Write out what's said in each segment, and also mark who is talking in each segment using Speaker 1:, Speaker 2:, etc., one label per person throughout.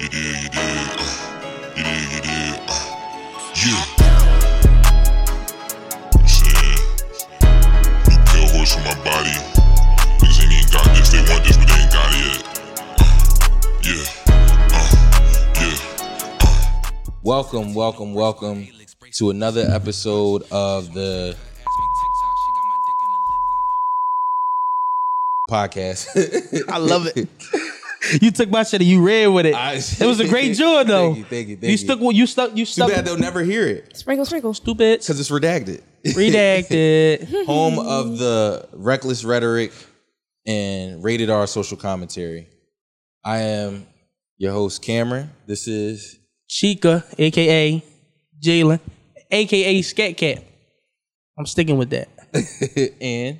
Speaker 1: You did, you did, uh, you did, you did, uh, yeah. Saying, new pale horse on my body. Niggas ain't even got this, they want this, but they ain't got it yet. Uh, yeah, uh, yeah.
Speaker 2: Welcome, welcome, welcome to another episode of the podcast.
Speaker 3: I love it. you took my shit and you ran with it.
Speaker 2: I-
Speaker 3: it was a great joy though.
Speaker 2: Thank you, thank you, thank you.
Speaker 3: you stuck what you stuck you
Speaker 2: Too
Speaker 3: stuck
Speaker 2: bad they'll never hear it
Speaker 4: Sprinkle, sprinkle.
Speaker 3: stupid
Speaker 2: because it's redacted.
Speaker 3: redacted.
Speaker 2: Home of the reckless rhetoric and rated R social commentary. I am your host, Cameron. This is
Speaker 3: Chica, aka Jalen, aka Scat Cat. I'm sticking with that.
Speaker 2: and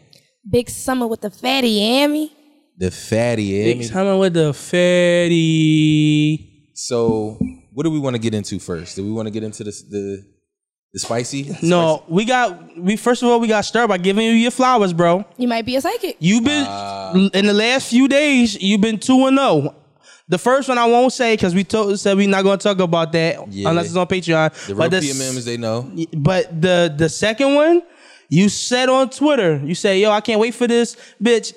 Speaker 4: Big summer with the fatty yammy.
Speaker 2: the fatty
Speaker 3: Big
Speaker 2: Emmy.
Speaker 3: summer with the fatty.
Speaker 2: So, what do we want to get into first? Do we want to get into this, the the spicy?
Speaker 3: No, we got we first of all we got started by giving you your flowers, bro.
Speaker 4: You might be a psychic.
Speaker 3: You've been
Speaker 2: Ah.
Speaker 3: in the last few days. You've been two and zero. The first one I won't say because we told, said we're not going to talk about that
Speaker 2: Yeah.
Speaker 3: unless it's on Patreon.
Speaker 2: The real
Speaker 3: but, the,
Speaker 2: PMMs, they know.
Speaker 3: s- but the the second one, you said on Twitter, you say, "Yo, I can't wait for this bitch."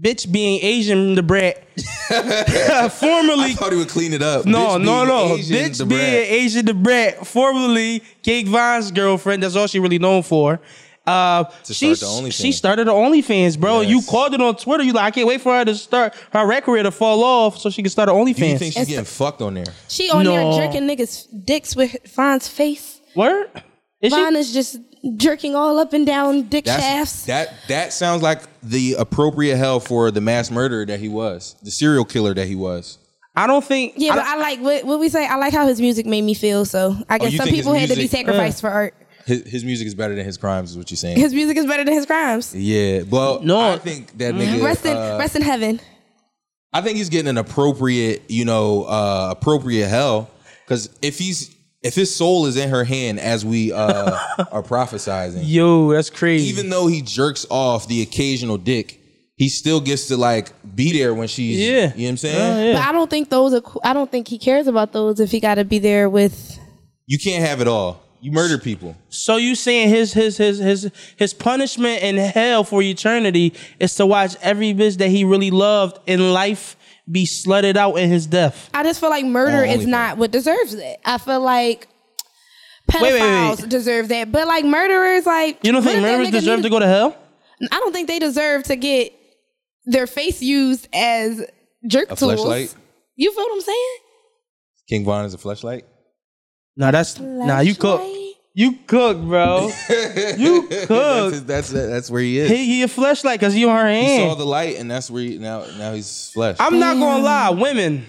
Speaker 3: Bitch being Asian, the brat.
Speaker 2: I
Speaker 3: formerly,
Speaker 2: thought he would clean it up.
Speaker 3: no,
Speaker 2: Bitch
Speaker 3: no,
Speaker 2: being
Speaker 3: no.
Speaker 2: Asian,
Speaker 3: bitch
Speaker 2: the
Speaker 3: being
Speaker 2: brat.
Speaker 3: Asian, the brat. Formerly Cake Vine's girlfriend. That's all she really known for. Uh, she,
Speaker 2: start the OnlyFans.
Speaker 3: she started the OnlyFans, bro. You
Speaker 2: Yes.
Speaker 3: called it on Twitter. You like, I can't wait for her to start her record career to fall off so she can start her
Speaker 2: Do you
Speaker 3: OnlyFans.
Speaker 2: think she's getting fucked on there?
Speaker 4: She on
Speaker 3: No.
Speaker 4: there jerking niggas' dicks with Von's face.
Speaker 3: Word? Is she?
Speaker 4: Von is just jerking all up and down dick
Speaker 2: That's,
Speaker 4: shafts.
Speaker 2: that that sounds like the appropriate hell for the mass murderer that he was, the serial killer that he was.
Speaker 3: I don't think.
Speaker 4: yeah,
Speaker 3: I
Speaker 4: but
Speaker 3: don't-
Speaker 4: I like what, what we say. I like how his music made me feel. So I guess
Speaker 2: Oh, you
Speaker 4: some
Speaker 2: think his
Speaker 4: people had to be
Speaker 2: music-
Speaker 4: sacrificed for art.
Speaker 2: His, his music is better than his crimes, is what you're saying.
Speaker 4: His music is better than his crimes.
Speaker 2: yeah, well, no,
Speaker 3: No.
Speaker 2: I think that nigga.
Speaker 4: Rest in
Speaker 2: uh,
Speaker 4: rest in heaven.
Speaker 2: I think he's getting an appropriate, you know, uh, appropriate hell. Because if he's if his soul is in her hand, as we uh, are prophesizing,
Speaker 3: Yo, that's crazy.
Speaker 2: even though he jerks off the occasional dick, he still gets to like be there when she's.
Speaker 3: yeah.
Speaker 2: you know what I'm saying.
Speaker 3: Oh, yeah.
Speaker 4: But I don't think those are. co- I don't think he cares about those if he got to be there with.
Speaker 2: You can't have it all. You murder people.
Speaker 3: So you saying his his his his his punishment in hell for eternity is to watch every bitch that he really loved in life be slutted out in his death.
Speaker 4: I just feel like murder
Speaker 2: Oh,
Speaker 4: is
Speaker 2: only
Speaker 4: not what deserves it. I feel like pedophiles
Speaker 3: wait, wait.
Speaker 4: deserve that, but like murderers, like
Speaker 3: You don't think murderers deserve to go to hell?
Speaker 4: I don't think they deserve to get their face used as jerk
Speaker 2: A
Speaker 4: tools.
Speaker 2: fleshlight.
Speaker 4: You feel what I'm saying?
Speaker 2: King Von is a flashlight.
Speaker 3: Nah, that's nah. You cook.
Speaker 4: Fleshlight?
Speaker 3: You cook, bro. you cook.
Speaker 2: That's that's, that's where he is.
Speaker 3: He, he a flashlight because you on her
Speaker 2: he saw
Speaker 3: hand.
Speaker 2: the light, and that's where he, now now he's flesh.
Speaker 3: I'm not gonna lie, women.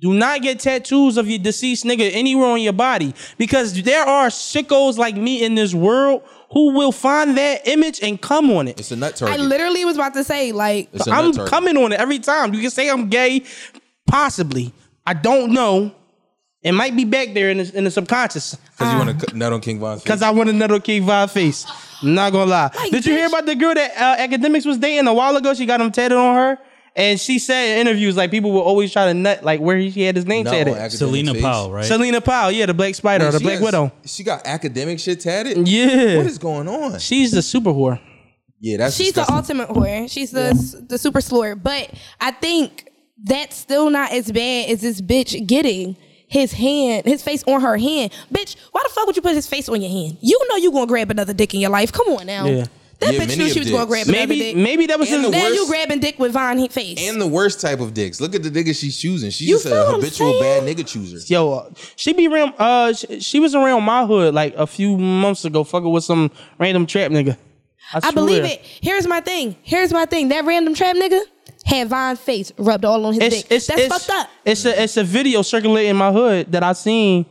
Speaker 3: Do not get tattoos of your deceased nigga anywhere on your body because there are sickos like me in this world who will find that image and come on it.
Speaker 2: it's a nut
Speaker 4: I
Speaker 2: target.
Speaker 4: literally was about to say like
Speaker 2: It's a nut
Speaker 3: I'm
Speaker 2: target.
Speaker 3: coming on it every time. You can say I'm gay, possibly. I don't know. It might be back there in the, in the subconscious
Speaker 2: because you want to nut on King Von's.
Speaker 3: because I want another King Vibe face. I'm not gonna lie.
Speaker 4: Like,
Speaker 3: Did you hear
Speaker 4: bitch.
Speaker 3: about the girl that uh, academics was dating a while ago? She got him tatted on her, and she said in interviews like people will always try to nut like where he, she had his name
Speaker 2: Nut on
Speaker 3: tatted.
Speaker 2: academic
Speaker 5: Selena
Speaker 2: face.
Speaker 5: Powell, right?
Speaker 3: Selena Powell, yeah, the Black Spider,
Speaker 2: Wait,
Speaker 3: or the
Speaker 2: she
Speaker 3: Black
Speaker 2: has-
Speaker 3: Widow.
Speaker 2: She got academic shit tatted.
Speaker 3: Yeah.
Speaker 2: What is going on?
Speaker 3: She's the super whore.
Speaker 2: Yeah, that's
Speaker 4: she's the
Speaker 2: disgusting.
Speaker 4: ultimate whore. She's the the super slur. But I think that's still not as bad as this bitch getting his hand, his face on her hand. Bitch, why the fuck would you put his face on your hand? You know you gonna grab another dick in your life. Come on now.
Speaker 3: Yeah.
Speaker 4: That
Speaker 2: Yeah,
Speaker 4: bitch
Speaker 2: many
Speaker 4: knew
Speaker 2: of
Speaker 4: she was gonna
Speaker 2: dicks.
Speaker 4: grab another
Speaker 3: Maybe
Speaker 4: dick.
Speaker 3: maybe that was
Speaker 2: And
Speaker 3: his
Speaker 2: the
Speaker 4: now
Speaker 2: worst-
Speaker 4: you grabbing dick with Von he face.
Speaker 2: and the worst type of dicks. Look at the niggas she's choosing. She's
Speaker 4: You
Speaker 2: just
Speaker 4: feel
Speaker 2: a
Speaker 4: what I'm
Speaker 2: habitual bad
Speaker 4: saying?
Speaker 2: nigga chooser.
Speaker 3: Yo, uh, she be around. Uh, she, she was around my hood like a few months ago, fucking with some random trap nigga.
Speaker 4: I believe
Speaker 3: swear.
Speaker 4: it. Here's my thing. Here's my thing. That random trap nigga had Von face rubbed all on his
Speaker 3: It's
Speaker 4: dick.
Speaker 3: it's
Speaker 4: That's
Speaker 3: it's,
Speaker 4: fucked up.
Speaker 3: It's a it's a video circulating in my hood that I seen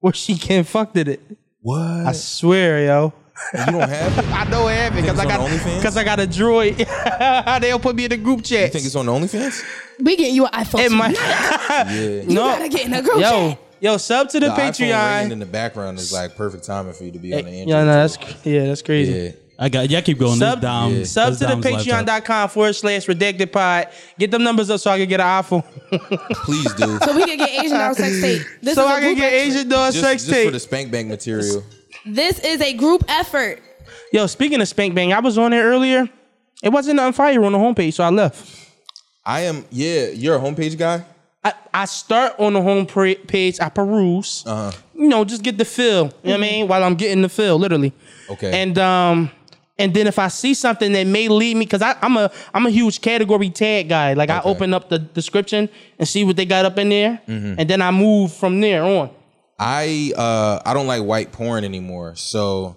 Speaker 3: where she getting fucked at it. I
Speaker 2: What?
Speaker 3: swear, yo.
Speaker 2: you don't have it? You
Speaker 3: I know it happened
Speaker 2: Think
Speaker 3: because I
Speaker 2: it's
Speaker 3: got
Speaker 2: on OnlyFans?
Speaker 3: because I got a droid. They'll put me in the group chat.
Speaker 2: think it's on OnlyFans?
Speaker 4: We getting you an iPhone.
Speaker 3: It might-
Speaker 2: Yeah.
Speaker 4: you
Speaker 3: no.
Speaker 4: gotta get in a group
Speaker 3: yo
Speaker 4: chat.
Speaker 3: yo sub to the,
Speaker 2: iPhone ringing
Speaker 3: Patreon.
Speaker 2: in the background is like perfect timing for you to be on the Android.
Speaker 3: Yeah, no, that's cr- yeah, that's crazy.
Speaker 2: Yeah.
Speaker 5: I got y'all keep going.
Speaker 3: Sub,
Speaker 5: this Dom, this
Speaker 3: sub to the
Speaker 5: Dom's laptop.
Speaker 3: patreon.com forward slash redacted pod. Get them numbers up so I can get an iPhone.
Speaker 2: Please do.
Speaker 4: So we can get Asian doll sex tape. This
Speaker 3: so
Speaker 4: is a
Speaker 3: I can
Speaker 4: group
Speaker 3: get
Speaker 4: effort.
Speaker 3: Asian doll
Speaker 2: just
Speaker 3: sex
Speaker 2: just
Speaker 3: tape.
Speaker 2: for the spank bank material.
Speaker 4: This is a group effort.
Speaker 3: Yo, speaking of Spank Bang, I was on there earlier. It wasn't on fire on the homepage, so I left.
Speaker 2: I am. Yeah, you're a homepage guy.
Speaker 3: I, I start on the homepage, page, I peruse.
Speaker 2: Uh-huh. Uh,
Speaker 3: You know, just get the feel. You know what I mean? While I'm getting the feel, literally.
Speaker 2: Okay.
Speaker 3: And um, and then if I see something that may lead me, because I'm a I'm a huge category tag guy. Like I
Speaker 2: Okay.
Speaker 3: open up the description and see what they got up in there,
Speaker 2: Mm-hmm.
Speaker 3: and then I move from there on.
Speaker 2: I uh I don't like white porn anymore, so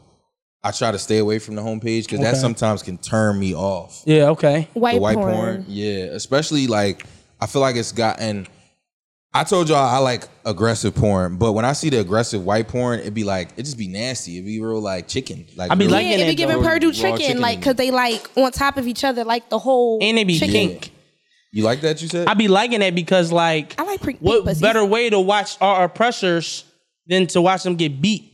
Speaker 2: I try to stay away from the homepage because that
Speaker 3: Okay.
Speaker 2: sometimes can turn me off.
Speaker 3: Yeah. Okay.
Speaker 4: White,
Speaker 2: the white
Speaker 4: porn.
Speaker 2: porn. Yeah, especially like I feel like it's gotten. I told y'all I like aggressive porn, but when I see the aggressive white porn, it'd be like it just be nasty. It'd be real like chicken. Like
Speaker 3: I be
Speaker 2: real-
Speaker 3: like-
Speaker 4: Yeah, it
Speaker 3: Chicken
Speaker 4: be
Speaker 3: and
Speaker 4: giving
Speaker 3: raw-
Speaker 4: Purdue
Speaker 2: raw
Speaker 4: chicken,
Speaker 2: chicken.
Speaker 4: like, cause they like on top of each other, like the whole.
Speaker 3: And they be
Speaker 4: chicken.
Speaker 3: pink.
Speaker 2: you like that you said.
Speaker 3: I be liking that because like
Speaker 4: I like pre-
Speaker 3: what
Speaker 4: pussies.
Speaker 3: better way to watch our oppressors than to watch them get beat?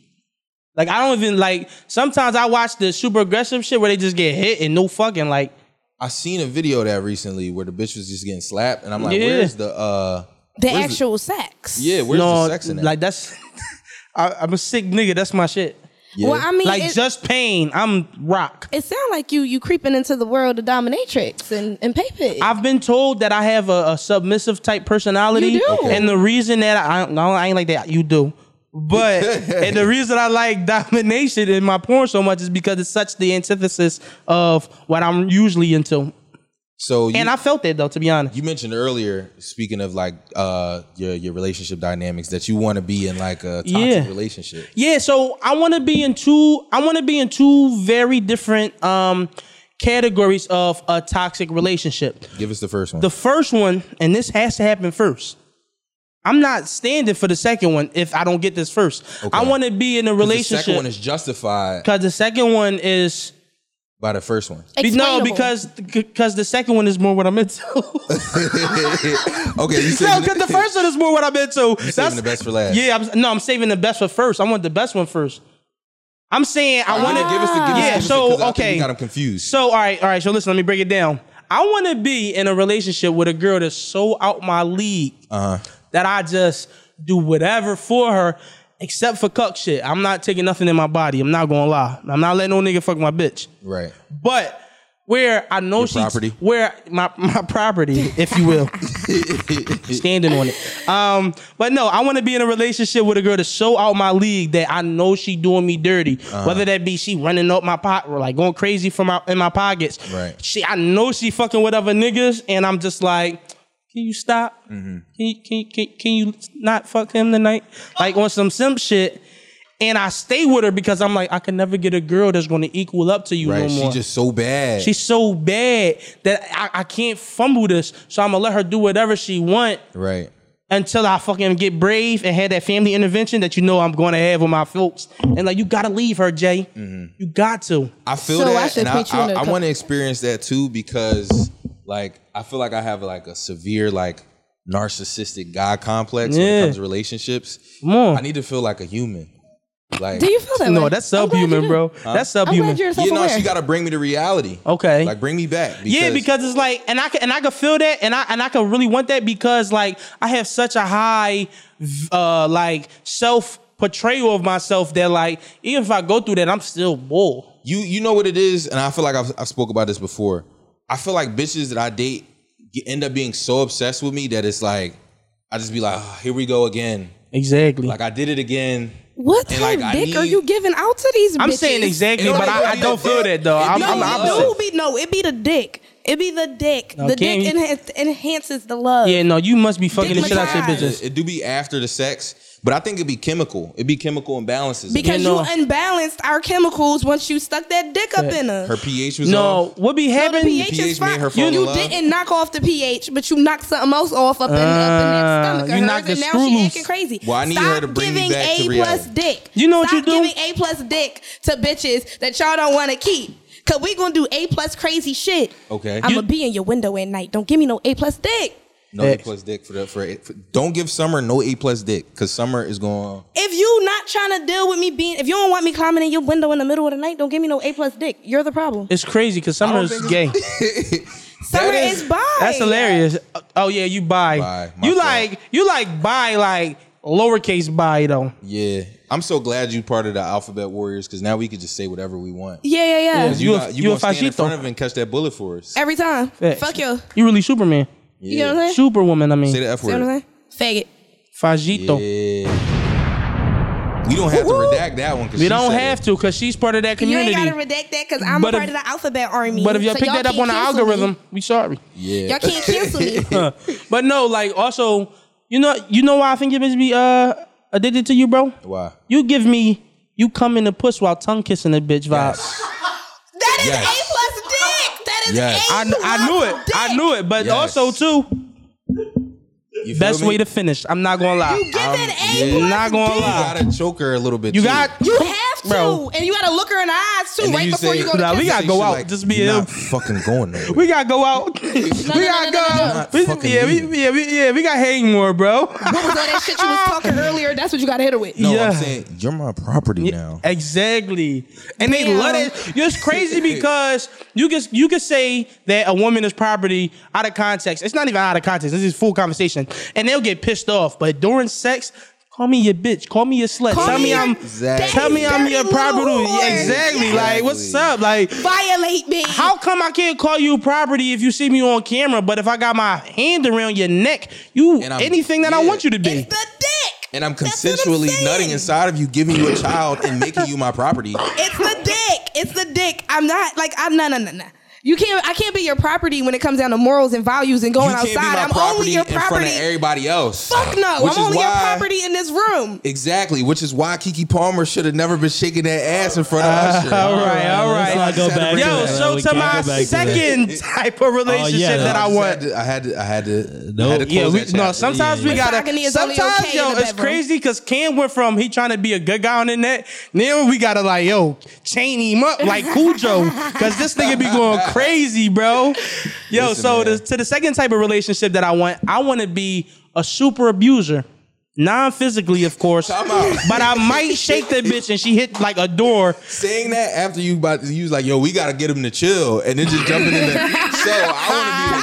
Speaker 3: Like I don't even like. Sometimes I watch the super aggressive shit where they just get hit and no fucking like.
Speaker 2: I seen a video of that recently where the bitch was just getting slapped, and I'm like,
Speaker 3: Yeah.
Speaker 2: where's the uh
Speaker 4: The
Speaker 2: where's
Speaker 4: actual sex.
Speaker 2: The, yeah, where's
Speaker 3: no,
Speaker 2: the sex in that?
Speaker 3: like that's. I, I'm a sick nigga. That's my shit.
Speaker 2: yeah.
Speaker 4: Well, I mean,
Speaker 3: Like
Speaker 4: it,
Speaker 3: just pain. I'm rock.
Speaker 4: it sound like you you creeping into the world of dominatrix and and pay pig.
Speaker 3: I've been told that I have a, a submissive type personality,
Speaker 4: You do. Okay.
Speaker 3: and the reason that I, I, don't- I ain't like that, you do. But and the reason I like domination in my porn so much is because it's such the antithesis of what I'm usually into,
Speaker 2: so you,
Speaker 3: and I felt that though, to be honest.
Speaker 2: you mentioned earlier, speaking of like uh your your relationship dynamics, that you want to be in like a toxic
Speaker 3: Yeah.
Speaker 2: relationship.
Speaker 3: Yeah, so I want to be in two. I want to be in two very different um, categories of a toxic relationship.
Speaker 2: Give us the first one.
Speaker 3: The first one, and this has to happen first. I'm not standing for the second one if I don't get this first. I want to be in a
Speaker 2: the
Speaker 3: relationship
Speaker 2: second one is justified
Speaker 3: because the second one is
Speaker 2: by the first one.
Speaker 3: be- no
Speaker 4: Explainable.
Speaker 3: because because the second one is more what I'm into. no,
Speaker 2: Okay, you said
Speaker 3: because the first one is more what I'm into.
Speaker 2: saving the best for last.
Speaker 3: Yeah, I'm, no, I'm saving the best for first. I want the best one first. I'm saying I want
Speaker 2: to Uh, give us the give us,
Speaker 3: Yeah,
Speaker 2: give us the-
Speaker 3: so,
Speaker 2: 'cause I think
Speaker 3: okay.
Speaker 2: we got them confused.
Speaker 3: So, all right, all right. So, listen, let me break it down. I want to be in a relationship with a girl that's so out my league that I just do whatever for her, except for cuck shit. I'm not taking nothing in my body. I'm not gonna lie. I'm not letting no nigga fuck my bitch.
Speaker 2: right.
Speaker 3: But where I know she's
Speaker 2: property.
Speaker 3: where my my property, if you will, standing on it. Um, but no, I want to be in a relationship with a girl to show out my league that I know she doing me dirty.
Speaker 2: Uh-huh.
Speaker 3: Whether that be she running up my pot or like going crazy from my in my pockets.
Speaker 2: Right.
Speaker 3: She, I know she fucking with other niggas, and I'm just like. Can you stop?
Speaker 2: Mm-hmm.
Speaker 3: Can, you, can, you- can, can you not fuck him tonight? Like on some simp shit. And I stay with her because I'm like, I can never get a girl that's going to equal up to you
Speaker 2: Right.
Speaker 3: no more.
Speaker 2: She just so bad.
Speaker 3: She's so bad that I, I can't fumble this. So I'm gonna let her do whatever she want
Speaker 2: right.
Speaker 3: until I fucking get brave and have that family intervention that you know I'm gonna have with my folks. And like you gotta leave her, Jay. You got to.
Speaker 2: I feel
Speaker 4: So I
Speaker 2: that,
Speaker 4: should
Speaker 2: and I,
Speaker 4: put you in a couple-
Speaker 2: want to experience that too because, like, I feel like I have like a severe like narcissistic guy complex when
Speaker 3: Yeah.
Speaker 2: it comes to relationships.
Speaker 3: on.
Speaker 2: I need to feel like a human. Like,
Speaker 4: Do you feel that?
Speaker 3: No,
Speaker 4: way?
Speaker 3: that's
Speaker 4: I'm glad you
Speaker 3: subhuman,
Speaker 4: do.
Speaker 3: bro. That's
Speaker 4: I'm
Speaker 3: subhuman.
Speaker 4: glad you're
Speaker 2: you know,
Speaker 4: self-aware.
Speaker 2: she got to bring me to reality.
Speaker 3: Okay.
Speaker 2: Like, bring me back.
Speaker 3: yeah, because it's like, and I can, and I can feel that, and I and I can really want that because like I have such a high, uh, like self portrayal of myself that like even if I go through that, I'm still bull.
Speaker 2: you you know what it is, and I feel like I've, I've spoke about this before. I feel like bitches that I date get, end up being so obsessed with me that it's like I just be like, "Ah, here we go again.
Speaker 3: Exactly.
Speaker 2: Like I did it again.
Speaker 4: What
Speaker 2: And,
Speaker 4: type
Speaker 2: like, I
Speaker 4: dick are
Speaker 2: need-
Speaker 4: you giving out to these?
Speaker 3: I'm
Speaker 4: bitches?
Speaker 3: saying exactly,
Speaker 2: It
Speaker 3: but
Speaker 2: don't
Speaker 3: I, I
Speaker 2: be
Speaker 3: don't
Speaker 2: a
Speaker 3: feel
Speaker 2: dick.
Speaker 3: that though.
Speaker 2: It be
Speaker 3: I'm,
Speaker 4: No,
Speaker 3: I'm
Speaker 2: a
Speaker 4: it
Speaker 2: dick.
Speaker 3: opposite.
Speaker 4: do be no. It be the dick. It be the dick.
Speaker 3: No,
Speaker 4: the
Speaker 3: can
Speaker 4: dick
Speaker 3: you-
Speaker 4: enhan- enhances the love.
Speaker 3: Yeah, no, you must be fucking the
Speaker 4: Dick
Speaker 3: shit out your
Speaker 4: massage.
Speaker 3: bitches.
Speaker 2: It, it do be after the sex, but I think it'd be chemical. It'd be chemical imbalances.
Speaker 4: Because
Speaker 3: Yeah, no.
Speaker 4: you unbalanced our chemicals once you stuck that dick up in her.
Speaker 2: her pH was
Speaker 3: No,
Speaker 2: off.
Speaker 3: what be
Speaker 4: So the
Speaker 3: happening?
Speaker 4: pH,
Speaker 2: pH
Speaker 4: is fine.
Speaker 2: made her fall
Speaker 4: you
Speaker 2: in
Speaker 4: you
Speaker 2: love?
Speaker 4: didn't knock off the pH, but you knocked something else off up in, up in that
Speaker 3: Uh,
Speaker 4: stomach
Speaker 3: you
Speaker 4: of
Speaker 3: knocked
Speaker 4: hers,
Speaker 3: the
Speaker 4: and now
Speaker 3: screw
Speaker 4: she
Speaker 3: loose.
Speaker 4: acting crazy.
Speaker 2: Well, I need
Speaker 4: Stop
Speaker 2: her to bring me
Speaker 4: giving
Speaker 2: back to
Speaker 4: A plus
Speaker 2: reality.
Speaker 4: dick.
Speaker 3: You know what
Speaker 4: Stop
Speaker 3: you do?
Speaker 4: giving A plus dick to bitches that y'all don't want to keep. Cause we gonna do A plus crazy shit.
Speaker 2: Okay.
Speaker 4: I'ma
Speaker 2: You-
Speaker 4: be in your window at night. Don't give me no A plus dick.
Speaker 2: No A plus dick for the for, it- for don't give Summer no A plus dick because Summer is going.
Speaker 4: If you not trying to deal with me being, if you don't want me climbing in your window in the middle of the night, don't give me no A plus dick. You're the problem.
Speaker 3: It's crazy because Summer
Speaker 2: don't
Speaker 3: is
Speaker 2: think
Speaker 3: gay.
Speaker 2: it's-
Speaker 4: Summer is, bi.
Speaker 3: That's hilarious. Oh yeah, you buy.
Speaker 2: Bi, my
Speaker 3: you
Speaker 2: fault.
Speaker 3: like you like buy like lowercase buy though.
Speaker 2: Yeah, I'm so glad you part of the Alphabet Warriors because now we could just say whatever we want.
Speaker 4: Yeah, yeah, yeah.
Speaker 3: Yeah.
Speaker 2: 'Cause You
Speaker 3: You a-
Speaker 2: got- you
Speaker 3: you a
Speaker 2: gonna stand in
Speaker 3: fascito.
Speaker 2: front of him and catch that bullet for us.
Speaker 4: Every time.
Speaker 3: Facts.
Speaker 4: Fuck you.
Speaker 3: You really Superman,
Speaker 4: You know what I'm saying?
Speaker 3: Superwoman. I mean,
Speaker 2: Say the F
Speaker 4: You know what
Speaker 2: word.
Speaker 4: I'm saying? Faggot.
Speaker 3: Fajito.
Speaker 2: Yeah. We don't have to redact that one. 'cause
Speaker 3: We
Speaker 2: she
Speaker 3: don't
Speaker 2: said it.
Speaker 3: have to because she's part of that community.
Speaker 4: You ain't gotta redact that because I'm
Speaker 3: But
Speaker 4: a part
Speaker 3: if-
Speaker 4: of the alphabet army.
Speaker 3: But if y'all
Speaker 4: So
Speaker 3: pick that up
Speaker 4: can't
Speaker 3: on the
Speaker 4: cancel
Speaker 3: algorithm,
Speaker 4: me.
Speaker 3: we sorry.
Speaker 2: Yeah.
Speaker 4: y'all can't cancel me.
Speaker 3: But no, like also, you know, you know why I think your bitch be uh addicted to you, bro?
Speaker 2: Why?
Speaker 3: You give me you come in the puss while tongue kissing the bitch vibes.
Speaker 4: That is
Speaker 2: Yes.
Speaker 4: A plus dick. That is
Speaker 2: Yes.
Speaker 4: A
Speaker 3: I, kn-
Speaker 4: plus
Speaker 3: I knew it.
Speaker 4: Dick.
Speaker 3: I knew it. But
Speaker 2: Yes.
Speaker 3: also too,
Speaker 2: You feel
Speaker 3: best
Speaker 2: me?
Speaker 3: way to finish. I'm not gonna lie. Um,
Speaker 4: You give that A
Speaker 2: yeah.
Speaker 4: plus
Speaker 3: Not gonna
Speaker 4: dick.
Speaker 2: You
Speaker 3: lie.
Speaker 2: gotta choke her a little bit.
Speaker 3: You
Speaker 2: too.
Speaker 3: got
Speaker 4: You have to,
Speaker 3: Bro.
Speaker 4: and you gotta look her in the eyes too,
Speaker 2: And then
Speaker 4: right before
Speaker 2: say-
Speaker 4: you go to
Speaker 3: Nah, we
Speaker 4: kiss
Speaker 3: gotta
Speaker 4: her.
Speaker 3: go
Speaker 2: She
Speaker 3: out, just be
Speaker 2: "You're
Speaker 3: him."
Speaker 2: not fucking going there.
Speaker 3: we gotta go out. we gotta
Speaker 4: no, no, no,
Speaker 3: go.
Speaker 4: no.
Speaker 3: We-
Speaker 2: Fucking
Speaker 3: yeah,
Speaker 2: leave.
Speaker 3: we, yeah, we, yeah, we got hang more, bro.
Speaker 4: What was all that shit you was talking earlier? That's what you gotta hit her with.
Speaker 2: no,
Speaker 3: yeah.
Speaker 2: I'm saying you're my property now.
Speaker 3: Exactly. And they
Speaker 4: Damn.
Speaker 3: love it. It's crazy because you can you can say that a woman is property out of context. It's not even out of context. This is full conversation. And they'll get pissed off. But during sex, call me your bitch. Call me your slut.
Speaker 4: Call
Speaker 3: tell me,
Speaker 4: me your
Speaker 3: I'm
Speaker 2: Exactly.
Speaker 3: tell me I'm
Speaker 4: dirty
Speaker 3: your
Speaker 4: little
Speaker 3: property.
Speaker 4: whore.
Speaker 3: Exactly.
Speaker 2: Yes.
Speaker 3: Like what's up? Like
Speaker 4: Violate me.
Speaker 3: how come I can't call you property if you see me on camera, but if I got my hand around your neck, you
Speaker 2: And I'm-
Speaker 3: anything that I
Speaker 2: yeah.
Speaker 3: want you to be.
Speaker 4: It's the dick.
Speaker 2: And I'm
Speaker 4: That's what I'm
Speaker 2: consensually
Speaker 4: saying.
Speaker 2: nutting inside of you, giving you a child and making you my property.
Speaker 4: It's the dick. It's the dick. I'm not like I'm no no no no. You can't. I can't be your property when it comes down to morals and values and going
Speaker 2: you can't
Speaker 4: outside.
Speaker 2: be my
Speaker 4: I'm only
Speaker 2: property
Speaker 4: your
Speaker 2: in front
Speaker 4: property.
Speaker 2: of everybody else.
Speaker 4: Fuck no.
Speaker 2: Which is
Speaker 4: I'm only your
Speaker 2: why-
Speaker 4: property in this room.
Speaker 2: Exactly, which is why Kiki Palmer should have never been shaking that ass in front of Usher.
Speaker 3: Ah, all right, all
Speaker 5: Let's
Speaker 3: right.
Speaker 5: not go back. to
Speaker 3: Yo,
Speaker 5: that.
Speaker 3: so
Speaker 5: We
Speaker 3: to
Speaker 5: can't
Speaker 3: my
Speaker 5: go back to that. Oh,
Speaker 3: second type of relationship
Speaker 5: no.
Speaker 2: just
Speaker 3: that I
Speaker 2: had
Speaker 3: want.
Speaker 2: to- I had to. I had to.
Speaker 5: No.
Speaker 2: I had to close
Speaker 3: Yeah, we,
Speaker 2: that
Speaker 3: no.
Speaker 2: chapter.
Speaker 3: Sometimes we gotta.
Speaker 4: Misogyny is only
Speaker 3: Sometimes
Speaker 4: okay
Speaker 3: yo,
Speaker 4: in the
Speaker 3: it's
Speaker 4: bedroom.
Speaker 3: crazy because Cam went from he trying to be a good guy on the net. Now we gotta like yo chain him up like Cujo because this nigga be going crazy, bro. Yo,
Speaker 2: Listen,
Speaker 3: so
Speaker 2: man.
Speaker 3: the, to the second type of relationship that I want, I want to be a super abuser. Non physically, of course,
Speaker 2: Time out.
Speaker 3: but I might shake the bitch and she hit like a door.
Speaker 2: saying that after you about to, you was like, yo, we gotta get him to chill, and then just jumping in the. So I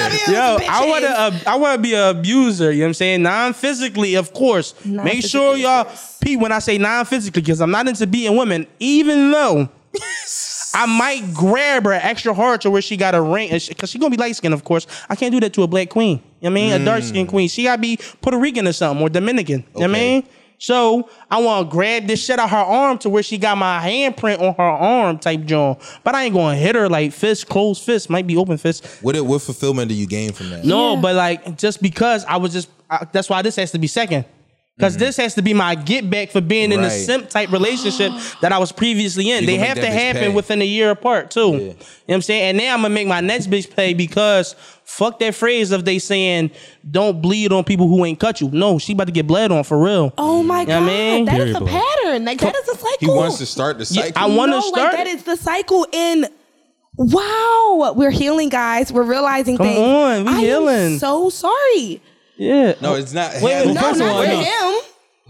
Speaker 2: want to be an abuser.
Speaker 3: Yo, I
Speaker 4: bitches.
Speaker 3: want to. Uh, I want to be an abuser. You know what I'm saying? Non physically, of course. Make sure
Speaker 4: Non-physically, of
Speaker 3: y'all
Speaker 4: course.
Speaker 3: pee when I say non physically because I'm not into beating women, even though. I might grab her extra hard to where she got a ring, because she gonna be light skinned, of course. I can't do that to a black queen. You know what I mean, a dark skinned queen. She gotta be Puerto Rican or something or Dominican. You know what I
Speaker 2: Okay.
Speaker 3: mean, so I wanna grab this shit out her arm to where she got my handprint on her arm type joint. But I ain't gonna hit her like fist, closed fist, might be open fist.
Speaker 2: What what fulfillment do you gain from that?
Speaker 3: No,
Speaker 4: Yeah.
Speaker 3: but like just because I was just I, that's why this has to be second. Because this has to be my get back for being in a
Speaker 2: Mm-hmm. Right.
Speaker 3: simp type relationship that I was previously in.
Speaker 2: You
Speaker 3: they
Speaker 2: gonna
Speaker 3: have
Speaker 2: make that
Speaker 3: to
Speaker 2: bitch
Speaker 3: happen
Speaker 2: pay.
Speaker 3: within a year apart too. You know what I'm saying? And now I'm gonna make my next bitch pay because fuck that phrase of they saying don't bleed on people who ain't cut you. No, she about to get bled on for real.
Speaker 4: Oh my
Speaker 3: know what
Speaker 4: god,
Speaker 3: I mean?
Speaker 4: that is
Speaker 5: Period,
Speaker 4: a
Speaker 5: bro.
Speaker 4: pattern. Like that is a cycle.
Speaker 2: He wants to start the
Speaker 3: Yeah,
Speaker 2: cycle.
Speaker 3: I want to
Speaker 4: no,
Speaker 3: start.
Speaker 4: Like that is the cycle in. Wow, we're healing, guys. We're realizing
Speaker 3: Come
Speaker 4: things.
Speaker 3: on, we
Speaker 4: I am
Speaker 3: healing.
Speaker 4: so sorry.
Speaker 3: yeah.
Speaker 2: no, it's not.
Speaker 3: Wait,
Speaker 2: Hannah,
Speaker 3: wait,
Speaker 4: No,
Speaker 5: First of all,
Speaker 4: not for
Speaker 5: no.
Speaker 4: him.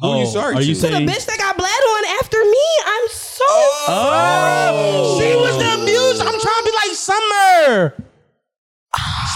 Speaker 2: Who you
Speaker 5: Oh,
Speaker 2: sorry
Speaker 5: Are you
Speaker 2: to?
Speaker 4: To the
Speaker 5: saying?
Speaker 4: bitch that got bled on after me. I'm so
Speaker 3: Oh, she was the abuser. I'm trying to be like Summer.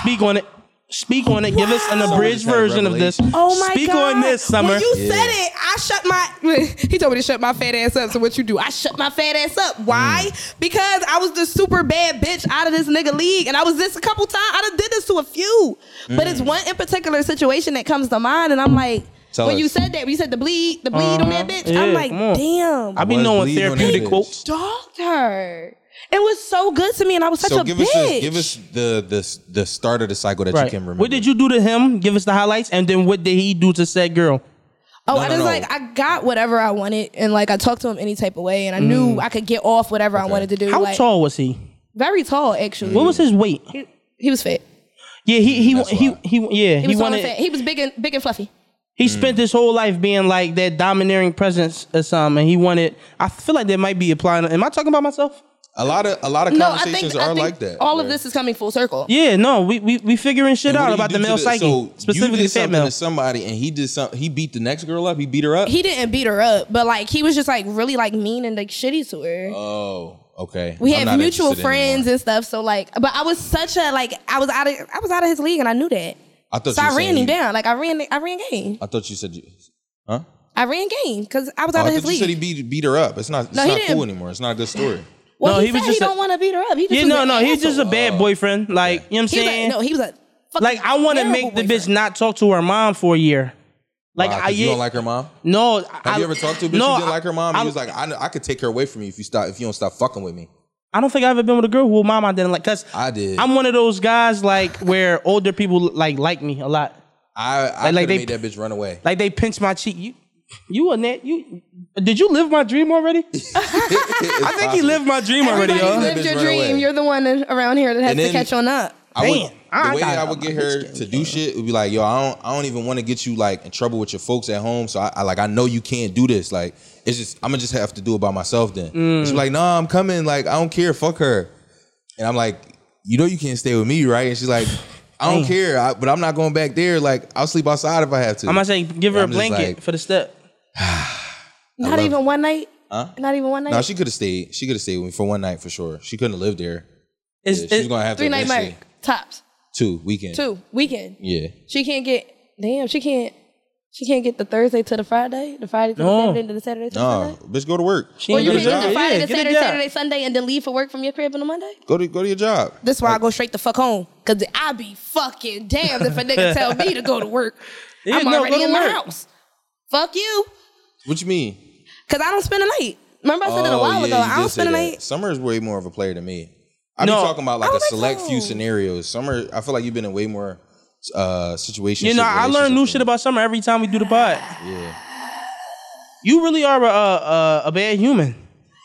Speaker 3: Speak on it. Speak on it. Give us an
Speaker 4: Wow.
Speaker 3: abridged
Speaker 2: Summer just had
Speaker 3: version of this.
Speaker 4: Oh my
Speaker 3: Speak
Speaker 4: god!
Speaker 3: on this, Summer.
Speaker 4: When you said it, I shut my. He told me to shut my fat ass up. So what you do? I shut my fat ass up.
Speaker 2: Mm.
Speaker 4: Why? Because I was the super bad bitch out of this nigga league, and I was this a couple times. I done did this to a few, but
Speaker 2: Mm.
Speaker 4: it's one in particular situation that comes to mind, and I'm like,
Speaker 2: Tell
Speaker 4: when
Speaker 2: us. Uh-huh.
Speaker 4: you said that, when you said the bleed, the bleed on that bitch, I'm
Speaker 3: Yeah,
Speaker 4: like,
Speaker 3: come on.
Speaker 4: damn,
Speaker 3: I
Speaker 4: I
Speaker 3: be
Speaker 2: Was
Speaker 3: knowing
Speaker 2: bleed on that
Speaker 3: therapeutic
Speaker 2: bitch.
Speaker 3: quotes.
Speaker 4: dogged her. It was so good to me, and I was such
Speaker 2: So
Speaker 4: a
Speaker 2: give us
Speaker 4: bitch.
Speaker 2: the, give us the the the start of the cycle that you
Speaker 3: Right.
Speaker 2: can remember.
Speaker 3: What did you do to him? Give us the highlights, and then what did he do to said girl?
Speaker 4: Oh,
Speaker 2: No,
Speaker 4: I
Speaker 2: no,
Speaker 4: just
Speaker 2: no.
Speaker 4: like I got whatever I wanted, and like I talked to him any type of way, and I
Speaker 2: Mm.
Speaker 4: knew I could get off whatever I wanted to do.
Speaker 3: How
Speaker 4: like,
Speaker 3: tall was he?
Speaker 4: Very tall,
Speaker 2: Mm.
Speaker 4: actually.
Speaker 3: What was his weight?
Speaker 4: He, he was fat.
Speaker 3: Yeah, he he
Speaker 2: That's
Speaker 3: he,
Speaker 2: why.
Speaker 3: he, yeah
Speaker 4: He
Speaker 3: he,
Speaker 4: was tall and fat.
Speaker 3: wanted.
Speaker 4: He was big and big and fluffy.
Speaker 3: He spent his whole life being like that domineering presence or something. And he wanted. I feel like that might be applying. Am I talking about myself?
Speaker 2: A lot of a lot of
Speaker 4: No, I
Speaker 2: conversations
Speaker 4: think, I
Speaker 2: are
Speaker 4: think
Speaker 2: like that.
Speaker 4: all of
Speaker 2: bro.
Speaker 4: this is coming full circle.
Speaker 3: Yeah, no, we we, we figuring shit
Speaker 2: And what
Speaker 3: out
Speaker 2: do you
Speaker 3: about
Speaker 2: do
Speaker 3: the
Speaker 2: to
Speaker 3: male psyche,
Speaker 2: so you
Speaker 3: specifically
Speaker 2: did
Speaker 3: fat
Speaker 2: something
Speaker 3: male.
Speaker 2: to somebody, and he did something. He beat the next girl up. He beat her up.
Speaker 4: He didn't beat her up, but like he was just like really like mean and like shitty to her.
Speaker 2: oh, okay.
Speaker 4: we
Speaker 2: I'm
Speaker 4: had
Speaker 2: not
Speaker 4: mutual
Speaker 2: interested anymore.
Speaker 4: friends and stuff, so like, but I was such a like I was out of I was out of his league, and I knew that.
Speaker 2: I thought
Speaker 4: So
Speaker 2: you
Speaker 4: I
Speaker 2: were saying
Speaker 4: ran him
Speaker 2: you-
Speaker 4: down. Like I ran, I ran game.
Speaker 2: I thought you said you, huh?
Speaker 4: I ran game because I was
Speaker 2: Oh,
Speaker 4: out
Speaker 2: I
Speaker 4: of
Speaker 2: thought
Speaker 4: his
Speaker 2: you said he
Speaker 4: league.
Speaker 2: beat beat her up. It's not. It's
Speaker 4: No, he
Speaker 2: not
Speaker 4: didn't.
Speaker 2: cool anymore. It's not a good story.
Speaker 4: Well,
Speaker 3: No,
Speaker 4: he,
Speaker 3: he was
Speaker 4: said
Speaker 3: just
Speaker 4: he
Speaker 3: a-
Speaker 4: don't want to beat her up. He just
Speaker 3: Yeah,
Speaker 4: was
Speaker 3: no,
Speaker 4: an
Speaker 3: no, he's just a
Speaker 4: asshole.
Speaker 3: bad boyfriend. Like you know what I'm
Speaker 4: He was a-
Speaker 3: saying.
Speaker 4: no, he was a fucking
Speaker 3: like I want to
Speaker 4: terrible
Speaker 3: make the
Speaker 4: boyfriend.
Speaker 3: bitch not talk to her mom for a year. Like
Speaker 2: Why?
Speaker 3: I
Speaker 2: 'Cause you
Speaker 3: yeah,
Speaker 2: don't like her mom.
Speaker 3: no.
Speaker 2: Have
Speaker 3: I,
Speaker 2: you ever talked to a bitch
Speaker 3: no,
Speaker 2: who didn't
Speaker 3: I-
Speaker 2: like her mom?
Speaker 3: I,
Speaker 2: he was like, I, know, I could take her away from you if you stop if you don't stop fucking with me.
Speaker 3: I don't think I ever been with a girl who mom I didn't like. Cause
Speaker 2: I did.
Speaker 3: I'm one of those guys like where older people like like me a lot.
Speaker 2: I I
Speaker 3: Like- like
Speaker 2: like,
Speaker 3: they-
Speaker 2: made that bitch run away.
Speaker 3: Like they pinch my cheek. You, you a net. You did you live my dream already? I think he lived my dream already,
Speaker 4: Everybody
Speaker 3: y'all.
Speaker 2: live-
Speaker 4: lived
Speaker 2: That
Speaker 4: your
Speaker 2: bitch ran
Speaker 4: dream.
Speaker 2: away.
Speaker 4: You're the one that- around here that has
Speaker 2: And
Speaker 4: to
Speaker 2: then-
Speaker 4: catch on up.
Speaker 2: I
Speaker 3: Damn,
Speaker 2: would,
Speaker 3: I
Speaker 2: the way
Speaker 3: gotta
Speaker 2: that I
Speaker 3: go
Speaker 2: would
Speaker 3: my
Speaker 2: get
Speaker 3: bitch
Speaker 2: her
Speaker 3: game,
Speaker 2: to do shit would be like, yo, I don't, I don't even want to get you like in trouble with your folks at home. So I, I like, I know you can't do this. Like, it's just, I'm gonna just have to do it by myself then.
Speaker 3: Mm.
Speaker 2: She's like, nah, I'm coming. Like, I don't care. Fuck her. And I'm like, you know, you can't stay with me, right? And she's like, I don't care, I, but I'm not going back there. Like, I'll sleep outside if I have to.
Speaker 3: I'm not saying give her
Speaker 2: Yeah,
Speaker 3: a
Speaker 2: I'm just
Speaker 3: blanket
Speaker 2: like-
Speaker 3: for the step.
Speaker 2: love
Speaker 4: Not even one night.
Speaker 2: Huh?
Speaker 4: Not even one night.
Speaker 2: No, she could have stayed. She could have stayed with me for one night for sure. She couldn't have lived there. Yeah,
Speaker 3: It's,
Speaker 2: she's
Speaker 3: it-
Speaker 2: gonna have
Speaker 4: Three
Speaker 2: to
Speaker 4: night mark
Speaker 2: eventually-
Speaker 4: tops.
Speaker 2: two weekend.
Speaker 4: Two weekend.
Speaker 2: Yeah.
Speaker 4: She can't get. Damn, she can't. She can't get the Thursday to the Friday, the Friday to
Speaker 3: No.
Speaker 4: the Saturday to the Saturday to the
Speaker 2: No,
Speaker 4: Sunday.
Speaker 2: bitch, go to work.
Speaker 3: She
Speaker 4: Or
Speaker 3: ain't
Speaker 4: you
Speaker 2: Go to your
Speaker 3: got a
Speaker 4: can get
Speaker 3: job.
Speaker 4: the Friday
Speaker 3: Yeah,
Speaker 4: to
Speaker 3: get a
Speaker 4: Saturday,
Speaker 3: job.
Speaker 4: Saturday, Sunday, and then leave for work from your crib on a Monday.
Speaker 2: Go to go to your job.
Speaker 4: That's why I go straight the fuck home. Cause I be fucking damned if a nigga tell me to go to work.
Speaker 3: Yeah,
Speaker 4: I'm
Speaker 3: no, go
Speaker 4: already
Speaker 3: to
Speaker 4: in my
Speaker 3: work.
Speaker 4: house. Fuck you.
Speaker 2: What you mean?
Speaker 4: Cause I don't spend a night. Remember I said
Speaker 3: Oh,
Speaker 4: it a while
Speaker 2: Oh, yeah,
Speaker 4: ago.
Speaker 2: you
Speaker 4: I
Speaker 2: did say
Speaker 4: don't spend a
Speaker 2: that.
Speaker 4: night. Oh
Speaker 2: Summer is way more of a player to me. I've
Speaker 3: No.
Speaker 2: been talking about like
Speaker 4: I
Speaker 2: a
Speaker 4: don't think
Speaker 2: select few
Speaker 4: so.
Speaker 2: scenarios. Summer, I feel like you've been in way more uh situations.
Speaker 3: You know, I learn new shit about summer every time we do the pod.
Speaker 2: Yeah.
Speaker 3: You really are a a, a bad human.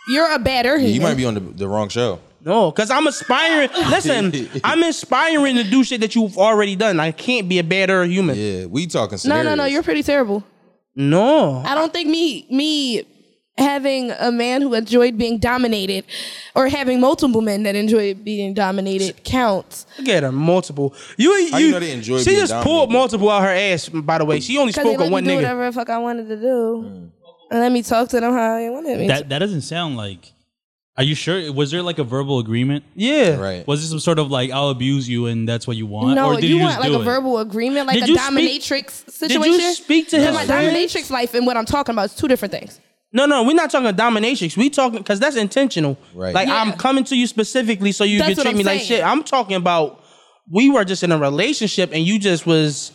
Speaker 4: You're a better
Speaker 2: Yeah, you
Speaker 4: human.
Speaker 2: might be on the, the wrong show.
Speaker 3: No, because I'm aspiring. Listen, I'm inspiring to do shit that you've already done. I can't be a better human.
Speaker 2: Yeah, we talking
Speaker 4: no,
Speaker 2: scenarios.
Speaker 4: no, no. You're pretty terrible.
Speaker 3: No.
Speaker 4: I don't think me me having a man who enjoyed being dominated or having multiple men that enjoy being dominated counts.
Speaker 3: Look at her, multiple. You,
Speaker 2: How you know they enjoy
Speaker 3: She
Speaker 2: being
Speaker 3: just pulled
Speaker 2: dominated?
Speaker 3: multiple out her ass. By the way, she only
Speaker 4: Because they
Speaker 3: spoke
Speaker 4: let
Speaker 3: on
Speaker 4: me
Speaker 3: one
Speaker 4: do
Speaker 3: nigga.
Speaker 4: whatever the fuck I wanted to do. And let me talk to them how they wanted me to.
Speaker 5: That that doesn't sound like. Are you sure? Was there like a verbal agreement?
Speaker 3: Yeah,
Speaker 2: right.
Speaker 5: Was it some sort of like I'll abuse you and that's what you want?
Speaker 4: No,
Speaker 5: or did
Speaker 4: you,
Speaker 5: you,
Speaker 4: want
Speaker 5: just
Speaker 4: like
Speaker 5: do
Speaker 4: a
Speaker 5: it?
Speaker 4: verbal agreement, like
Speaker 3: Did
Speaker 4: a
Speaker 3: you speak-
Speaker 4: dominatrix
Speaker 3: Did
Speaker 4: situation.
Speaker 3: you speak to his
Speaker 4: my
Speaker 3: friends?
Speaker 4: dominatrix life and what I'm talking about is two different things.
Speaker 3: No, no, we're not talking dominatrix. We talking because that's intentional.
Speaker 2: Right.
Speaker 3: Like
Speaker 4: Yeah.
Speaker 3: I'm coming to you specifically so you
Speaker 4: That's
Speaker 3: can
Speaker 4: what
Speaker 3: treat
Speaker 4: I'm
Speaker 3: me like
Speaker 4: saying.
Speaker 3: shit. I'm talking about we were just in a relationship and you just was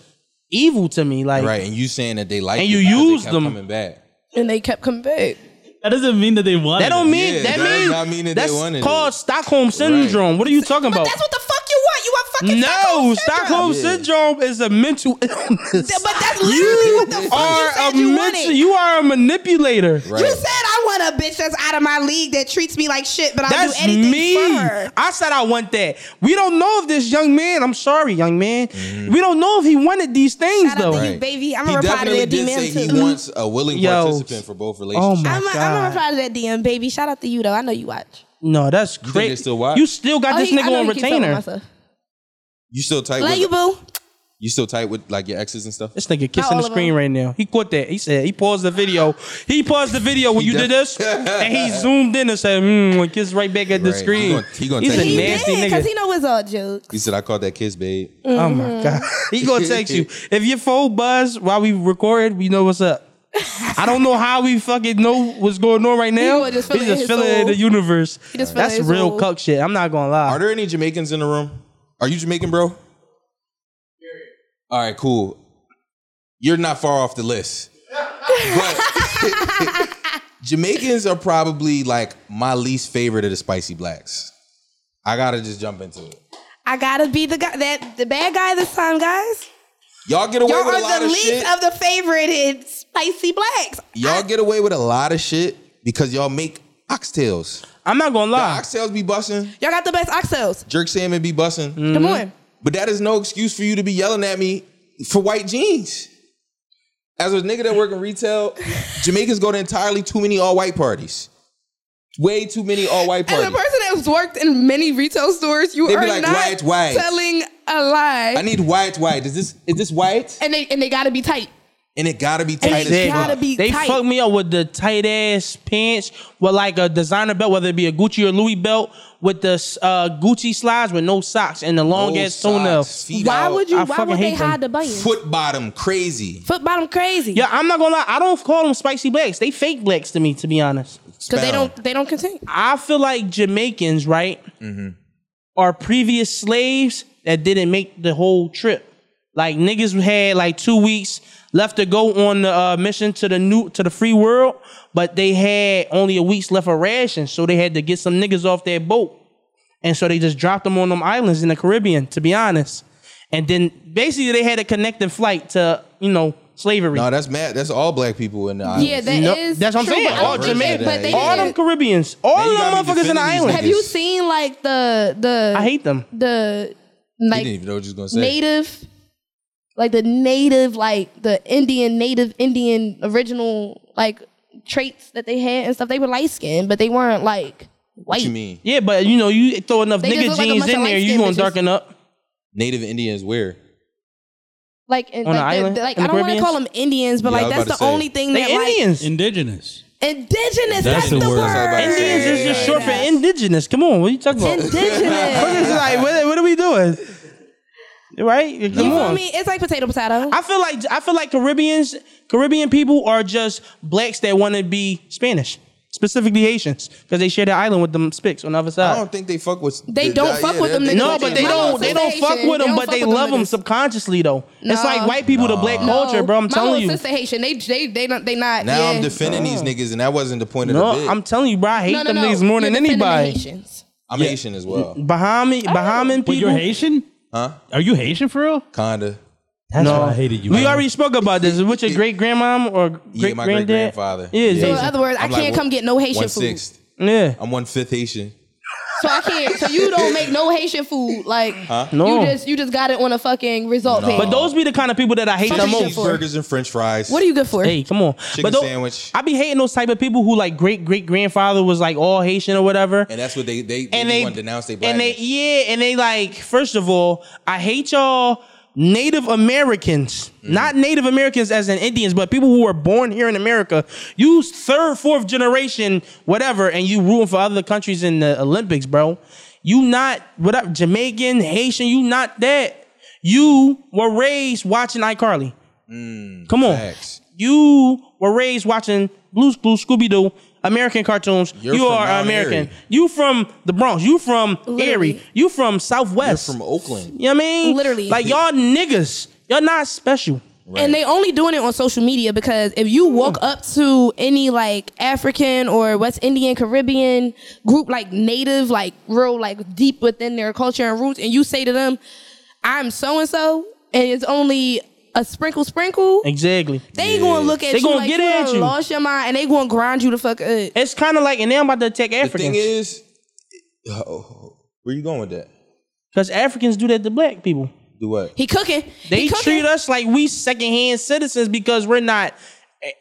Speaker 3: evil to me. Like
Speaker 2: Right, and you saying that they like
Speaker 3: And
Speaker 2: it
Speaker 3: you
Speaker 2: because they
Speaker 3: used
Speaker 2: kept
Speaker 3: them.
Speaker 2: coming back.
Speaker 4: And they kept coming back.
Speaker 5: That doesn't mean that they want.
Speaker 3: that don't mean
Speaker 2: Yeah,
Speaker 3: that,
Speaker 2: that
Speaker 3: means
Speaker 2: not mean that they
Speaker 3: that's
Speaker 2: wanted
Speaker 3: called
Speaker 2: it.
Speaker 3: Stockholm syndrome. What are you talking
Speaker 4: But
Speaker 3: about?
Speaker 4: that's what the fuck you want. You want fucking
Speaker 3: Oh. no, Stockholm
Speaker 4: Stockholm syndrome.
Speaker 2: Yeah.
Speaker 3: syndrome is a mental illness.
Speaker 4: But that's literally what the fuck you
Speaker 3: are
Speaker 4: said
Speaker 3: a
Speaker 4: you
Speaker 3: mental,
Speaker 4: wanted.
Speaker 3: you are a manipulator.
Speaker 2: Right.
Speaker 4: You said I want a bitch that's out of my league that treats me like shit, but I'll
Speaker 3: That's
Speaker 4: do anything
Speaker 3: me. Oh
Speaker 4: for her.
Speaker 3: I said I want that. We don't know if this young man. I'm sorry, young man. We don't know if he wanted these things
Speaker 4: Mm. Shout out
Speaker 3: though.
Speaker 4: to you,
Speaker 2: Right.
Speaker 4: baby. I'm
Speaker 2: he
Speaker 4: gonna reply to
Speaker 2: definitely
Speaker 4: that
Speaker 2: did
Speaker 4: DM
Speaker 2: say
Speaker 4: too.
Speaker 2: he wants a willing
Speaker 3: Yo. Oh
Speaker 2: participant for both relationships.
Speaker 3: my-
Speaker 4: I'm gonna
Speaker 3: God.
Speaker 4: reply to that DM, baby. Shout out to you though. I know you watch.
Speaker 3: No, that's
Speaker 2: think
Speaker 3: crazy.
Speaker 2: they still watch?
Speaker 3: You still got
Speaker 4: Oh,
Speaker 3: this
Speaker 4: he- I know
Speaker 3: nigga on
Speaker 4: he keeps up with
Speaker 3: retainer.
Speaker 4: myself.
Speaker 2: you still tight
Speaker 4: Love
Speaker 2: with
Speaker 4: you, boo.
Speaker 2: you still tight with like your exes and stuff?
Speaker 3: This nigga kissing
Speaker 4: all
Speaker 3: the
Speaker 4: of
Speaker 3: screen
Speaker 4: them.
Speaker 3: right now. He caught that. He said he paused the video. He paused the video when
Speaker 2: He
Speaker 3: you did
Speaker 2: def-
Speaker 3: this, and he zoomed in and said, "Hmm," and kissed right back at the
Speaker 2: Right. He
Speaker 3: screen.
Speaker 2: gonna- he gonna
Speaker 3: He's a
Speaker 2: text you.
Speaker 4: He
Speaker 3: nasty
Speaker 4: did
Speaker 3: nigga.
Speaker 4: because he know it's all jokes.
Speaker 2: He said I called that kiss, babe.
Speaker 3: oh
Speaker 4: Mm-hmm.
Speaker 3: my god, he gonna text you if your phone buzz while we recorded. We know what's up. I don't know how we fucking know what's going on right now.
Speaker 4: gonna just feel
Speaker 3: He's
Speaker 4: it in
Speaker 3: just
Speaker 4: his
Speaker 3: feeling it in
Speaker 4: soul.
Speaker 3: the universe.
Speaker 4: just feel it
Speaker 3: That's
Speaker 4: in his
Speaker 3: real
Speaker 4: soul.
Speaker 3: cuck shit. I'm not gonna lie.
Speaker 2: Are there any Jamaicans in the room? Are you Jamaican, bro? All right, cool. You're not far off the list. But Jamaicans are probably like my least favorite of the spicy blacks. I gotta just jump into it.
Speaker 4: I gotta be the guy that the bad guy this time, guys.
Speaker 2: Y'all get away
Speaker 4: Y'all
Speaker 2: with a lot
Speaker 4: are the
Speaker 2: of
Speaker 4: least
Speaker 2: shit.
Speaker 4: of the favorite spicy blacks.
Speaker 2: y'all get away with a lot of shit because y'all make oxtails.
Speaker 3: I'm not gonna lie.
Speaker 2: Oxtails be busting,
Speaker 4: Y'all got the best oxtails.
Speaker 2: jerk salmon be busting.
Speaker 3: Mm-hmm.
Speaker 4: Come on.
Speaker 2: But that is no excuse for you to be yelling at me for white jeans. As a nigga that work in retail, Jamaicans go to entirely too many all white parties. Way too many all white
Speaker 4: As a
Speaker 2: parties.
Speaker 4: person that has worked in many retail stores. You
Speaker 2: They be
Speaker 4: are
Speaker 2: like,
Speaker 4: not
Speaker 2: "Why it's white?"
Speaker 4: telling a lie.
Speaker 2: I need white, white. Is this is this white?
Speaker 4: and they and they gotta be tight.
Speaker 2: And it gotta be
Speaker 4: And
Speaker 2: tight
Speaker 4: it
Speaker 2: as
Speaker 4: gotta
Speaker 2: fuck.
Speaker 4: be
Speaker 3: They
Speaker 4: tight.
Speaker 3: fucked me up with the tight ass pants with like a designer belt, whether it be a Gucci or Louis belt, with the uh, Gucci slides with no socks and the long
Speaker 2: Old
Speaker 3: ass toenail.
Speaker 2: socks, feet
Speaker 4: why
Speaker 2: out,
Speaker 4: would you?
Speaker 3: I
Speaker 4: why
Speaker 3: fucking
Speaker 4: would they
Speaker 3: hate them.
Speaker 4: hide the bunions? Foot,
Speaker 2: foot bottom crazy?
Speaker 4: bottom crazy.
Speaker 3: Yeah, I'm not gonna lie. I don't call them spicy blacks. They fake blacks to me, to be honest.
Speaker 4: Because they
Speaker 2: Expound.
Speaker 4: don't. They don't contain.
Speaker 3: I feel like Jamaicans, right, are previous slaves that didn't make the whole trip. Like niggas had like two weeks left to go on the uh, mission to the new to the free world, but they had only a week's left of rations, so they had to get some niggas off their boat, and so they just dropped them on them islands in the Caribbean. To be honest, and then basically they had a connecting flight to you know slavery.
Speaker 2: No, that's mad. That's all black people in the island.
Speaker 4: Yeah, that is.
Speaker 3: Nope, that's what I'm
Speaker 4: true,
Speaker 3: saying.
Speaker 4: but I don't
Speaker 3: All
Speaker 4: think they-
Speaker 2: Jamaican-
Speaker 4: but they
Speaker 3: all
Speaker 4: didn't-
Speaker 3: them Caribbeans, all
Speaker 2: you
Speaker 3: them
Speaker 2: gotta be
Speaker 3: motherfuckers in the
Speaker 2: defending these
Speaker 3: island.
Speaker 4: Have you seen like the the
Speaker 3: I hate them.
Speaker 4: the
Speaker 2: You
Speaker 4: like
Speaker 2: didn't even know what you was gonna say.
Speaker 4: native like the native like the Indian native Indian original like traits that they had and stuff. They were light skinned, but they weren't like white.
Speaker 2: what you mean?
Speaker 3: Yeah, but you know, you throw enough
Speaker 4: They just
Speaker 3: nigga
Speaker 4: look like a
Speaker 3: jeans
Speaker 4: bunch
Speaker 3: in
Speaker 4: of
Speaker 3: there, you
Speaker 4: light-skinned
Speaker 3: gonna
Speaker 4: bitches.
Speaker 3: darken up.
Speaker 2: Native Indians where?
Speaker 4: Like and
Speaker 3: On
Speaker 4: like,
Speaker 3: an
Speaker 4: the-
Speaker 3: island?
Speaker 4: the- like
Speaker 3: In
Speaker 4: I
Speaker 3: the
Speaker 4: don't want to
Speaker 3: Caribbean?
Speaker 4: call them Indians, but
Speaker 2: Yeah, I
Speaker 4: like
Speaker 2: was
Speaker 4: that's the
Speaker 2: about to say.
Speaker 4: only thing
Speaker 3: They
Speaker 4: that like
Speaker 3: Indians.
Speaker 5: Indigenous.
Speaker 4: indigenous. That's, the, word.
Speaker 2: That's what I
Speaker 3: Indians is just short for indigenous. Come on, what are you talking about?
Speaker 4: Indigenous.
Speaker 3: It's like, what, what are we doing? Right? Come
Speaker 4: You feel
Speaker 3: on.
Speaker 4: me? It's like potato potato.
Speaker 3: I feel like I feel like Caribbeans, Caribbean people are just blacks that want to be Spanish, specifically Haitians, because they share the island with them spics on the other
Speaker 2: I
Speaker 3: side.
Speaker 2: don't think they fuck with.
Speaker 4: They don't fuck with them
Speaker 2: they-
Speaker 4: niggas
Speaker 3: No,
Speaker 4: Like
Speaker 3: but
Speaker 4: they-
Speaker 3: they
Speaker 4: my
Speaker 3: don't.
Speaker 4: mama
Speaker 3: They
Speaker 4: said
Speaker 3: don't
Speaker 4: they
Speaker 3: fuck
Speaker 4: Haitian.
Speaker 3: with
Speaker 4: They
Speaker 3: them,
Speaker 4: don't
Speaker 3: but
Speaker 4: fuck
Speaker 3: they
Speaker 4: with them
Speaker 3: love them
Speaker 4: niggas.
Speaker 3: subconsciously though. It's
Speaker 4: No.
Speaker 3: like white people to black culture, bro. I'm
Speaker 4: Oh, My
Speaker 3: telling
Speaker 4: little
Speaker 3: you.
Speaker 4: sister Haitian. They they they not they not.
Speaker 2: Now
Speaker 4: yeah. Oh.
Speaker 2: I'm defending these niggas, and that wasn't the point of the
Speaker 3: No,
Speaker 2: bit.
Speaker 3: I'm
Speaker 2: I'm,
Speaker 3: telling you, bro. I hate
Speaker 4: No, no,
Speaker 3: them
Speaker 4: no.
Speaker 3: niggas more than
Speaker 4: You're defending the
Speaker 3: anybody.
Speaker 4: Haitians.
Speaker 2: Haitian as well,
Speaker 3: Mm-hmm. Bahamian, Bahamian
Speaker 5: But you're
Speaker 3: people.
Speaker 5: Haitian? Huh? Are you Haitian for real?
Speaker 2: kinda.
Speaker 5: That's
Speaker 3: No.
Speaker 5: why I hated you.
Speaker 3: We
Speaker 5: man.
Speaker 3: already spoke about this. With your great grandmom or great
Speaker 2: Yeah, my
Speaker 3: granddad?
Speaker 2: great-grandfather.
Speaker 3: Yeah,
Speaker 2: Yeah.
Speaker 4: So in
Speaker 3: Haitian.
Speaker 4: other words, I
Speaker 2: I'm
Speaker 4: can't
Speaker 2: like,
Speaker 4: come get no Haitian
Speaker 2: One
Speaker 4: food.
Speaker 2: sixth.
Speaker 3: yeah.
Speaker 2: I'm one fifth Haitian.
Speaker 4: So I can't. So you don't make no Haitian food. Like
Speaker 3: No.
Speaker 4: you just you just got it on a fucking result page.
Speaker 3: But those be the kind of people that I hate the
Speaker 4: Something
Speaker 3: most.
Speaker 4: for-
Speaker 2: Cheeseburgers and French fries.
Speaker 4: what are you good for?
Speaker 3: Hey, come on. but tho-
Speaker 2: sandwich.
Speaker 3: I be hating those type of people who like great great grandfather was like all Haitian or whatever.
Speaker 2: And that's what they they, they,
Speaker 3: and they
Speaker 2: want to denounce they
Speaker 3: and they
Speaker 2: blackness.
Speaker 3: yeah and they like first of all I hate y'all Native Americans
Speaker 2: Mm.
Speaker 3: not Native Americans as in Indians but people who were born here in America you third fourth generation whatever and you rooting for other countries in the Olympics bro you not whatever Jamaican Haitian you not that you were raised watching iCarly
Speaker 2: Mm,
Speaker 3: come on
Speaker 2: Facts.
Speaker 3: you were raised watching Blue's Clues, Scooby Doo, American cartoons.
Speaker 2: You're
Speaker 3: You're
Speaker 2: from Mount
Speaker 3: American.
Speaker 2: Airy.
Speaker 3: You from the Bronx. You from
Speaker 4: Literally.
Speaker 3: Erie. You from
Speaker 2: They're
Speaker 3: Southwest.
Speaker 2: from Oakland.
Speaker 3: you know what I mean?
Speaker 4: Literally.
Speaker 3: Like y'all niggas. Y'all not special.
Speaker 4: And they only doing it on social media because if you walk up to any like African or West Indian Caribbean group, like native, like real, like deep within their culture and roots, and you say to them, "I'm so and so," and it's only a sprinkle, sprinkle.
Speaker 3: Exactly.
Speaker 4: They gonna look at
Speaker 3: They
Speaker 4: you
Speaker 3: gonna
Speaker 4: like
Speaker 3: get
Speaker 4: you
Speaker 3: at
Speaker 4: done
Speaker 3: you.
Speaker 4: lost your mind, and they gonna grind you the fuck up.
Speaker 3: It's kind of like, and now I'm about to attack
Speaker 2: The thing
Speaker 3: Africans
Speaker 2: is, oh, where you going with that?
Speaker 3: because Africans do that to black people.
Speaker 2: Do what?
Speaker 4: He cooking.
Speaker 3: They
Speaker 4: He cooking.
Speaker 3: treat us like we secondhand citizens because we're not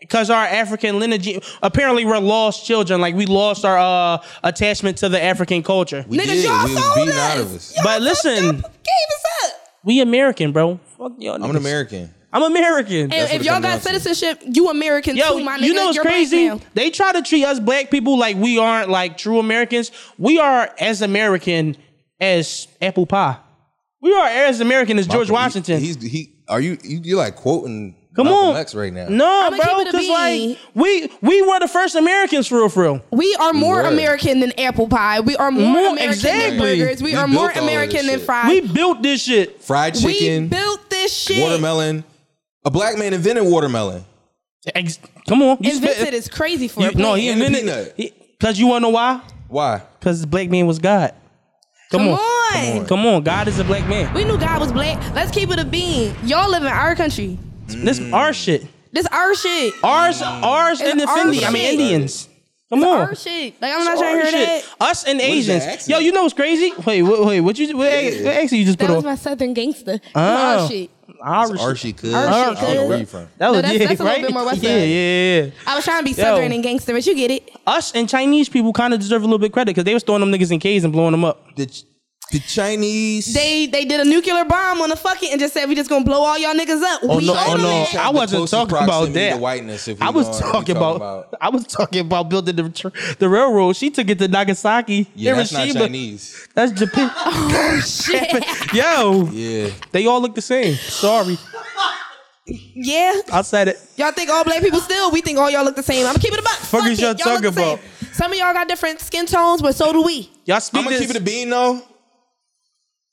Speaker 3: because our African lineage apparently we're lost children. Like we lost our uh, attachment to the African culture.
Speaker 2: We
Speaker 4: Niggas,
Speaker 2: did.
Speaker 4: y'all
Speaker 2: we was
Speaker 4: sold
Speaker 2: beaten
Speaker 4: us.
Speaker 2: out of us.
Speaker 4: Y'all
Speaker 3: But
Speaker 4: fucked
Speaker 3: listen-
Speaker 4: up, gave us up.
Speaker 3: We American, bro. Fuck y'all.
Speaker 2: I'm an American.
Speaker 3: I'm American.
Speaker 4: And
Speaker 2: what
Speaker 4: if
Speaker 2: it
Speaker 4: y'all
Speaker 2: comes down
Speaker 4: got
Speaker 2: to.
Speaker 4: citizenship, you American
Speaker 3: Yo,
Speaker 4: too, my nigga.
Speaker 3: you know what's
Speaker 4: You're black
Speaker 3: crazy?
Speaker 4: now.
Speaker 3: They try to treat us black people like we aren't like true Americans. We are as American as apple pie. We are as American as
Speaker 2: Malcolm,
Speaker 3: George
Speaker 2: he-
Speaker 3: Washington.
Speaker 2: he's he. Are you, you you're like quoting
Speaker 3: Come
Speaker 2: Malcolm
Speaker 3: on,
Speaker 2: X right now?
Speaker 3: No,
Speaker 4: I'ma
Speaker 3: bro,
Speaker 4: keep it a
Speaker 3: because
Speaker 4: bean.
Speaker 3: like we we were the first Americans for real, for real.
Speaker 4: We are more
Speaker 2: were.
Speaker 4: American than apple pie. We are more
Speaker 3: More-
Speaker 4: American
Speaker 3: exactly.
Speaker 4: than burgers. We,
Speaker 2: We
Speaker 4: are
Speaker 2: built
Speaker 4: more
Speaker 2: all of this
Speaker 4: American
Speaker 2: shit.
Speaker 4: than
Speaker 3: We
Speaker 4: fries.
Speaker 3: built this shit.
Speaker 2: fried
Speaker 4: We,
Speaker 2: chicken,
Speaker 4: built this shit.
Speaker 2: watermelon. A black man invented watermelon.
Speaker 3: Ex- come on, you spit-
Speaker 4: Invented is crazy for
Speaker 3: you-
Speaker 4: a
Speaker 3: no,
Speaker 4: plant.
Speaker 3: he
Speaker 2: And the
Speaker 3: invented
Speaker 2: peanut.
Speaker 3: because you wanna know why?
Speaker 2: Why?
Speaker 3: Because the black man was God. Come,
Speaker 4: Come
Speaker 3: on.
Speaker 4: on.
Speaker 3: come on, God is a black man.
Speaker 4: We knew God was black. Let's keep it a bean. Y'all live in our country.
Speaker 3: This our shit.
Speaker 4: This our shit.
Speaker 3: Ours, ours,
Speaker 4: It's
Speaker 3: and the
Speaker 4: our
Speaker 3: Fendi. I mean
Speaker 4: shit.
Speaker 3: Indians. Come on.
Speaker 4: Our shit. Like I'm not trying to hear
Speaker 3: Oh. Shit.
Speaker 4: that.
Speaker 3: Us and
Speaker 2: is that
Speaker 3: Asians.
Speaker 2: accent?
Speaker 3: Yo, you know what's crazy? Wait, wait, wait what you what, ac- what accent you just
Speaker 4: That
Speaker 3: put
Speaker 4: was
Speaker 3: on?
Speaker 4: my southern gangster.
Speaker 3: Oh.
Speaker 4: Our shit.
Speaker 3: Irish.
Speaker 2: Archie could.
Speaker 4: Archie
Speaker 2: I don't know
Speaker 4: could.
Speaker 2: where you from.
Speaker 3: That was
Speaker 4: No, that's-
Speaker 3: yeah,
Speaker 4: that's a
Speaker 3: right?
Speaker 4: little bit more West
Speaker 3: yeah,
Speaker 4: Side.
Speaker 3: yeah, yeah.
Speaker 4: I was trying to be southern
Speaker 3: Yo.
Speaker 4: and gangster, but you get it.
Speaker 3: Us and Chinese people kind of deserve a little bit of credit because they was throwing them niggas in caves and blowing them up.
Speaker 2: The, Ch- the Chinese.
Speaker 4: They they did a nuclear bomb on the fucking and just said we just gonna blow all y'all niggas up.
Speaker 2: Oh,
Speaker 4: we
Speaker 2: no,
Speaker 4: own
Speaker 2: oh, no.
Speaker 4: it.
Speaker 2: China
Speaker 3: I wasn't
Speaker 2: closest
Speaker 3: talking
Speaker 2: proximity
Speaker 3: about that.
Speaker 2: to whiteness, if we
Speaker 3: I was
Speaker 2: gonna- if we
Speaker 3: talking
Speaker 2: talking
Speaker 3: about,
Speaker 2: about-
Speaker 3: I was talking about building the tr- the railroad. She took it to Nagasaki,
Speaker 2: Yeah, that's not
Speaker 3: Hiroshima.
Speaker 2: Chinese.
Speaker 3: That's Japan.
Speaker 4: Oh, Shit.
Speaker 3: Yo,
Speaker 2: Yeah.
Speaker 3: they all look the same. Sorry,
Speaker 4: yeah.
Speaker 3: I said it.
Speaker 4: Y'all think all black people still? We think all y'all look the same. I'm gonna keep it about.
Speaker 3: Fuck is y'all talking about?
Speaker 4: Some of y'all got different skin tones, but so do we.
Speaker 3: Y'all speak
Speaker 2: I'm gonna
Speaker 3: this.
Speaker 2: keep it a bean though.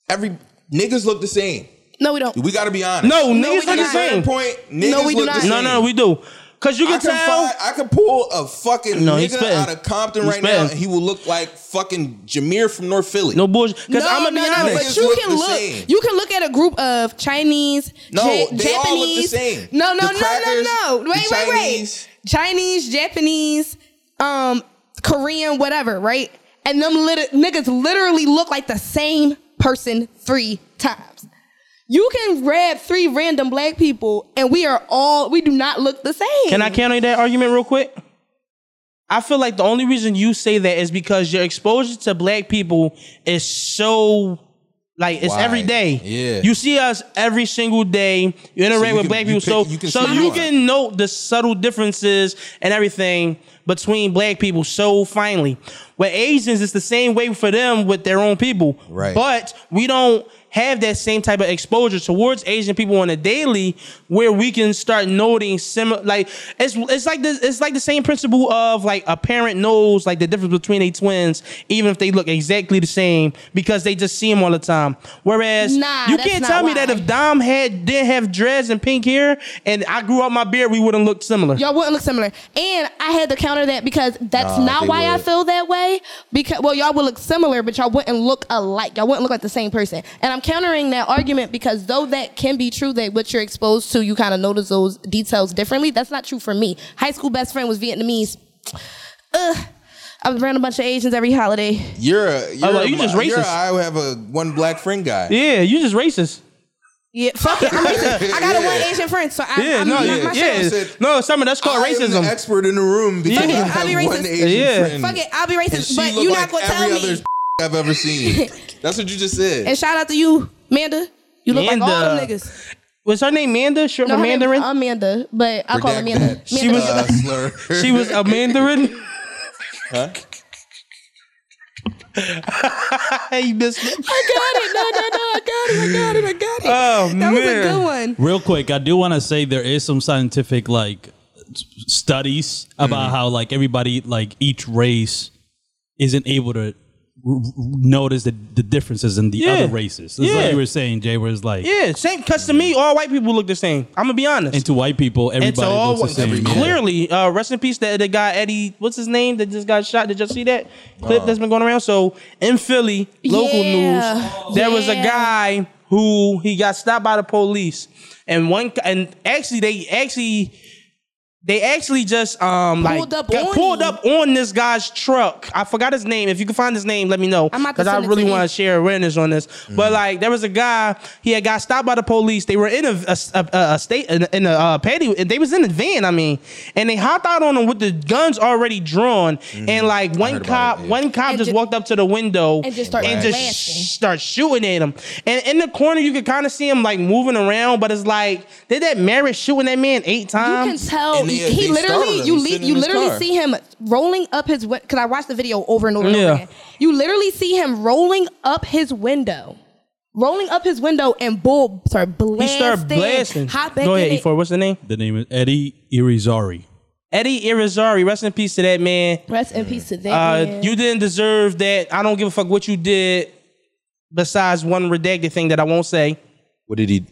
Speaker 2: Every niggas look the same.
Speaker 4: No, we don't.
Speaker 2: We gotta be honest.
Speaker 3: no,
Speaker 4: No,
Speaker 3: niggas
Speaker 4: we do
Speaker 3: look the
Speaker 4: not.
Speaker 3: same.
Speaker 2: Certain point. Niggas
Speaker 4: No, we do
Speaker 2: look
Speaker 4: not.
Speaker 2: The same.
Speaker 3: No, no, we do. Cause you
Speaker 2: I
Speaker 3: can
Speaker 2: can,
Speaker 3: tell.
Speaker 2: find, I can pull a fucking
Speaker 3: No, he's
Speaker 2: nigga
Speaker 3: spitting.
Speaker 2: out of Compton
Speaker 3: He's
Speaker 2: right now,
Speaker 3: spitting.
Speaker 2: and he will look like fucking Jameer from North Philly.
Speaker 3: no bullshit. Cause
Speaker 4: no,
Speaker 3: I'm gonna be
Speaker 4: no, no,
Speaker 3: honest.
Speaker 2: Niggas
Speaker 4: but you
Speaker 2: look
Speaker 4: can
Speaker 2: the
Speaker 4: look.
Speaker 2: same.
Speaker 4: You can look at a group of Chinese,
Speaker 2: No,
Speaker 4: Ja-
Speaker 2: they
Speaker 4: Japanese.
Speaker 2: all look the same.
Speaker 4: No, no,
Speaker 2: The
Speaker 4: no,
Speaker 2: crackers,
Speaker 4: no, no.
Speaker 2: the
Speaker 4: Wait, wait,
Speaker 2: Chinese.
Speaker 4: wait. Chinese, Japanese, um, Korean, whatever. Right? And them lit- niggas literally look like the same person three times. You can grab three random black people, and we are all we do not look the same.
Speaker 3: Can I counter that argument real quick? I feel like the only reason you say that is because your exposure to black people is so like it's
Speaker 2: Wide.
Speaker 3: every day.
Speaker 2: Yeah.
Speaker 3: You see us every single day. You interact
Speaker 2: you
Speaker 3: with
Speaker 2: can-
Speaker 3: black
Speaker 2: you
Speaker 3: people. so
Speaker 2: pick- you can
Speaker 3: so
Speaker 2: see
Speaker 3: you
Speaker 2: more.
Speaker 3: can note the subtle differences and everything between black people so finely. With Asians, it's the same way for them with their own people.
Speaker 2: Right.
Speaker 3: But we don't have that same type of exposure towards Asian people on a daily where we can start noting similar like it's it's like this it's like the same principle of like a parent knows like the difference between they twins even if they look exactly the same because they just see them all the time. Whereas
Speaker 4: Nah,
Speaker 3: you
Speaker 4: that's
Speaker 3: can't
Speaker 4: not
Speaker 3: tell me that
Speaker 4: why.
Speaker 3: if Dom had didn't have dreads and pink hair and I grew out my beard we wouldn't look similar.
Speaker 4: Y'all wouldn't look similar. And I had to counter that because that's
Speaker 2: Nah,
Speaker 4: not
Speaker 2: they
Speaker 4: why I
Speaker 2: would.
Speaker 4: feel that way. Because well, y'all would look similar, but y'all wouldn't look alike. Y'all wouldn't look like the same person. And I'm countering that argument because though that can be true that what you're exposed to, you kind of notice those details differently. That's not true for me. High school best friend was Vietnamese. Ugh. I was around a bunch of Asians every holiday.
Speaker 2: You're a, you're
Speaker 3: like,
Speaker 2: a-
Speaker 3: Oh, you just
Speaker 2: You're a,
Speaker 3: racist.
Speaker 2: I have a one black friend guy.
Speaker 3: Yeah, you just racist.
Speaker 4: Yeah, fuck it. I'm Asian. I got a
Speaker 2: Yeah.
Speaker 4: one Asian friend, so I,
Speaker 3: Yeah,
Speaker 4: I'm
Speaker 3: no,
Speaker 4: not
Speaker 3: yeah,
Speaker 4: my
Speaker 3: yeah.
Speaker 4: shit.
Speaker 2: said-
Speaker 3: no, summer that's called
Speaker 2: I am
Speaker 3: racism.
Speaker 2: the expert in the room because
Speaker 3: Yeah.
Speaker 2: I
Speaker 4: I'll be
Speaker 2: have one
Speaker 4: racist.
Speaker 2: Asian
Speaker 3: Yeah.
Speaker 2: friend.
Speaker 4: Fuck it, I'll be
Speaker 2: And
Speaker 4: racist,
Speaker 2: she
Speaker 4: but
Speaker 2: look
Speaker 4: you're
Speaker 2: like
Speaker 4: not gonna
Speaker 2: every
Speaker 4: tell me.
Speaker 2: other I've ever seen. That's what you just said.
Speaker 4: And shout out to you, Manda. You look like all them
Speaker 3: Manda.
Speaker 4: niggas.
Speaker 3: Was her name Manda? Short for
Speaker 4: her name-
Speaker 3: Mandarin?
Speaker 4: Amanda, but I call
Speaker 2: Redact
Speaker 4: her Amanda.
Speaker 2: that.
Speaker 4: Amanda.
Speaker 3: She was-
Speaker 2: uh, slur.
Speaker 3: She was a Mandarin.
Speaker 2: Huh?
Speaker 3: hey, this.
Speaker 4: I got it. No, no, no. I got it. I got it. I got it.
Speaker 3: Oh,
Speaker 4: that
Speaker 3: man.
Speaker 4: was a good one.
Speaker 5: Real quick, I do want to say there is some scientific like s- studies
Speaker 3: Mm.
Speaker 5: about how like everybody like each race isn't able to r- r- notice the, the differences in the
Speaker 3: Yeah.
Speaker 5: other races. It's
Speaker 3: Yeah.
Speaker 5: like you were saying, Jay, where it's like
Speaker 3: Yeah, same. Cause to me, all white people look the same. I'm gonna be honest.
Speaker 5: and to white people,
Speaker 3: And to
Speaker 5: everybody
Speaker 3: all
Speaker 5: looks the same.
Speaker 2: every-
Speaker 5: Yeah.
Speaker 3: clearly, uh, rest in peace. That the guy Eddie, what's his name, that just got shot. Did y'all see that
Speaker 5: Uh.
Speaker 3: clip that's been going around? So in Philly, local
Speaker 4: Yeah.
Speaker 3: news, there was a
Speaker 4: Yeah.
Speaker 3: guy who he got stopped by the police, and one and actually they actually. They actually just um
Speaker 4: Pulled
Speaker 3: like
Speaker 4: up
Speaker 3: got
Speaker 4: on
Speaker 3: pulled
Speaker 4: him.
Speaker 3: up on this guy's truck. I forgot his name. If you can find his name, let me know
Speaker 4: I'm about to
Speaker 3: because I
Speaker 4: send it
Speaker 3: really
Speaker 4: to you.
Speaker 3: want to share awareness on this.
Speaker 2: Mm.
Speaker 3: But like, there was a guy. He had got stopped by the police. They were in a, a, a, a state in, a- in a uh, patio. They was in a van. I mean, and they hopped out on him with the guns already drawn. And like one
Speaker 2: Mm. heard about
Speaker 3: cop,
Speaker 2: it, yeah.
Speaker 3: one cop
Speaker 4: And
Speaker 3: just
Speaker 4: ju-
Speaker 3: walked up to the window
Speaker 4: and just started blasting.
Speaker 3: start shooting at him. And in the corner, you could kind of see him like moving around. But it's like, did that Merritt shooting that man eight
Speaker 4: You can
Speaker 3: times?
Speaker 4: tell
Speaker 2: And they-
Speaker 4: he
Speaker 2: they startled
Speaker 4: literally
Speaker 2: him.
Speaker 4: you
Speaker 2: He's
Speaker 4: le-
Speaker 2: sitting in
Speaker 4: you
Speaker 2: his
Speaker 4: literally
Speaker 2: car.
Speaker 4: see him rolling up his window because I watched the video over and over and
Speaker 3: Yeah.
Speaker 4: over again. You literally see him rolling up his window, rolling up his window, and bull sorry
Speaker 3: He
Speaker 4: blasting.
Speaker 3: started blasting.
Speaker 4: Hot back
Speaker 3: Go
Speaker 4: in
Speaker 3: ahead,
Speaker 4: it.
Speaker 3: E4. What's the name?
Speaker 5: The name is Eddie Irizarry.
Speaker 3: Eddie Irizarry. Rest in peace to that man.
Speaker 4: Rest in peace to that.
Speaker 3: Uh,
Speaker 4: man.
Speaker 3: You didn't deserve that. I don't give a fuck what you did. Besides one redacted thing that I won't say,
Speaker 2: What did he?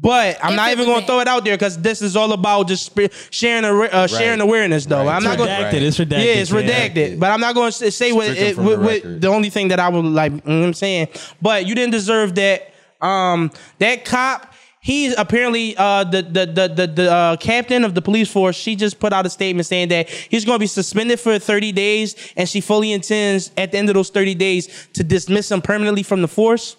Speaker 3: but I'm
Speaker 4: If
Speaker 3: not
Speaker 4: it
Speaker 3: even
Speaker 4: was
Speaker 3: gonna
Speaker 4: it.
Speaker 3: throw it out there because this is all about just sp- sharing a, uh, sharing
Speaker 2: Right.
Speaker 3: awareness. Though
Speaker 2: Right.
Speaker 3: I'm not
Speaker 2: Right.
Speaker 3: gonna.
Speaker 5: Redacted. It's redacted.
Speaker 3: Yeah, it's
Speaker 5: man.
Speaker 3: redacted, but I'm not going to say what
Speaker 2: Stricken
Speaker 3: it,
Speaker 2: from
Speaker 3: what-
Speaker 2: the
Speaker 3: what-
Speaker 2: record.
Speaker 3: the only thing that I would like. You know what I'm saying, but you didn't deserve that. Um, that cop, he's apparently uh the the the the, the uh, captain of the police force. She just put out a statement saying that he's going to be suspended for 30 days, and she fully intends at the end of those 30
Speaker 2: Mm-hmm.
Speaker 3: days to dismiss him permanently from the force.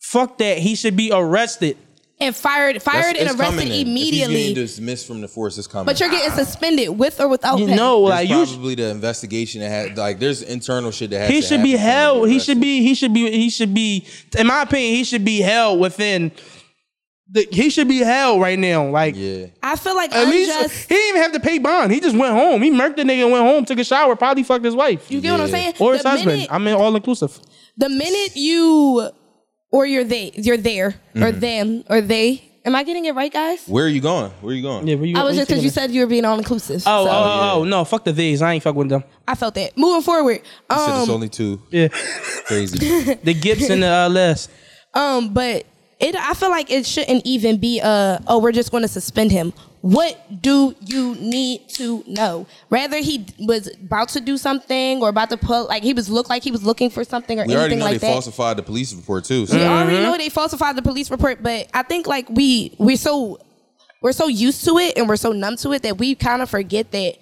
Speaker 3: Fuck that. He should be arrested.
Speaker 4: and fired fired
Speaker 2: That's-
Speaker 4: and
Speaker 2: it's coming
Speaker 4: arrested
Speaker 2: in. If he's
Speaker 4: immediately.
Speaker 2: getting Ah. dismissed from the force, it's coming.
Speaker 4: But you're getting suspended with or without
Speaker 3: You
Speaker 4: pay.
Speaker 3: know,
Speaker 2: There's
Speaker 3: like you, sh-
Speaker 2: probably the investigation that had like there's internal shit that has
Speaker 3: he
Speaker 2: to
Speaker 3: should be
Speaker 2: happen for him to
Speaker 3: held. He
Speaker 2: arrested.
Speaker 3: should be. He should be. He should be. In my opinion, he should be held within. The, he should be held right now. Like
Speaker 2: Yeah,
Speaker 4: I feel like
Speaker 3: at
Speaker 4: unjust.
Speaker 3: least he didn't even have to pay bond. He just went home. He murked the nigga, and went home, took a shower, probably fucked his wife
Speaker 4: you get what I'm
Speaker 2: Yeah.
Speaker 4: saying?
Speaker 3: or
Speaker 4: the
Speaker 3: his husband.
Speaker 4: minute-
Speaker 3: I mean, all inclusive.
Speaker 4: the minute you or you're they you're there or
Speaker 3: Mm-hmm.
Speaker 4: them or they. Am I getting it right, guys?
Speaker 2: where are you going? Where are you going?
Speaker 3: Yeah, where you,
Speaker 4: I was
Speaker 3: where
Speaker 4: just because
Speaker 3: taking
Speaker 4: you
Speaker 3: it?
Speaker 4: said you were being all inclusive.
Speaker 3: Oh, oh,
Speaker 4: so
Speaker 3: oh, oh, no! Fuck the these. I ain't fuck with them.
Speaker 4: I felt that. Moving forward,
Speaker 2: Shit, it's
Speaker 4: um,
Speaker 2: only two.
Speaker 3: Yeah,
Speaker 2: Crazy.
Speaker 3: the Gips and the uh, Les.
Speaker 4: um, but it. I feel like it shouldn't even be a. Oh, we're just going to suspend him. What do you need to know? Rather, he was about to do something or about to pull. Like he was looked like he was looking for something or
Speaker 2: we already
Speaker 4: anything
Speaker 2: know
Speaker 4: like
Speaker 2: they
Speaker 4: that.
Speaker 2: falsified the police report too. So
Speaker 4: We already know they falsified the police report, but I think like we we're so we're so used to it and we're so numb to it that we kind of forget that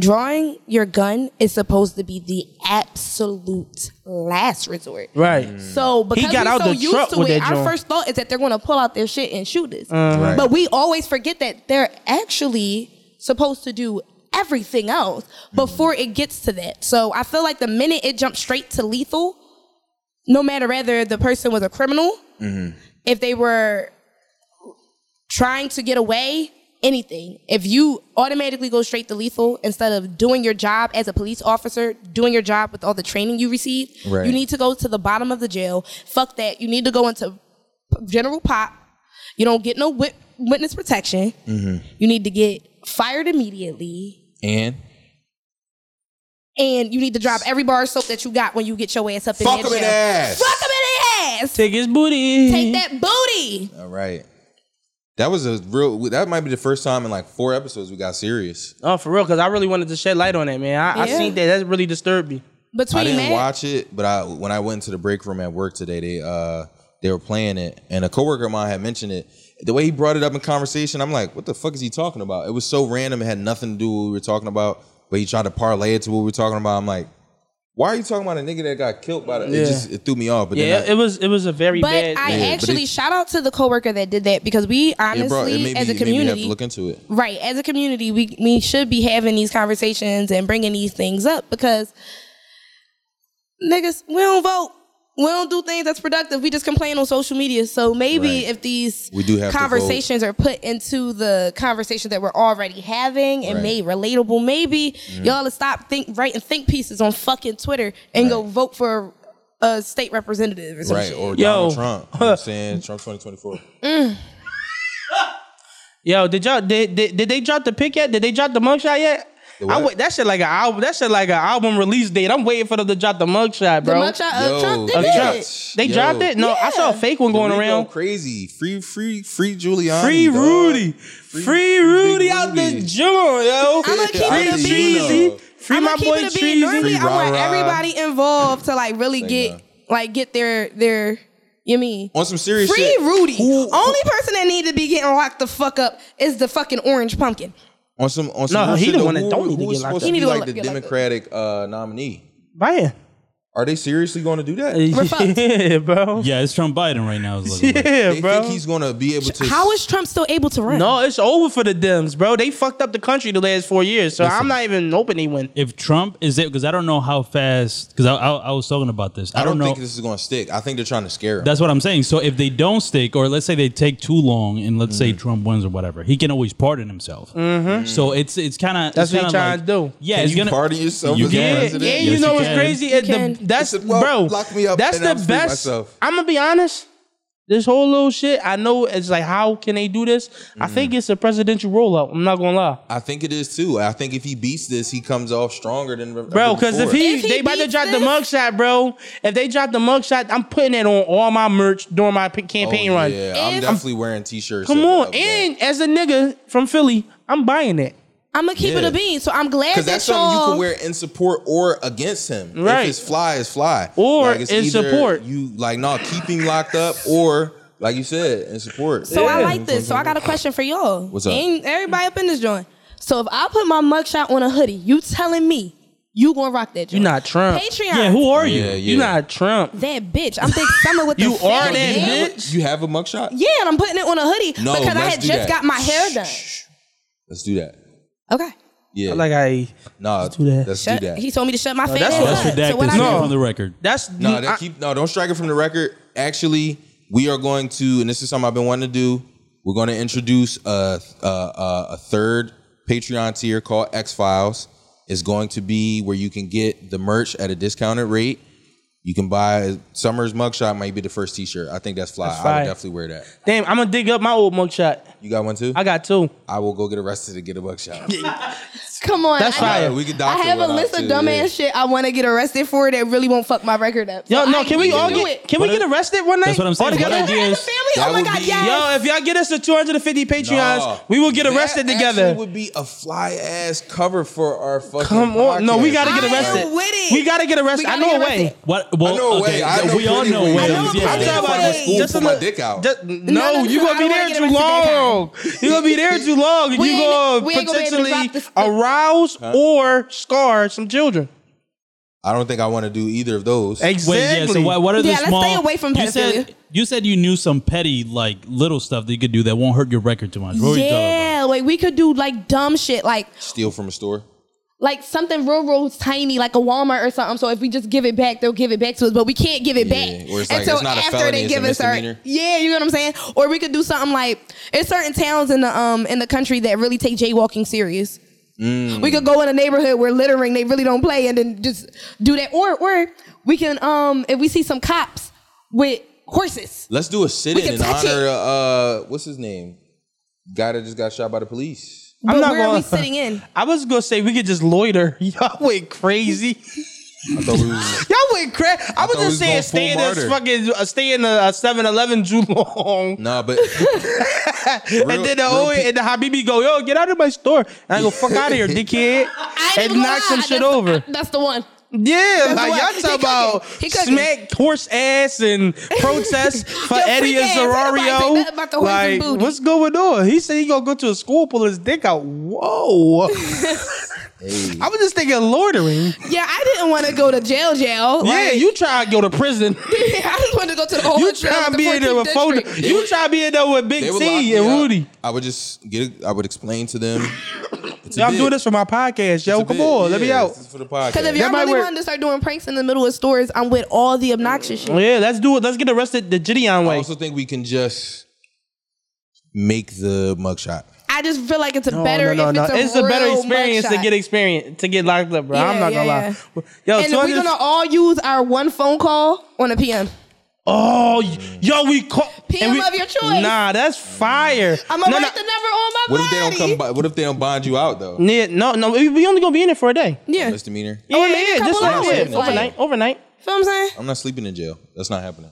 Speaker 4: drawing your gun is supposed to be the absolute last resort.
Speaker 3: Right.
Speaker 4: So because
Speaker 3: got
Speaker 4: we're
Speaker 3: out
Speaker 4: so
Speaker 3: the
Speaker 4: used
Speaker 3: truck
Speaker 4: to
Speaker 3: with
Speaker 4: it,
Speaker 3: that
Speaker 4: our
Speaker 3: joint. Uh-huh.
Speaker 4: first thought is that they're going to pull out their shit and shoot us.
Speaker 2: Right.
Speaker 4: But we always forget that they're actually supposed to do everything else before it gets to that. So I feel like the minute it jumps straight to lethal, no matter whether the person was a criminal, if they were trying to get away, anything. If you automatically go straight to lethal instead of doing your job as a police officer, doing your job with all the training you receive,
Speaker 2: Right.
Speaker 4: you need to go to the bottom of the jail. Fuck that. You need to go into general pop. You don't get no wit- witness protection.
Speaker 2: Mm-hmm.
Speaker 4: You need to get fired immediately.
Speaker 2: and
Speaker 4: And you need to drop every bar of soap that you got when you get your ass up in
Speaker 2: Fuck
Speaker 4: that
Speaker 2: him in
Speaker 4: jail.
Speaker 2: the ass.
Speaker 4: Fuck him in the ass.
Speaker 3: Take his booty.
Speaker 4: Take that booty.
Speaker 2: all right, that was a real. That might be the first time in like four episodes we got serious.
Speaker 3: Oh, for real, because I really wanted to shed light on that, man. I, I
Speaker 4: Yeah.
Speaker 3: seen that. That's really disturbed me.
Speaker 4: Between
Speaker 2: I didn't
Speaker 4: Matt,
Speaker 2: watch it, but I when I went into the break room at work today, they uh they were playing it, and a coworker of mine had mentioned it. The way he brought it up in conversation, I'm like, what the fuck is he talking about? It was so random; it had nothing to do with what we were talking about. But he tried to parlay it to what we were talking about. I'm like, why are you talking about a nigga that got killed by the?
Speaker 3: Yeah.
Speaker 2: It just it threw me off. But
Speaker 3: Yeah,
Speaker 2: then I,
Speaker 3: it was it was a very
Speaker 4: But
Speaker 3: bad.
Speaker 4: I
Speaker 2: Yeah, but
Speaker 4: actually
Speaker 2: it-
Speaker 4: shout out to the coworker that did that because we honestly,
Speaker 2: it brought- it made me,
Speaker 4: as a
Speaker 2: it made me have
Speaker 4: community,
Speaker 2: to look into it.
Speaker 4: right? As a community, we we should be having these conversations and bringing these things up because niggas, we don't vote. We don't do things that's productive. We just complain on social media. So maybe
Speaker 2: Right.
Speaker 4: if these
Speaker 2: We do have to vote.
Speaker 4: conversations are put into the conversation that we're already having
Speaker 2: Right.
Speaker 4: and
Speaker 2: Mm-hmm.
Speaker 4: made relatable, maybe y'all to stop think writing think pieces on fucking Twitter and go vote for a state representative or
Speaker 2: Right
Speaker 4: something.
Speaker 2: or
Speaker 3: Yo.
Speaker 2: Donald Trump? You know what I'm saying Trump 2024.
Speaker 3: Yo, did y'all did, did did they drop the pic yet? Did they drop the mugshot yet?
Speaker 2: The
Speaker 3: I
Speaker 2: what?
Speaker 3: wait. That shit like an album. That shit like an album release date. I'm waiting for them to drop the mugshot,
Speaker 4: The
Speaker 3: bro.
Speaker 4: mugshot of Uh, Trump did
Speaker 3: Of
Speaker 4: it.
Speaker 3: Trump. Oh, They
Speaker 2: Yo.
Speaker 3: dropped it. No, I saw a
Speaker 4: Yeah.
Speaker 3: fake one going
Speaker 2: Rico
Speaker 3: around.
Speaker 2: crazy. Free, free, free Giuliani.
Speaker 3: Free
Speaker 2: dog.
Speaker 3: Rudy, free, Rudy
Speaker 2: Big
Speaker 3: out
Speaker 2: Rudy.
Speaker 3: this joint, yo.
Speaker 4: I'ma
Speaker 2: keep it a
Speaker 3: free
Speaker 2: bean.
Speaker 3: Treasy, free
Speaker 4: I'ma
Speaker 3: my
Speaker 4: keep
Speaker 3: boy
Speaker 4: it a bean. Normally,
Speaker 2: Free
Speaker 3: Treasy.
Speaker 4: I want
Speaker 2: rah-rah.
Speaker 4: everybody involved to like really
Speaker 2: Say
Speaker 4: get
Speaker 2: no.
Speaker 4: like get their their. You mean
Speaker 2: On some serious
Speaker 4: free
Speaker 2: shit.
Speaker 4: Rudy?
Speaker 2: Who-
Speaker 4: Only person that need to be getting locked the fuck up is the fucking orange pumpkin.
Speaker 2: On some on some
Speaker 3: No,
Speaker 2: real
Speaker 3: he
Speaker 2: shit,
Speaker 3: the
Speaker 2: though,
Speaker 3: one that
Speaker 2: who-
Speaker 3: don't need to
Speaker 2: who
Speaker 3: get
Speaker 2: is
Speaker 3: locked
Speaker 2: supposed
Speaker 3: up.
Speaker 4: He need
Speaker 2: be
Speaker 4: to
Speaker 2: like
Speaker 4: lock-
Speaker 2: the
Speaker 4: get locked up.
Speaker 2: Democratic uh, nominee.
Speaker 3: Man,
Speaker 2: Are they seriously going to do that?
Speaker 4: We're fucked.
Speaker 3: yeah, bro.
Speaker 5: Yeah, it's Trump Biden right now. Is looking like.
Speaker 3: Yeah,
Speaker 2: they
Speaker 3: bro.
Speaker 2: think he's going to be able to.
Speaker 4: How is Trump still able to run?
Speaker 3: No, it's over for the Dems, bro. They fucked up the country the last four years, so I'm not even hoping they win.
Speaker 5: If Trump is it, because I don't know how fast. Because I, I, I was talking about this. I,
Speaker 2: I don't
Speaker 5: know.
Speaker 2: think this is going to stick. I think they're trying to scare him.
Speaker 5: That's what I'm saying. So if they don't stick, or let's say they take too long, and let's
Speaker 2: Mm-hmm.
Speaker 5: say Trump wins or whatever, he can always pardon himself. So it's it's kind of
Speaker 3: Mm-hmm. That's what he
Speaker 5: kind
Speaker 3: trying to do.
Speaker 5: Yeah,
Speaker 2: Can
Speaker 5: it's
Speaker 2: you
Speaker 5: gonna
Speaker 2: pardon yourself
Speaker 5: You
Speaker 2: as a
Speaker 5: can.
Speaker 3: Yeah,
Speaker 2: president?
Speaker 3: yeah,
Speaker 5: Yes,
Speaker 3: you
Speaker 5: you
Speaker 3: know what's
Speaker 5: can.
Speaker 3: crazy? It- the-
Speaker 4: can.
Speaker 3: that's
Speaker 2: I said, well,
Speaker 3: bro.
Speaker 2: lock me up
Speaker 3: That's
Speaker 2: and
Speaker 3: the
Speaker 2: I'll free
Speaker 3: best.
Speaker 2: myself.
Speaker 3: I'm gonna be honest. This whole little shit, I know it's like, how can they do this? I think it's a presidential rollout. I'm not gonna lie,
Speaker 2: Mm. I think it is too. I think if he beats this, he comes off stronger than ever
Speaker 3: bro. Because if
Speaker 2: before.
Speaker 3: he,
Speaker 4: If he
Speaker 3: they about to
Speaker 4: beats
Speaker 3: drop the
Speaker 4: this-
Speaker 3: mugshot, bro. If they drop the mugshot, I'm putting it on all my merch during my p-
Speaker 2: Oh,
Speaker 3: campaign run.
Speaker 2: yeah, I'm
Speaker 4: If-
Speaker 2: definitely wearing t-shirts.
Speaker 3: Come
Speaker 2: of-
Speaker 3: on,
Speaker 2: of that.
Speaker 3: and as a nigga from Philly, I'm buying it.
Speaker 4: I'm gonna keep it
Speaker 2: Yeah.
Speaker 4: a bean. So I'm glad
Speaker 2: Because
Speaker 4: that
Speaker 2: that's something you
Speaker 4: y'all-
Speaker 2: can wear in support or against him.
Speaker 3: Right.
Speaker 2: If it's fly, it's fly.
Speaker 3: Or in
Speaker 2: either
Speaker 3: support.
Speaker 2: You like no keeping locked up or like you said in support.
Speaker 4: So I
Speaker 3: Yeah.
Speaker 4: like this. So I got a question for y'all.
Speaker 2: What's up?
Speaker 4: And everybody up in this joint. So if I put my mugshot on a hoodie, you telling me You gonna rock that?
Speaker 3: You
Speaker 4: joint.
Speaker 3: not Trump.
Speaker 4: Patreon.
Speaker 3: Yeah, who are you?
Speaker 2: Yeah,
Speaker 3: You
Speaker 2: yeah.
Speaker 3: not Trump.
Speaker 4: that bitch? I'm Big Summer with
Speaker 3: You
Speaker 4: the
Speaker 3: are
Speaker 4: fat
Speaker 3: that
Speaker 4: bitch.
Speaker 3: bitch.
Speaker 2: You have a mugshot?
Speaker 4: Yeah, and I'm putting it on a hoodie
Speaker 2: No,
Speaker 4: because I
Speaker 2: let's
Speaker 4: had
Speaker 2: do
Speaker 4: just
Speaker 2: that.
Speaker 4: got my hair done.
Speaker 2: Let's do that.
Speaker 4: Okay.
Speaker 2: Yeah.
Speaker 3: Like I.
Speaker 2: nah,
Speaker 3: do that.
Speaker 2: Let's
Speaker 4: Shut-
Speaker 2: do that.
Speaker 4: He told me to shut my face.
Speaker 3: that's
Speaker 4: fat
Speaker 3: what-
Speaker 5: Let's
Speaker 4: ass up.
Speaker 5: redact
Speaker 4: So what
Speaker 5: this
Speaker 4: I
Speaker 5: name
Speaker 3: No.
Speaker 5: from the record.
Speaker 3: That's
Speaker 2: No,
Speaker 3: I-
Speaker 2: that keep no. Don't strike it from the record. Actually, we are going to, and this is something I've been wanting to do. We're going to introduce a a, a, a third Patreon tier called X Files. It's going to be where you can get the merch at a discounted rate. You can buy Summer's mugshot might be the first T-shirt. I think that's fly.
Speaker 3: That's
Speaker 2: I
Speaker 3: fire.
Speaker 2: would definitely wear that.
Speaker 3: Damn, I'm gonna dig up my old mugshot.
Speaker 2: You got one too?
Speaker 3: I got two.
Speaker 2: I will go get arrested to get a mugshot.
Speaker 4: Come on.
Speaker 3: That's
Speaker 4: I-
Speaker 3: fire.
Speaker 2: we could
Speaker 4: I
Speaker 2: doctor
Speaker 4: have a
Speaker 2: one out,
Speaker 4: list of
Speaker 2: too,
Speaker 4: dumbass
Speaker 2: yeah.
Speaker 4: shit I want to get arrested for that really won't fuck my record up. So
Speaker 3: Yo, no,
Speaker 4: I
Speaker 3: can we
Speaker 4: need to
Speaker 3: all
Speaker 4: do
Speaker 3: get?
Speaker 4: it.
Speaker 3: Can we get arrested one night?
Speaker 5: That's what I'm saying.
Speaker 3: All together?
Speaker 5: What
Speaker 4: As a
Speaker 5: ideas?
Speaker 4: family?
Speaker 2: That
Speaker 4: oh my
Speaker 2: would
Speaker 4: god,
Speaker 2: be-
Speaker 4: yes.
Speaker 3: Yo, if y'all get us to 250 Patreons, we will get
Speaker 2: That
Speaker 3: arrested
Speaker 2: actually
Speaker 3: together.
Speaker 2: Would be a fly ass cover for our fucking.
Speaker 3: Come on, no, we
Speaker 2: podcast.
Speaker 3: gotta
Speaker 4: I
Speaker 3: get
Speaker 4: am
Speaker 3: arrested.
Speaker 4: with it.
Speaker 3: We gotta get arrested.
Speaker 4: We
Speaker 3: I
Speaker 4: gotta
Speaker 3: know a
Speaker 4: get
Speaker 3: way.
Speaker 4: arrested.
Speaker 5: What? Well,
Speaker 2: I know a
Speaker 5: okay,
Speaker 2: way. I
Speaker 5: th-
Speaker 2: know
Speaker 5: we all
Speaker 2: plenty
Speaker 5: know
Speaker 2: ways.
Speaker 5: ways.
Speaker 2: I know a
Speaker 5: yeah.
Speaker 2: I
Speaker 3: I'm
Speaker 2: did
Speaker 3: talking
Speaker 2: it
Speaker 3: about
Speaker 2: from school,
Speaker 3: just a
Speaker 2: pull my
Speaker 3: little-
Speaker 2: dick out.
Speaker 3: just-
Speaker 4: no,
Speaker 3: no,
Speaker 4: no,
Speaker 3: you
Speaker 4: no,
Speaker 3: gonna
Speaker 4: I
Speaker 3: be
Speaker 4: don't
Speaker 3: there too
Speaker 4: wanna get arrested that
Speaker 3: long. You gonna be there too long.
Speaker 4: We
Speaker 3: You
Speaker 4: ain't-
Speaker 3: gonna
Speaker 4: we ain't gonna be able to
Speaker 3: potentially
Speaker 4: drop this-
Speaker 3: arouse or scar some children.
Speaker 2: I don't think I want to do either of those.
Speaker 3: Exactly.
Speaker 5: Wait, yeah. So what, what are
Speaker 4: Yeah,
Speaker 5: the
Speaker 4: let's
Speaker 5: small?
Speaker 4: stay away from
Speaker 5: you said
Speaker 4: pedophilia.
Speaker 5: you said you knew some petty like little stuff that you could do that won't hurt your record too much. What were you talking about?
Speaker 4: Yeah, like we could do like dumb shit, like
Speaker 2: Steal from a store.
Speaker 4: like something real, real tiny, like a Walmart or something. So if we just give it back, they'll give it back to us, but we can't give it
Speaker 2: Yeah,
Speaker 4: back
Speaker 2: or it's like, it's not a felony, it's a misdemeanor.
Speaker 4: yeah, you know what I'm saying. Or we could do something like it's certain towns in the um in the country that really take jaywalking serious.
Speaker 2: Mm.
Speaker 4: We could go in a neighborhood where littering they really don't play, and then just do that. Or or we can um if we see some cops with horses,
Speaker 2: Let's do a sit
Speaker 4: We
Speaker 2: in
Speaker 4: can
Speaker 2: in
Speaker 4: touch
Speaker 2: honor of uh, what's his name? Guy that just got shot by the police.
Speaker 4: but
Speaker 3: I'm not
Speaker 4: where are
Speaker 3: gonna-
Speaker 4: we sitting in?
Speaker 3: I was gonna say we could just loiter. Y'all went crazy.
Speaker 2: I thought we was
Speaker 3: Y'all went crazy. I,
Speaker 2: thought we
Speaker 3: was just
Speaker 2: was
Speaker 3: saying
Speaker 2: gonna
Speaker 3: stay in
Speaker 2: pull
Speaker 3: this
Speaker 2: murder.
Speaker 3: fucking uh, stay in the uh, 7-Eleven too long.
Speaker 2: nah, but
Speaker 3: and
Speaker 2: Real-
Speaker 3: then the
Speaker 2: real
Speaker 3: OA
Speaker 2: pe-
Speaker 3: and the Habibi go, yo, get out of my store. And I go, fuck out of here, dickhead.
Speaker 4: I ain't
Speaker 3: And
Speaker 4: gonna
Speaker 3: knock
Speaker 4: lie,
Speaker 3: some shit
Speaker 4: that's-
Speaker 3: over.
Speaker 4: That's the one.
Speaker 3: Yeah,
Speaker 4: That's
Speaker 3: like
Speaker 4: what-
Speaker 3: y'all
Speaker 4: he
Speaker 3: talk
Speaker 4: cooking.
Speaker 3: about
Speaker 4: He cooking.
Speaker 3: smack horse ass and protest for
Speaker 4: Yo,
Speaker 3: Eddie
Speaker 4: freak ass. Ain't nobody say nothing about the
Speaker 3: Azario.
Speaker 4: horse and
Speaker 3: Like,
Speaker 4: booty.
Speaker 3: what's going on? He said he gonna go to a school, pull his dick out. Whoa. I was just thinking loitering.
Speaker 4: Yeah, I didn't want to go to jail, jail.
Speaker 3: yeah,
Speaker 4: Like,
Speaker 3: you try to go to prison.
Speaker 4: I just wanted to go to the whole
Speaker 3: You try to be in there with Foda- You try to be in there with Big
Speaker 2: they would lock
Speaker 3: T
Speaker 2: me
Speaker 3: and
Speaker 2: up.
Speaker 3: Rudy.
Speaker 2: I would just get. I would explain to them. It's a
Speaker 3: Y'all
Speaker 2: bit.
Speaker 3: doing this for my podcast, yo.
Speaker 2: It's a
Speaker 3: Come
Speaker 2: bit.
Speaker 3: on, let
Speaker 2: Yeah,
Speaker 3: me out.
Speaker 2: this is for the
Speaker 4: Because
Speaker 2: podcast.
Speaker 4: if
Speaker 3: That
Speaker 4: y'all
Speaker 3: might
Speaker 4: really
Speaker 3: work.
Speaker 4: wanted to start doing pranks in the middle of stores, I'm with all the obnoxious shit.
Speaker 3: Yeah, let's do it. Let's get arrested the Gideon
Speaker 2: I
Speaker 3: way.
Speaker 2: also think we can just make the mugshot.
Speaker 4: I just feel like it's a better. if It's, a,
Speaker 3: better
Speaker 4: real
Speaker 3: experience to
Speaker 4: mugshot.
Speaker 3: get experience to get locked up, bro. I'm
Speaker 4: Yeah,
Speaker 3: not gonna
Speaker 4: yeah,
Speaker 3: lie. Yo,
Speaker 4: And we're
Speaker 3: 200
Speaker 4: gonna all use our one phone call on a PM.
Speaker 3: oh, y- yo, we call
Speaker 4: PM
Speaker 3: and we,
Speaker 4: of your choice.
Speaker 3: Nah, that's fire.
Speaker 4: I'm gonna
Speaker 3: no,
Speaker 4: write the number on my
Speaker 2: What
Speaker 4: body.
Speaker 2: if they don't come? By, what if they don't bond you out though?
Speaker 3: no, yeah, no, no, we, we only gonna be in it for a day.
Speaker 4: Yeah, feel
Speaker 2: Misdemeanor.
Speaker 3: Yeah,
Speaker 4: maybe a
Speaker 3: yeah, just
Speaker 4: couple
Speaker 3: like
Speaker 4: hours,
Speaker 3: that.
Speaker 2: like-
Speaker 3: overnight, overnight,
Speaker 4: what I'm saying?
Speaker 2: I'm not sleeping in jail. That's not happening.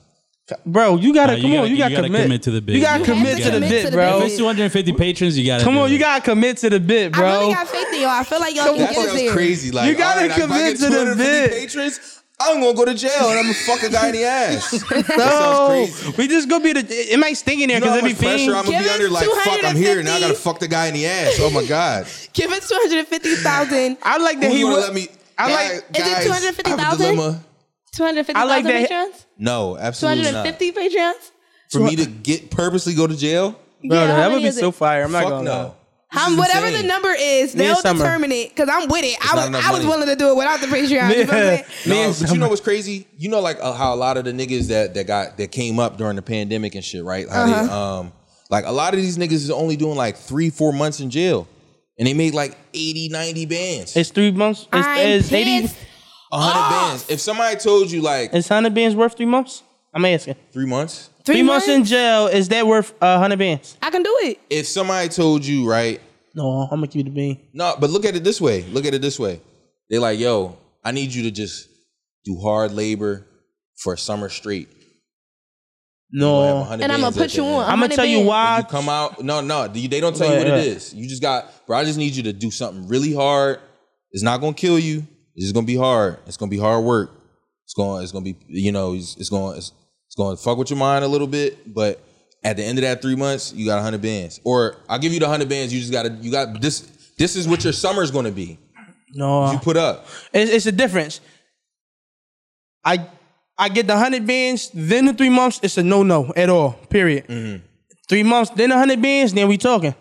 Speaker 3: bro. You gotta
Speaker 5: Nah, you
Speaker 3: come
Speaker 5: gotta-
Speaker 3: on. You
Speaker 5: you
Speaker 3: gotta,
Speaker 5: gotta
Speaker 3: commit.
Speaker 5: commit to the bit.
Speaker 3: You gotta
Speaker 5: You have
Speaker 3: commit
Speaker 5: to
Speaker 3: to the
Speaker 5: commit
Speaker 4: to
Speaker 3: bit,
Speaker 4: the
Speaker 3: bro.
Speaker 5: If it's 250 patrons, you gotta
Speaker 3: Come
Speaker 5: do
Speaker 3: on,
Speaker 5: it.
Speaker 3: you gotta commit to the bit, bro.
Speaker 4: I really got faith in y'all. I feel like y'all
Speaker 2: That
Speaker 4: can
Speaker 2: sounds
Speaker 4: get it.
Speaker 2: crazy. Like
Speaker 3: You gotta
Speaker 2: all right, if I
Speaker 3: commit
Speaker 2: get
Speaker 3: to the
Speaker 2: 250
Speaker 3: bit.
Speaker 2: Patrons, I'm gonna go to jail and I'm gonna fuck a guy in the ass. That
Speaker 3: no,
Speaker 2: sounds crazy.
Speaker 3: Oh, we just gonna be the. It, it might stink in there
Speaker 2: You know
Speaker 3: because
Speaker 2: how
Speaker 3: it be
Speaker 2: much pressure I'm gonna
Speaker 3: fiend.
Speaker 4: Give
Speaker 2: be
Speaker 4: us
Speaker 2: under? Like, fuck, I'm here and now I gotta
Speaker 4: 250.
Speaker 2: fuck the guy in the ass. Oh my god.
Speaker 4: Give us two hundred fifty thousand.
Speaker 3: I like that
Speaker 2: Who
Speaker 3: he
Speaker 2: you
Speaker 3: would
Speaker 2: wanna let me?
Speaker 3: I like-
Speaker 2: Guy-
Speaker 3: Is
Speaker 2: guys, I
Speaker 4: it
Speaker 2: have a
Speaker 4: 250,000?
Speaker 2: dilemma.
Speaker 4: Two hundred fifty
Speaker 3: I like
Speaker 4: thousand
Speaker 3: that-
Speaker 4: patrons.
Speaker 2: No,
Speaker 4: Two
Speaker 2: absolutely
Speaker 4: hundred
Speaker 2: not.
Speaker 4: fifty patrons.
Speaker 2: For me to get purposely go to jail?
Speaker 3: Bro,
Speaker 4: Yeah, how
Speaker 3: that
Speaker 4: many
Speaker 3: would be
Speaker 4: is
Speaker 3: so
Speaker 4: it?
Speaker 3: fire. I'm not
Speaker 2: Fuck
Speaker 3: gonna. lie.
Speaker 2: no. This
Speaker 4: Um,
Speaker 2: is
Speaker 4: whatever
Speaker 2: insane.
Speaker 4: the number is,
Speaker 3: Me and
Speaker 4: they'll
Speaker 3: Summer.
Speaker 4: determine it. Cause I'm with it. I
Speaker 2: not
Speaker 4: was,
Speaker 2: enough
Speaker 4: I was
Speaker 2: money.
Speaker 4: willing to do it without the Patreon. You know what I'm saying?
Speaker 3: Me
Speaker 2: No,
Speaker 3: and
Speaker 2: but you
Speaker 3: Summer.
Speaker 2: know what's crazy? You know, like uh, how a lot of the niggas that that got that came up during the pandemic and shit, right? How they,
Speaker 4: Uh-huh.
Speaker 2: um, like a lot of these niggas is only doing like three, four months in jail, and they made like 80, 90 bands,
Speaker 3: It's three months. It's,
Speaker 4: I'm
Speaker 3: it's eighty.
Speaker 4: pissed.
Speaker 2: hundred bands. If somebody told you like
Speaker 3: Is hundred bands worth three months? I'm asking.
Speaker 2: three months,
Speaker 3: Three, months? in jail is that worth uh, hundred bands?
Speaker 4: I can do it.
Speaker 2: if somebody told you right,
Speaker 3: No, I'm gonna give you the bean.
Speaker 2: no, but look at it this way. Look at it this way. They like, yo, I need you to just do hard labor for a summer straight. We'll have
Speaker 3: No,
Speaker 2: 100
Speaker 4: And I'm gonna
Speaker 2: bands at
Speaker 4: put
Speaker 2: the
Speaker 4: you
Speaker 2: end.
Speaker 4: on.
Speaker 3: I'm gonna
Speaker 4: 100
Speaker 3: tell you
Speaker 2: When
Speaker 4: bands.
Speaker 3: why.
Speaker 2: you come out. No, no, they they don't tell you
Speaker 3: Right,
Speaker 2: what it
Speaker 3: right.
Speaker 2: is. You just got, bro. I just need you to do something really hard. It's not gonna kill you. It's just gonna be hard. It's gonna be hard work. It's going. It's gonna be. You know. It's, it's going. It's, it's going to fuck with your mind a little bit. But at the end of that three months, you got hundred bands. Or I'll give you the hundred bands. You just gotta. You got this. This is what your summer's gonna be.
Speaker 3: No,
Speaker 2: You put up.
Speaker 3: It's, it's a difference. I I get the hundred bands, then the three months. It's a no no at all. Period. Three months, then the hundred bands. Then we talking.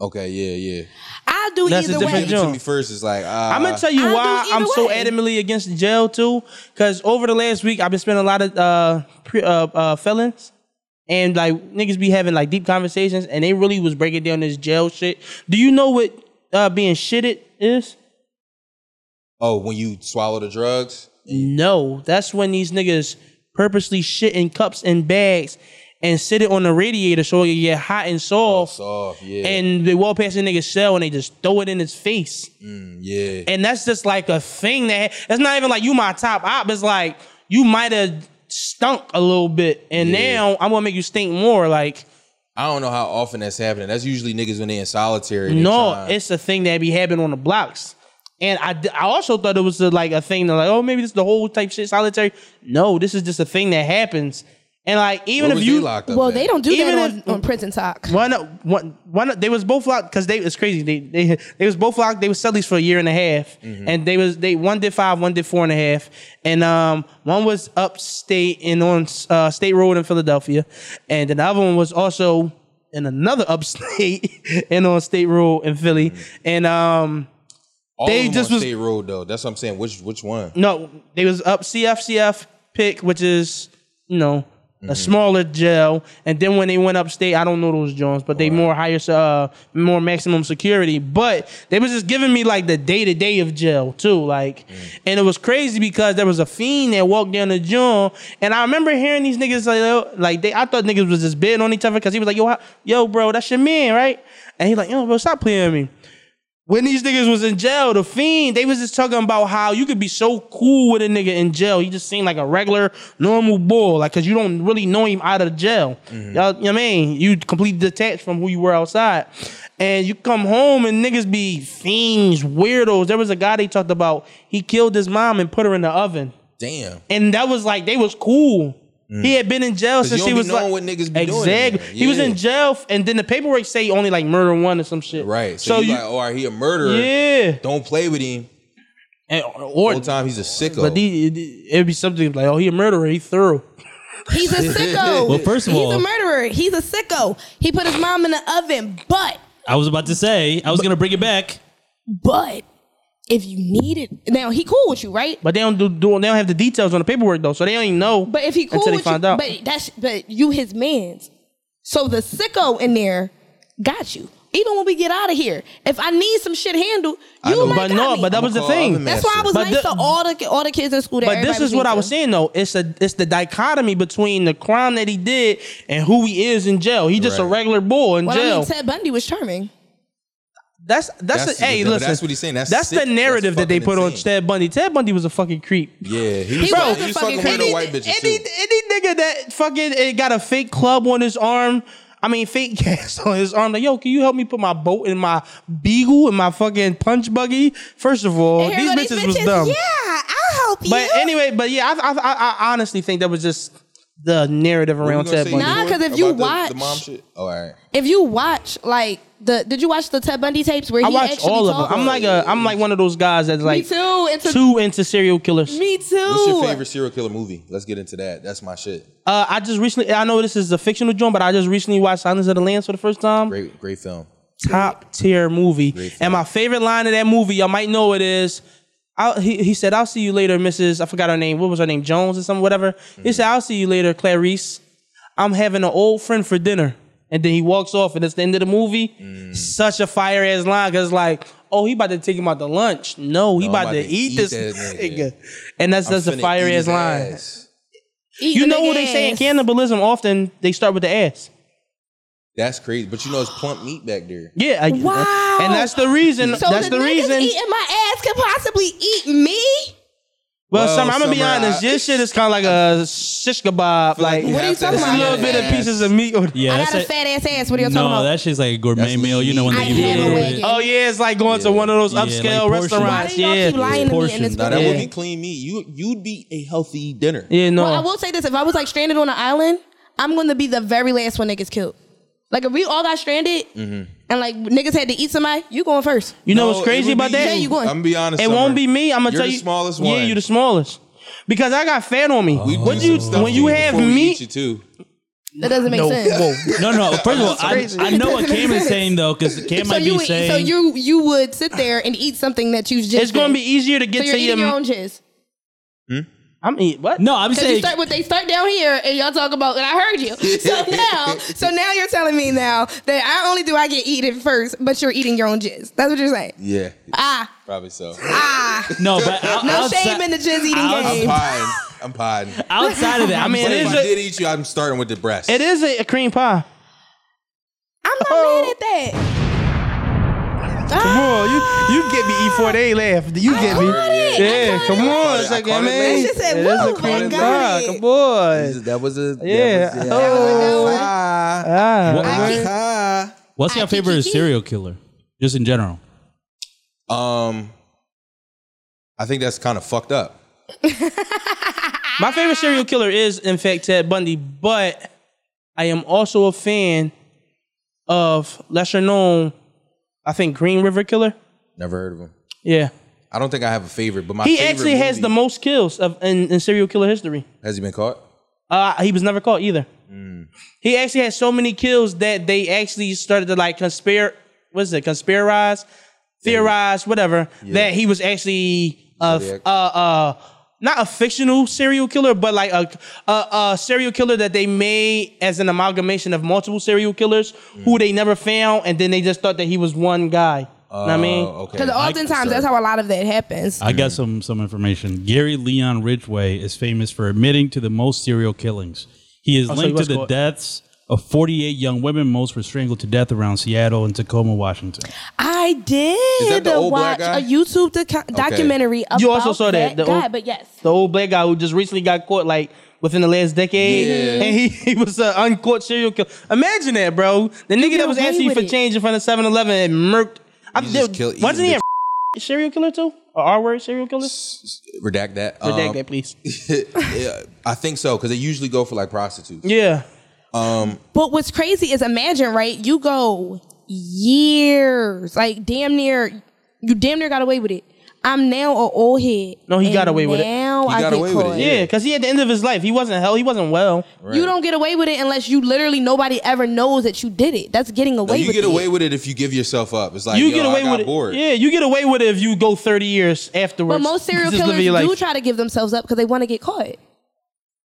Speaker 2: Okay, yeah, yeah.
Speaker 4: I'll do
Speaker 3: That's a
Speaker 4: either
Speaker 3: different
Speaker 4: way.
Speaker 2: Give it to
Speaker 3: John.
Speaker 2: me first. It's like uh,
Speaker 3: I'm gonna tell you
Speaker 4: I'll do
Speaker 3: why
Speaker 4: either
Speaker 3: I'm so
Speaker 4: way.
Speaker 3: adamantly against jail too. Because over the last week, I've been spending a lot of uh, pre, uh, uh felons. And like niggas be having like deep conversations, and they really was breaking down this jail shit. Do you know what uh, being shitted is?
Speaker 2: Oh, when you swallow the drugs.
Speaker 3: No, that's when these niggas purposely shit in cups and bags and sit it on the radiator so it get hot and soft.
Speaker 2: Soft, yeah,
Speaker 3: And they walk past the nigga's cell and they just throw it in his face.
Speaker 2: yeah.
Speaker 3: And that's just like a thing that that's not even like you my top op. It's like you might have stunk a little bit and
Speaker 2: Yeah.
Speaker 3: now I'm gonna make you stink more. Like
Speaker 2: I don't know how often that's happening. That's usually niggas when they in solitary. they
Speaker 3: no,
Speaker 2: trying-
Speaker 3: it's a thing that be happening on the blocks. And I, d- I also thought it was a, like a thing that like oh maybe this is the whole type shit solitary. No, this is just a thing that happens. And like even
Speaker 2: Where
Speaker 3: if
Speaker 2: was
Speaker 3: you
Speaker 2: they locked up
Speaker 4: Well,
Speaker 2: at?
Speaker 4: they don't do
Speaker 3: Even
Speaker 4: that
Speaker 3: if-
Speaker 4: on, on prison talk.
Speaker 3: Why not? One, why not? They was both locked because they it's crazy. They they they was both locked. They was cellmates for a year and a half,
Speaker 2: Mm-hmm.
Speaker 3: and they was they one did five, one did four and a half, and um one was upstate and on uh, State Road in Philadelphia, and then the other one was also in another upstate and on State Road in Philly,
Speaker 2: Mm-hmm.
Speaker 3: and um
Speaker 2: All
Speaker 3: they
Speaker 2: of them
Speaker 3: just
Speaker 2: on
Speaker 3: was- Mm.
Speaker 2: state road though. That's what I'm saying. Which which one?
Speaker 3: no, they was up CFCF pick, which is you know a smaller jail, and then when they went upstate, I don't know those joints, but they more higher, uh, more maximum security. But they was just giving me like the day to day of jail too, like, and it was crazy because there was a fiend that walked down the joint, and I remember hearing these niggas like, oh, like they, I thought niggas was just bidding on each other because he was like, yo, how, yo, bro, that's your man, right? And he like, yo, bro, stop playing with me when these niggas was in jail, the fiend, they was just talking about how you could be so cool with a nigga in jail. He just seemed like a regular, normal boy, like cause you don't really know him out of jail.
Speaker 2: Mm-hmm.
Speaker 3: Y'all, you know what I mean? You completely detached from who you were outside. And you come home and niggas be fiends, weirdos. There was a guy they talked about, he killed his mom and put her in the oven.
Speaker 2: Damn.
Speaker 3: And that was like they was cool. He had been in
Speaker 2: Mm.
Speaker 3: jail
Speaker 2: you
Speaker 3: since
Speaker 2: don't
Speaker 3: he
Speaker 2: be
Speaker 3: was like
Speaker 2: knowing what niggas be doing in there.
Speaker 3: exactly. He was
Speaker 2: Yeah.
Speaker 3: in jail, f- and then the paperwork say only like murder one or some shit.
Speaker 2: Right. So, you like, oh, all right, he a murderer.
Speaker 3: yeah,
Speaker 2: Don't play with him.
Speaker 3: and, or
Speaker 2: Whole time he's a sicko.
Speaker 3: but the, it, would be something like, oh, he a murderer, he thorough.
Speaker 4: He's a sicko.
Speaker 5: Well, first of all-
Speaker 4: he's a murderer. He's a sicko. He put his mom in the oven, but
Speaker 5: I was about to say I was gonna bring it back.
Speaker 4: but if you need it, now he cool with you, right?
Speaker 3: But they don't do, do they don't have the details on the paperwork though, so they don't even know.
Speaker 4: But if he cool
Speaker 3: until
Speaker 4: with
Speaker 3: they find
Speaker 4: you,
Speaker 3: out,
Speaker 4: but that's but you his man's. So the sicko in there got you. Even when we get out of here, if I need some shit handled, you
Speaker 2: know.
Speaker 4: might
Speaker 3: But
Speaker 4: got
Speaker 3: no,
Speaker 4: me.
Speaker 3: but that was the
Speaker 2: I'ma call
Speaker 3: thing.
Speaker 2: other man.
Speaker 4: that's why I was
Speaker 3: But
Speaker 4: nice
Speaker 3: the-
Speaker 4: to all the all the kids in school. That
Speaker 3: But this
Speaker 4: everybody
Speaker 3: is what
Speaker 4: mean
Speaker 3: I
Speaker 4: to.
Speaker 3: was saying though. It's a it's the dichotomy between the crime that he did and who he is in jail. He just a
Speaker 2: Right.
Speaker 3: regular boy in
Speaker 4: Well, I
Speaker 3: jail.
Speaker 4: mean, Ted Bundy was charming.
Speaker 3: that's that's,
Speaker 2: That's-
Speaker 3: a, hey,
Speaker 2: but
Speaker 3: listen.
Speaker 2: that's what he's saying. That's sick.
Speaker 3: the narrative
Speaker 2: That's
Speaker 3: that they
Speaker 2: fucking
Speaker 3: put on
Speaker 2: insane.
Speaker 3: Ted Bundy. Ted Bundy was a fucking creep.
Speaker 2: yeah, he
Speaker 4: He
Speaker 2: was,
Speaker 4: was
Speaker 2: fucking,
Speaker 4: a
Speaker 2: he was
Speaker 4: fucking
Speaker 2: fucking with the
Speaker 4: creep.
Speaker 2: white bitches
Speaker 3: any,
Speaker 2: too.
Speaker 3: any nigga that fucking eh, got a fake club on his arm, I mean fake gas on his arm, like yo, can you help me put my boat in my beagle in my fucking punch buggy? First of all,
Speaker 4: And here
Speaker 3: Oh, these
Speaker 4: go
Speaker 3: bitches, was dumb.
Speaker 4: Yeah, I'll help you.
Speaker 3: but anyway, but yeah, I, I, I, I honestly think that was just the narrative
Speaker 2: What we
Speaker 3: around
Speaker 2: gonna
Speaker 3: Ted
Speaker 2: say
Speaker 3: Bundy.
Speaker 4: Nah,
Speaker 2: doing
Speaker 4: 'cause if you
Speaker 2: about the- the
Speaker 4: watch-
Speaker 2: mom shit? Oh, all right.
Speaker 4: if you watch like the did you watch the Ted Bundy tapes where
Speaker 3: I
Speaker 4: he
Speaker 3: watch
Speaker 4: actually
Speaker 3: all of them.
Speaker 4: talked?
Speaker 3: I'm like a, I'm like one of those guys that's like
Speaker 4: too, it's a-
Speaker 3: too into serial killers.
Speaker 4: me too.
Speaker 2: What's your favorite serial killer movie? Let's get into that. That's my shit.
Speaker 3: Uh, I just recently, I know this is a fictional joint, but I just recently watched Silence of the Lambs for the first time.
Speaker 2: Great, great film.
Speaker 3: top tier movie.
Speaker 2: film.
Speaker 3: And my favorite line of that movie, y'all might know it is. I, he, he said, "I'll see you later, Mrs. I forgot her name. What was her name? Jones or something, whatever." He said, "I'll see you later, Clarice. I'm having an old friend for dinner." And then he walks off, and it's the end of the movie.
Speaker 2: Mm.
Speaker 3: Such a fire ass line, cause like, oh, he about to take him out to lunch. No, he
Speaker 2: No, I'm
Speaker 3: about, to, eat, this
Speaker 2: that
Speaker 3: nigga.
Speaker 2: nigga.
Speaker 3: And that's that's
Speaker 2: I'm
Speaker 3: a
Speaker 2: finna
Speaker 3: fire
Speaker 2: eat
Speaker 3: ass
Speaker 2: his
Speaker 3: line.
Speaker 2: ass.
Speaker 4: Eat
Speaker 3: You
Speaker 4: the
Speaker 3: know
Speaker 4: big
Speaker 3: what they say in
Speaker 4: ass.
Speaker 3: cannibalism? Often they start with the ass.
Speaker 2: That's crazy. But you know, it's plump meat back there.
Speaker 3: Yeah, I,
Speaker 4: Wow.
Speaker 3: And that's the reason.
Speaker 4: So
Speaker 3: that's the,
Speaker 4: niggas
Speaker 3: reason.
Speaker 4: eating my ass could possibly eat me.
Speaker 3: Well,
Speaker 2: Well,
Speaker 3: Summer, I'm gonna be
Speaker 2: Summer,
Speaker 3: honest.
Speaker 2: I-
Speaker 3: this shit is kind of like a shish kebab, like
Speaker 4: What are you
Speaker 2: have to have
Speaker 4: talking about?
Speaker 3: a little
Speaker 2: an
Speaker 3: bit of
Speaker 2: ass.
Speaker 3: pieces of meat. on-
Speaker 5: Yeah,
Speaker 4: I
Speaker 5: that's
Speaker 4: got a
Speaker 5: it.
Speaker 4: fat ass ass. What are you talking
Speaker 5: no,
Speaker 4: about?
Speaker 5: that shit's like a gourmet
Speaker 2: That's
Speaker 5: meal. You know when
Speaker 4: lean.
Speaker 5: they give
Speaker 4: I
Speaker 5: you
Speaker 4: have
Speaker 5: a
Speaker 4: a
Speaker 5: little bit.
Speaker 4: wagon.
Speaker 3: Oh yeah, it's like going to one of those
Speaker 5: Yeah,
Speaker 3: upscale
Speaker 5: like portion.
Speaker 4: Why
Speaker 3: restaurants.
Speaker 4: do y'all
Speaker 3: Yeah,
Speaker 4: keep lying to me in
Speaker 5: Portions.
Speaker 4: this
Speaker 5: Nah,
Speaker 2: Now that
Speaker 4: video?
Speaker 2: would be clean meat. You you'd be a healthy dinner.
Speaker 3: yeah, no.
Speaker 4: Well, I will say this: if I was like stranded on an island, I'm going to be the very last one that gets killed. Like if we all got stranded, and like niggas had to eat somebody, you going first.
Speaker 3: You know
Speaker 2: No,
Speaker 3: what's crazy
Speaker 2: it would
Speaker 3: about
Speaker 2: be
Speaker 3: that?
Speaker 4: Yeah, you going.
Speaker 2: I'm gonna be honest.
Speaker 3: It
Speaker 2: Summer.
Speaker 3: won't be me. I'm gonna
Speaker 2: You're
Speaker 3: tell
Speaker 2: the
Speaker 3: you.
Speaker 2: smallest
Speaker 3: yeah,
Speaker 2: one.
Speaker 3: you the smallest. Because I got fat on me.
Speaker 2: We do
Speaker 3: what
Speaker 2: some
Speaker 3: you
Speaker 2: stuff to
Speaker 3: when you
Speaker 2: you
Speaker 3: have
Speaker 2: before we
Speaker 3: meat?
Speaker 2: eat you too.
Speaker 4: That doesn't make
Speaker 3: No,
Speaker 4: sense.
Speaker 3: whoa.
Speaker 5: No, no. First of all, I,
Speaker 4: crazy.
Speaker 5: I know what Cameron is saying though, because Cam
Speaker 4: So
Speaker 5: might
Speaker 4: you
Speaker 5: be
Speaker 4: would,
Speaker 5: saying
Speaker 4: so you you would sit there and eat something that you just
Speaker 3: It's gonna be easier to
Speaker 4: so
Speaker 3: get
Speaker 4: you're
Speaker 3: to your.
Speaker 4: eating your own jizz.
Speaker 3: I'm eating what?
Speaker 5: no. I'm
Speaker 4: Because you
Speaker 5: saying
Speaker 4: start what they start down here, and y'all talk about, and I heard you. So now, so now you're telling me now that I only do I get eaten first, but you're eating your own jizz. That's what you're saying.
Speaker 2: Yeah,
Speaker 4: Ah,
Speaker 2: probably so.
Speaker 4: ah.
Speaker 5: no, but out-
Speaker 4: No
Speaker 5: outside,
Speaker 4: shame in the jizz eating
Speaker 5: I'll-
Speaker 2: I'm
Speaker 4: game.
Speaker 2: pine. I'm pine.
Speaker 5: outside of that.
Speaker 3: I
Speaker 5: I'm
Speaker 3: mean, it
Speaker 5: saying,
Speaker 2: If
Speaker 3: is
Speaker 2: I
Speaker 3: a-
Speaker 2: did eat you, I'm starting with the breast.
Speaker 3: It is a, a cream pie.
Speaker 4: I'm not
Speaker 3: Oh.
Speaker 4: mad at that.
Speaker 3: Come
Speaker 4: Ah,
Speaker 3: on, you you get me
Speaker 2: E
Speaker 3: E4A laugh. You
Speaker 4: I
Speaker 3: get
Speaker 4: caught
Speaker 3: me.
Speaker 4: it. I
Speaker 3: Yeah,
Speaker 4: caught
Speaker 3: come
Speaker 4: it.
Speaker 3: on,
Speaker 2: I
Speaker 3: it's like,
Speaker 2: caught it,
Speaker 3: man.
Speaker 2: man.
Speaker 4: She said,
Speaker 3: it is
Speaker 4: "Whoa,
Speaker 3: a cream
Speaker 4: I got
Speaker 3: pie.
Speaker 4: it."
Speaker 3: Come on.
Speaker 2: That was a
Speaker 3: Yeah.
Speaker 2: That was,
Speaker 3: Oh.
Speaker 2: Ah.
Speaker 3: Ah,
Speaker 5: What-
Speaker 3: man.
Speaker 2: Ah.
Speaker 5: what's your
Speaker 4: I think
Speaker 5: favorite
Speaker 4: you did.
Speaker 5: serial killer, just in general?
Speaker 2: Um, I think that's kind of fucked up.
Speaker 3: My favorite serial killer is, in fact, Ted Bundy, but I am also a fan of lesser known, I think, Green River Killer.
Speaker 2: Never heard of him.
Speaker 3: Yeah.
Speaker 2: I don't think I have a favorite, but my
Speaker 3: He
Speaker 2: favorite
Speaker 3: actually has
Speaker 2: movie-
Speaker 3: the most kills of in, in serial killer history.
Speaker 2: Has he been caught?
Speaker 3: Uh, he was never caught either. He actually had so many kills that they actually started to like conspire. What's it? Conspirize, theorize, whatever. That he was actually a,
Speaker 2: Zodiac.
Speaker 3: a, a not a fictional serial killer, but like a, a a serial killer that they made as an amalgamation of multiple serial killers
Speaker 2: Mm.
Speaker 3: who they never found, and then they just thought that he was one guy. Know what I mean,
Speaker 2: Oh, okay.
Speaker 4: Because oftentimes that's how a lot of that
Speaker 3: Uh,
Speaker 4: happens.
Speaker 5: I got some some information. Gary Leon Ridgway is famous for admitting to the most serial killings. He is
Speaker 3: Oh, so he
Speaker 5: linked to
Speaker 3: was
Speaker 5: the
Speaker 3: caught.
Speaker 5: deaths of 48 young women, most were strangled to death around Seattle and Tacoma, Washington.
Speaker 4: I did
Speaker 2: that the old
Speaker 4: watch
Speaker 2: black guy?
Speaker 4: a YouTube doc- documentary about
Speaker 3: You also saw that,
Speaker 4: that,
Speaker 3: the
Speaker 4: guy,
Speaker 3: old-
Speaker 4: but yes.
Speaker 3: the old black guy who just recently got caught like within the last decade,
Speaker 2: Yeah.
Speaker 3: and he, he was an uncaught serial killer. Imagine that, bro. The nigga that was
Speaker 4: away
Speaker 3: asking
Speaker 4: with
Speaker 3: for
Speaker 4: it.
Speaker 3: change in front of 7-Eleven and murked. I,
Speaker 2: just
Speaker 3: dude,
Speaker 2: kill-
Speaker 3: wasn't
Speaker 2: eat
Speaker 3: he a serial killer too? Or R word serial killer?
Speaker 2: Redact that.
Speaker 3: Redact
Speaker 2: Um,
Speaker 3: that, please.
Speaker 2: yeah, I think so because they usually go for like prostitutes.
Speaker 3: Yeah.
Speaker 4: But what's crazy is imagine, right? You go years, like damn near, you damn near got away with it. I'm now a old head.
Speaker 3: No, he
Speaker 4: and
Speaker 3: got away with it.
Speaker 4: Now
Speaker 2: He
Speaker 4: I
Speaker 2: got
Speaker 4: get
Speaker 2: away with
Speaker 4: caught.
Speaker 2: it,
Speaker 3: Yeah, because he at the end of his life, he wasn't hell, he wasn't well.
Speaker 4: You don't get away with it unless you literally nobody ever knows that you did it. That's getting away
Speaker 2: Like, you
Speaker 4: with
Speaker 2: get
Speaker 4: it.
Speaker 2: away with it if you give yourself up. It's like
Speaker 3: you
Speaker 2: yo,
Speaker 3: get
Speaker 2: I
Speaker 3: away
Speaker 2: got
Speaker 3: with it.
Speaker 2: bored.
Speaker 3: Yeah, you get away with it if you go 30 years afterwards.
Speaker 4: but most serial
Speaker 3: Just live
Speaker 4: killers
Speaker 3: your life.
Speaker 4: do try to give themselves up because they want to get caught.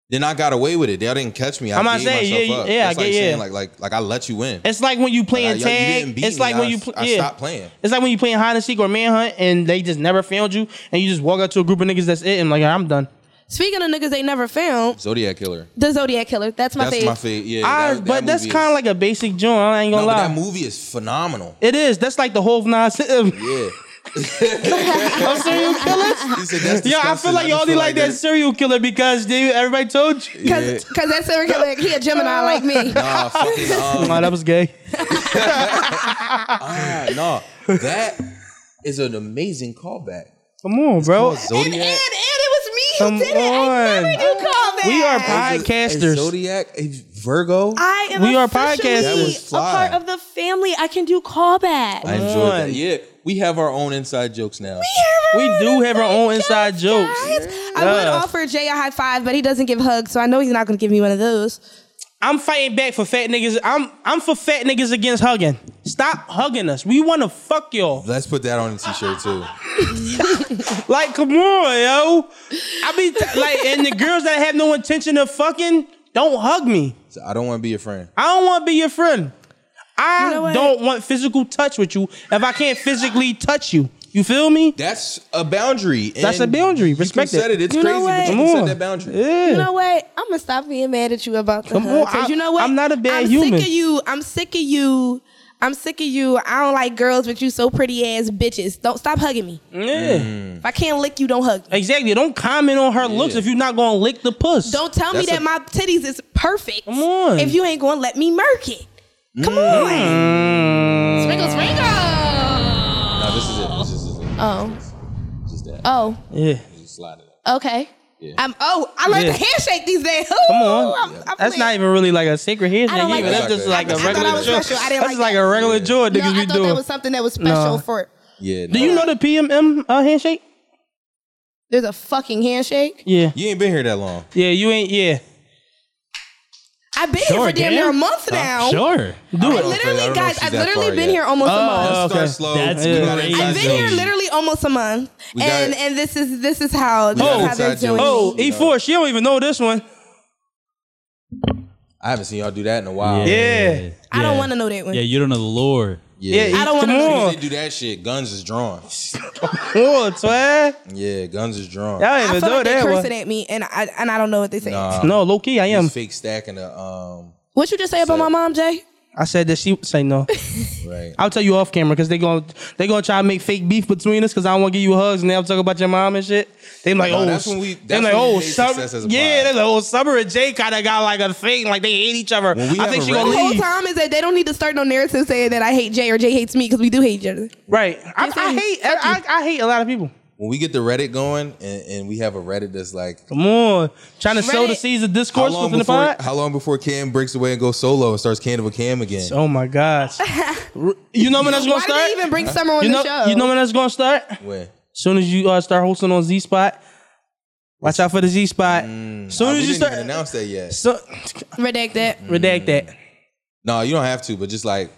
Speaker 2: Then I got away with it. They didn't catch me. I
Speaker 3: I'm not
Speaker 2: gave
Speaker 3: saying,
Speaker 2: myself
Speaker 3: yeah,
Speaker 2: up.
Speaker 3: yeah, I
Speaker 2: That's
Speaker 3: get-
Speaker 2: like saying,
Speaker 3: yeah.
Speaker 2: Like like like I let you in.
Speaker 3: It's like when you
Speaker 2: Like,
Speaker 3: playing
Speaker 2: yo, you
Speaker 3: tag.
Speaker 2: didn't beat
Speaker 3: it's
Speaker 2: me.
Speaker 3: like when
Speaker 2: I
Speaker 3: you
Speaker 2: s-
Speaker 3: pl-
Speaker 2: I
Speaker 3: yeah.
Speaker 2: stopped playing.
Speaker 3: It's like when you playing hide and seek or manhunt and they just never found you and you just walk out to a group of niggas that's it and like I'm done.
Speaker 4: Speaking of niggas they never found,
Speaker 2: Zodiac killer. The
Speaker 4: the Zodiac killer. That's my
Speaker 2: that's
Speaker 4: fave.
Speaker 2: my fave. Yeah, that-
Speaker 3: I,
Speaker 2: that
Speaker 3: Ah, but that's
Speaker 2: movie
Speaker 3: kind
Speaker 2: is-
Speaker 3: of like a basic joint. I ain't gonna
Speaker 2: no, but
Speaker 3: lie.
Speaker 2: that movie is phenomenal.
Speaker 3: it is. That's like the whole nine serial
Speaker 2: Yeah.
Speaker 3: killers.
Speaker 2: He said, that's
Speaker 3: Yo, I
Speaker 2: disgusting.
Speaker 3: feel like you
Speaker 2: just
Speaker 3: only like that
Speaker 2: that's-
Speaker 3: serial killer because they, everybody told you.
Speaker 4: Because that serial killer, he a Gemini like me.
Speaker 2: Nah, fucking, um,
Speaker 3: Nah, that was gay.
Speaker 2: ah, nah. That is an amazing callback.
Speaker 3: Come on, bro.
Speaker 4: And, and, and
Speaker 2: Zodiac.
Speaker 4: it was
Speaker 3: Come
Speaker 4: me who did it. I
Speaker 3: on.
Speaker 4: never do call that.
Speaker 3: We are
Speaker 2: is-
Speaker 3: podcasters.
Speaker 2: is Zodiac, is Virgo.
Speaker 4: I am
Speaker 3: We are
Speaker 4: officially
Speaker 3: podcasters. That
Speaker 2: was fly.
Speaker 4: a part of the family. I can do callback.
Speaker 2: I enjoyed
Speaker 3: on.
Speaker 2: that. Yeah, we have our own inside jokes now.
Speaker 3: We do have our own inside jokes.
Speaker 4: I would
Speaker 3: Yeah.
Speaker 4: offer Jay a high five, but he doesn't give hugs, so I know he's not going to give me one of those.
Speaker 3: I'm fighting back for fat niggas. I'm I'm for fat niggas against hugging. Stop hugging us. We want to fuck y'all.
Speaker 2: Let's put that on a t-shirt too.
Speaker 3: Like, come on, yo. I be t- like, and the girls that have no intention of fucking, don't hug me.
Speaker 2: So I don't want to be your friend.
Speaker 3: I don't want to be your friend. I
Speaker 4: You know what?
Speaker 3: don't want physical touch with you if I can't physically touch you. You feel me?
Speaker 2: That's a boundary.
Speaker 3: That's
Speaker 2: and
Speaker 3: a boundary.
Speaker 2: you can
Speaker 3: Respect
Speaker 2: set
Speaker 3: it.
Speaker 2: it. It's
Speaker 4: You
Speaker 2: crazy,
Speaker 4: know what?
Speaker 2: but you
Speaker 3: Come
Speaker 2: can set
Speaker 3: on.
Speaker 2: that boundary.
Speaker 3: Yeah.
Speaker 4: You know what? I'm gonna stop being mad at you about the
Speaker 3: Come
Speaker 4: hug.
Speaker 3: on,
Speaker 4: 'cause
Speaker 3: I-
Speaker 4: you know what?
Speaker 3: I'm not a bad
Speaker 4: I'm
Speaker 3: human.
Speaker 4: sick of you. I'm sick of you. I'm sick of you. I don't like girls, but you so pretty ass bitches. Don't stop hugging me.
Speaker 3: Yeah.
Speaker 4: If I can't lick you, don't hug. me.
Speaker 3: Exactly. Don't comment on her looks if you're not gonna lick the puss.
Speaker 4: Don't tell me
Speaker 2: That's
Speaker 4: that
Speaker 2: a-
Speaker 4: my titties is perfect.
Speaker 3: Come on.
Speaker 4: If you ain't gonna let me murk it. Come
Speaker 2: Mm.
Speaker 4: on.
Speaker 3: Mm.
Speaker 4: Sprinkle, sprinkle.
Speaker 2: No, this is it. This is it.
Speaker 3: Uh,
Speaker 4: Oh.
Speaker 2: Just that.
Speaker 4: Oh.
Speaker 3: Yeah.
Speaker 2: Just slide it. up.
Speaker 4: Okay. I'm oh, I learned
Speaker 3: Yeah.
Speaker 4: the handshake these days. Ooh,
Speaker 3: Come on.
Speaker 4: I'm- I'm
Speaker 3: That's
Speaker 4: lit.
Speaker 3: not even really like a sacred handshake.
Speaker 4: I don't like
Speaker 3: either. that's
Speaker 2: that.
Speaker 3: just like
Speaker 2: I
Speaker 3: a
Speaker 2: thought I
Speaker 3: regular
Speaker 2: was
Speaker 3: jaw. That's
Speaker 4: special. I didn't
Speaker 3: just
Speaker 4: like
Speaker 3: like
Speaker 4: that.
Speaker 3: a regular jaw niggas
Speaker 4: No, I
Speaker 3: be
Speaker 4: thought that
Speaker 3: doing.
Speaker 4: was something that was special
Speaker 3: Nah.
Speaker 4: for.
Speaker 2: Yeah.
Speaker 3: Do you know the PMM uh, handshake?
Speaker 4: There's a fucking handshake.
Speaker 3: Yeah.
Speaker 2: You ain't been here that long.
Speaker 3: Yeah, you ain't. Yeah.
Speaker 4: I've been
Speaker 5: Sure,
Speaker 4: here for damn near a
Speaker 5: damn.
Speaker 4: month now.
Speaker 5: Sure.
Speaker 2: Do
Speaker 4: I literally, guys, I've literally been here almost a month.
Speaker 3: Oh,
Speaker 2: Let's
Speaker 3: okay.
Speaker 2: start slow.
Speaker 5: That's
Speaker 2: We got
Speaker 5: great.
Speaker 2: inside
Speaker 4: I've been here
Speaker 2: jokes.
Speaker 4: literally almost a month,
Speaker 2: We got
Speaker 4: and
Speaker 2: it.
Speaker 4: and this is this is how this
Speaker 2: got
Speaker 4: is
Speaker 2: it
Speaker 4: how they're
Speaker 2: inside
Speaker 4: doing.
Speaker 2: jokes.
Speaker 4: it.
Speaker 3: Oh, E4, she don't even know this one.
Speaker 2: I haven't seen y'all do that in a while.
Speaker 3: Yeah.
Speaker 4: I don't
Speaker 5: Yeah.
Speaker 4: want to know that one.
Speaker 5: Yeah, you don't know the lore.
Speaker 3: Yeah,
Speaker 4: I don't
Speaker 3: come
Speaker 4: wanna-
Speaker 2: If
Speaker 3: on.
Speaker 2: they do that shit, guns is drawn.
Speaker 3: Cool, twat.
Speaker 2: Yeah, guns is drawn.
Speaker 3: Y'all ain't
Speaker 4: I
Speaker 3: even
Speaker 4: feel
Speaker 3: know
Speaker 4: like they're
Speaker 3: that
Speaker 4: cursing
Speaker 3: one.
Speaker 4: at me, and I and I don't know what they say.
Speaker 2: Nah,
Speaker 3: No, low key, I am.
Speaker 2: He's fake stacking the um
Speaker 4: What you just say about my mom, Jay?
Speaker 3: I said that she say no.
Speaker 2: right.
Speaker 3: I'll tell you off camera because they going they gonna try to make fake beef between us because I don't want to give you hugs and they'll talk about your mom and shit. They like
Speaker 2: No,
Speaker 3: oh
Speaker 2: that's when we-
Speaker 3: they
Speaker 2: that's
Speaker 3: like
Speaker 2: when we
Speaker 3: oh
Speaker 2: made
Speaker 3: summer
Speaker 2: success as a
Speaker 3: yeah
Speaker 2: pod.
Speaker 3: they like oh summer and Jay kind of got like a thing like they hate each other.
Speaker 2: When we
Speaker 3: I
Speaker 2: have a
Speaker 3: think she
Speaker 2: rel-
Speaker 3: gonna
Speaker 4: The whole
Speaker 3: leave
Speaker 4: time is that they don't need to start no narrative saying that I hate Jay or Jay hates me because we do hate each other.
Speaker 3: right. I,
Speaker 4: Just
Speaker 3: I
Speaker 4: saying.
Speaker 3: hate I, I, I hate a lot of people.
Speaker 2: When we get the Reddit going and, and we have a Reddit that's like
Speaker 3: Come on, trying to sow the
Speaker 4: Reddit-
Speaker 3: seeds of
Speaker 2: how
Speaker 3: discourse
Speaker 2: long,
Speaker 3: within the
Speaker 2: before,
Speaker 3: pod.
Speaker 2: how long before Cam breaks away and goes solo and starts Cam with Cam again?
Speaker 3: Oh my gosh, R- you know when that's gonna
Speaker 4: Why do
Speaker 3: start?
Speaker 4: they even bring Summer on
Speaker 3: you know
Speaker 4: the show?
Speaker 3: you know when that's gonna start?
Speaker 2: when?
Speaker 3: soon as you uh, start hosting on Z Spot, watch out for the Z Spot.
Speaker 2: Uh,
Speaker 3: soon
Speaker 2: we
Speaker 3: as you
Speaker 2: didn't
Speaker 3: start,
Speaker 2: even announce that yet.
Speaker 3: so,
Speaker 4: redact that.
Speaker 3: redact that.
Speaker 2: No, you don't have to, but just like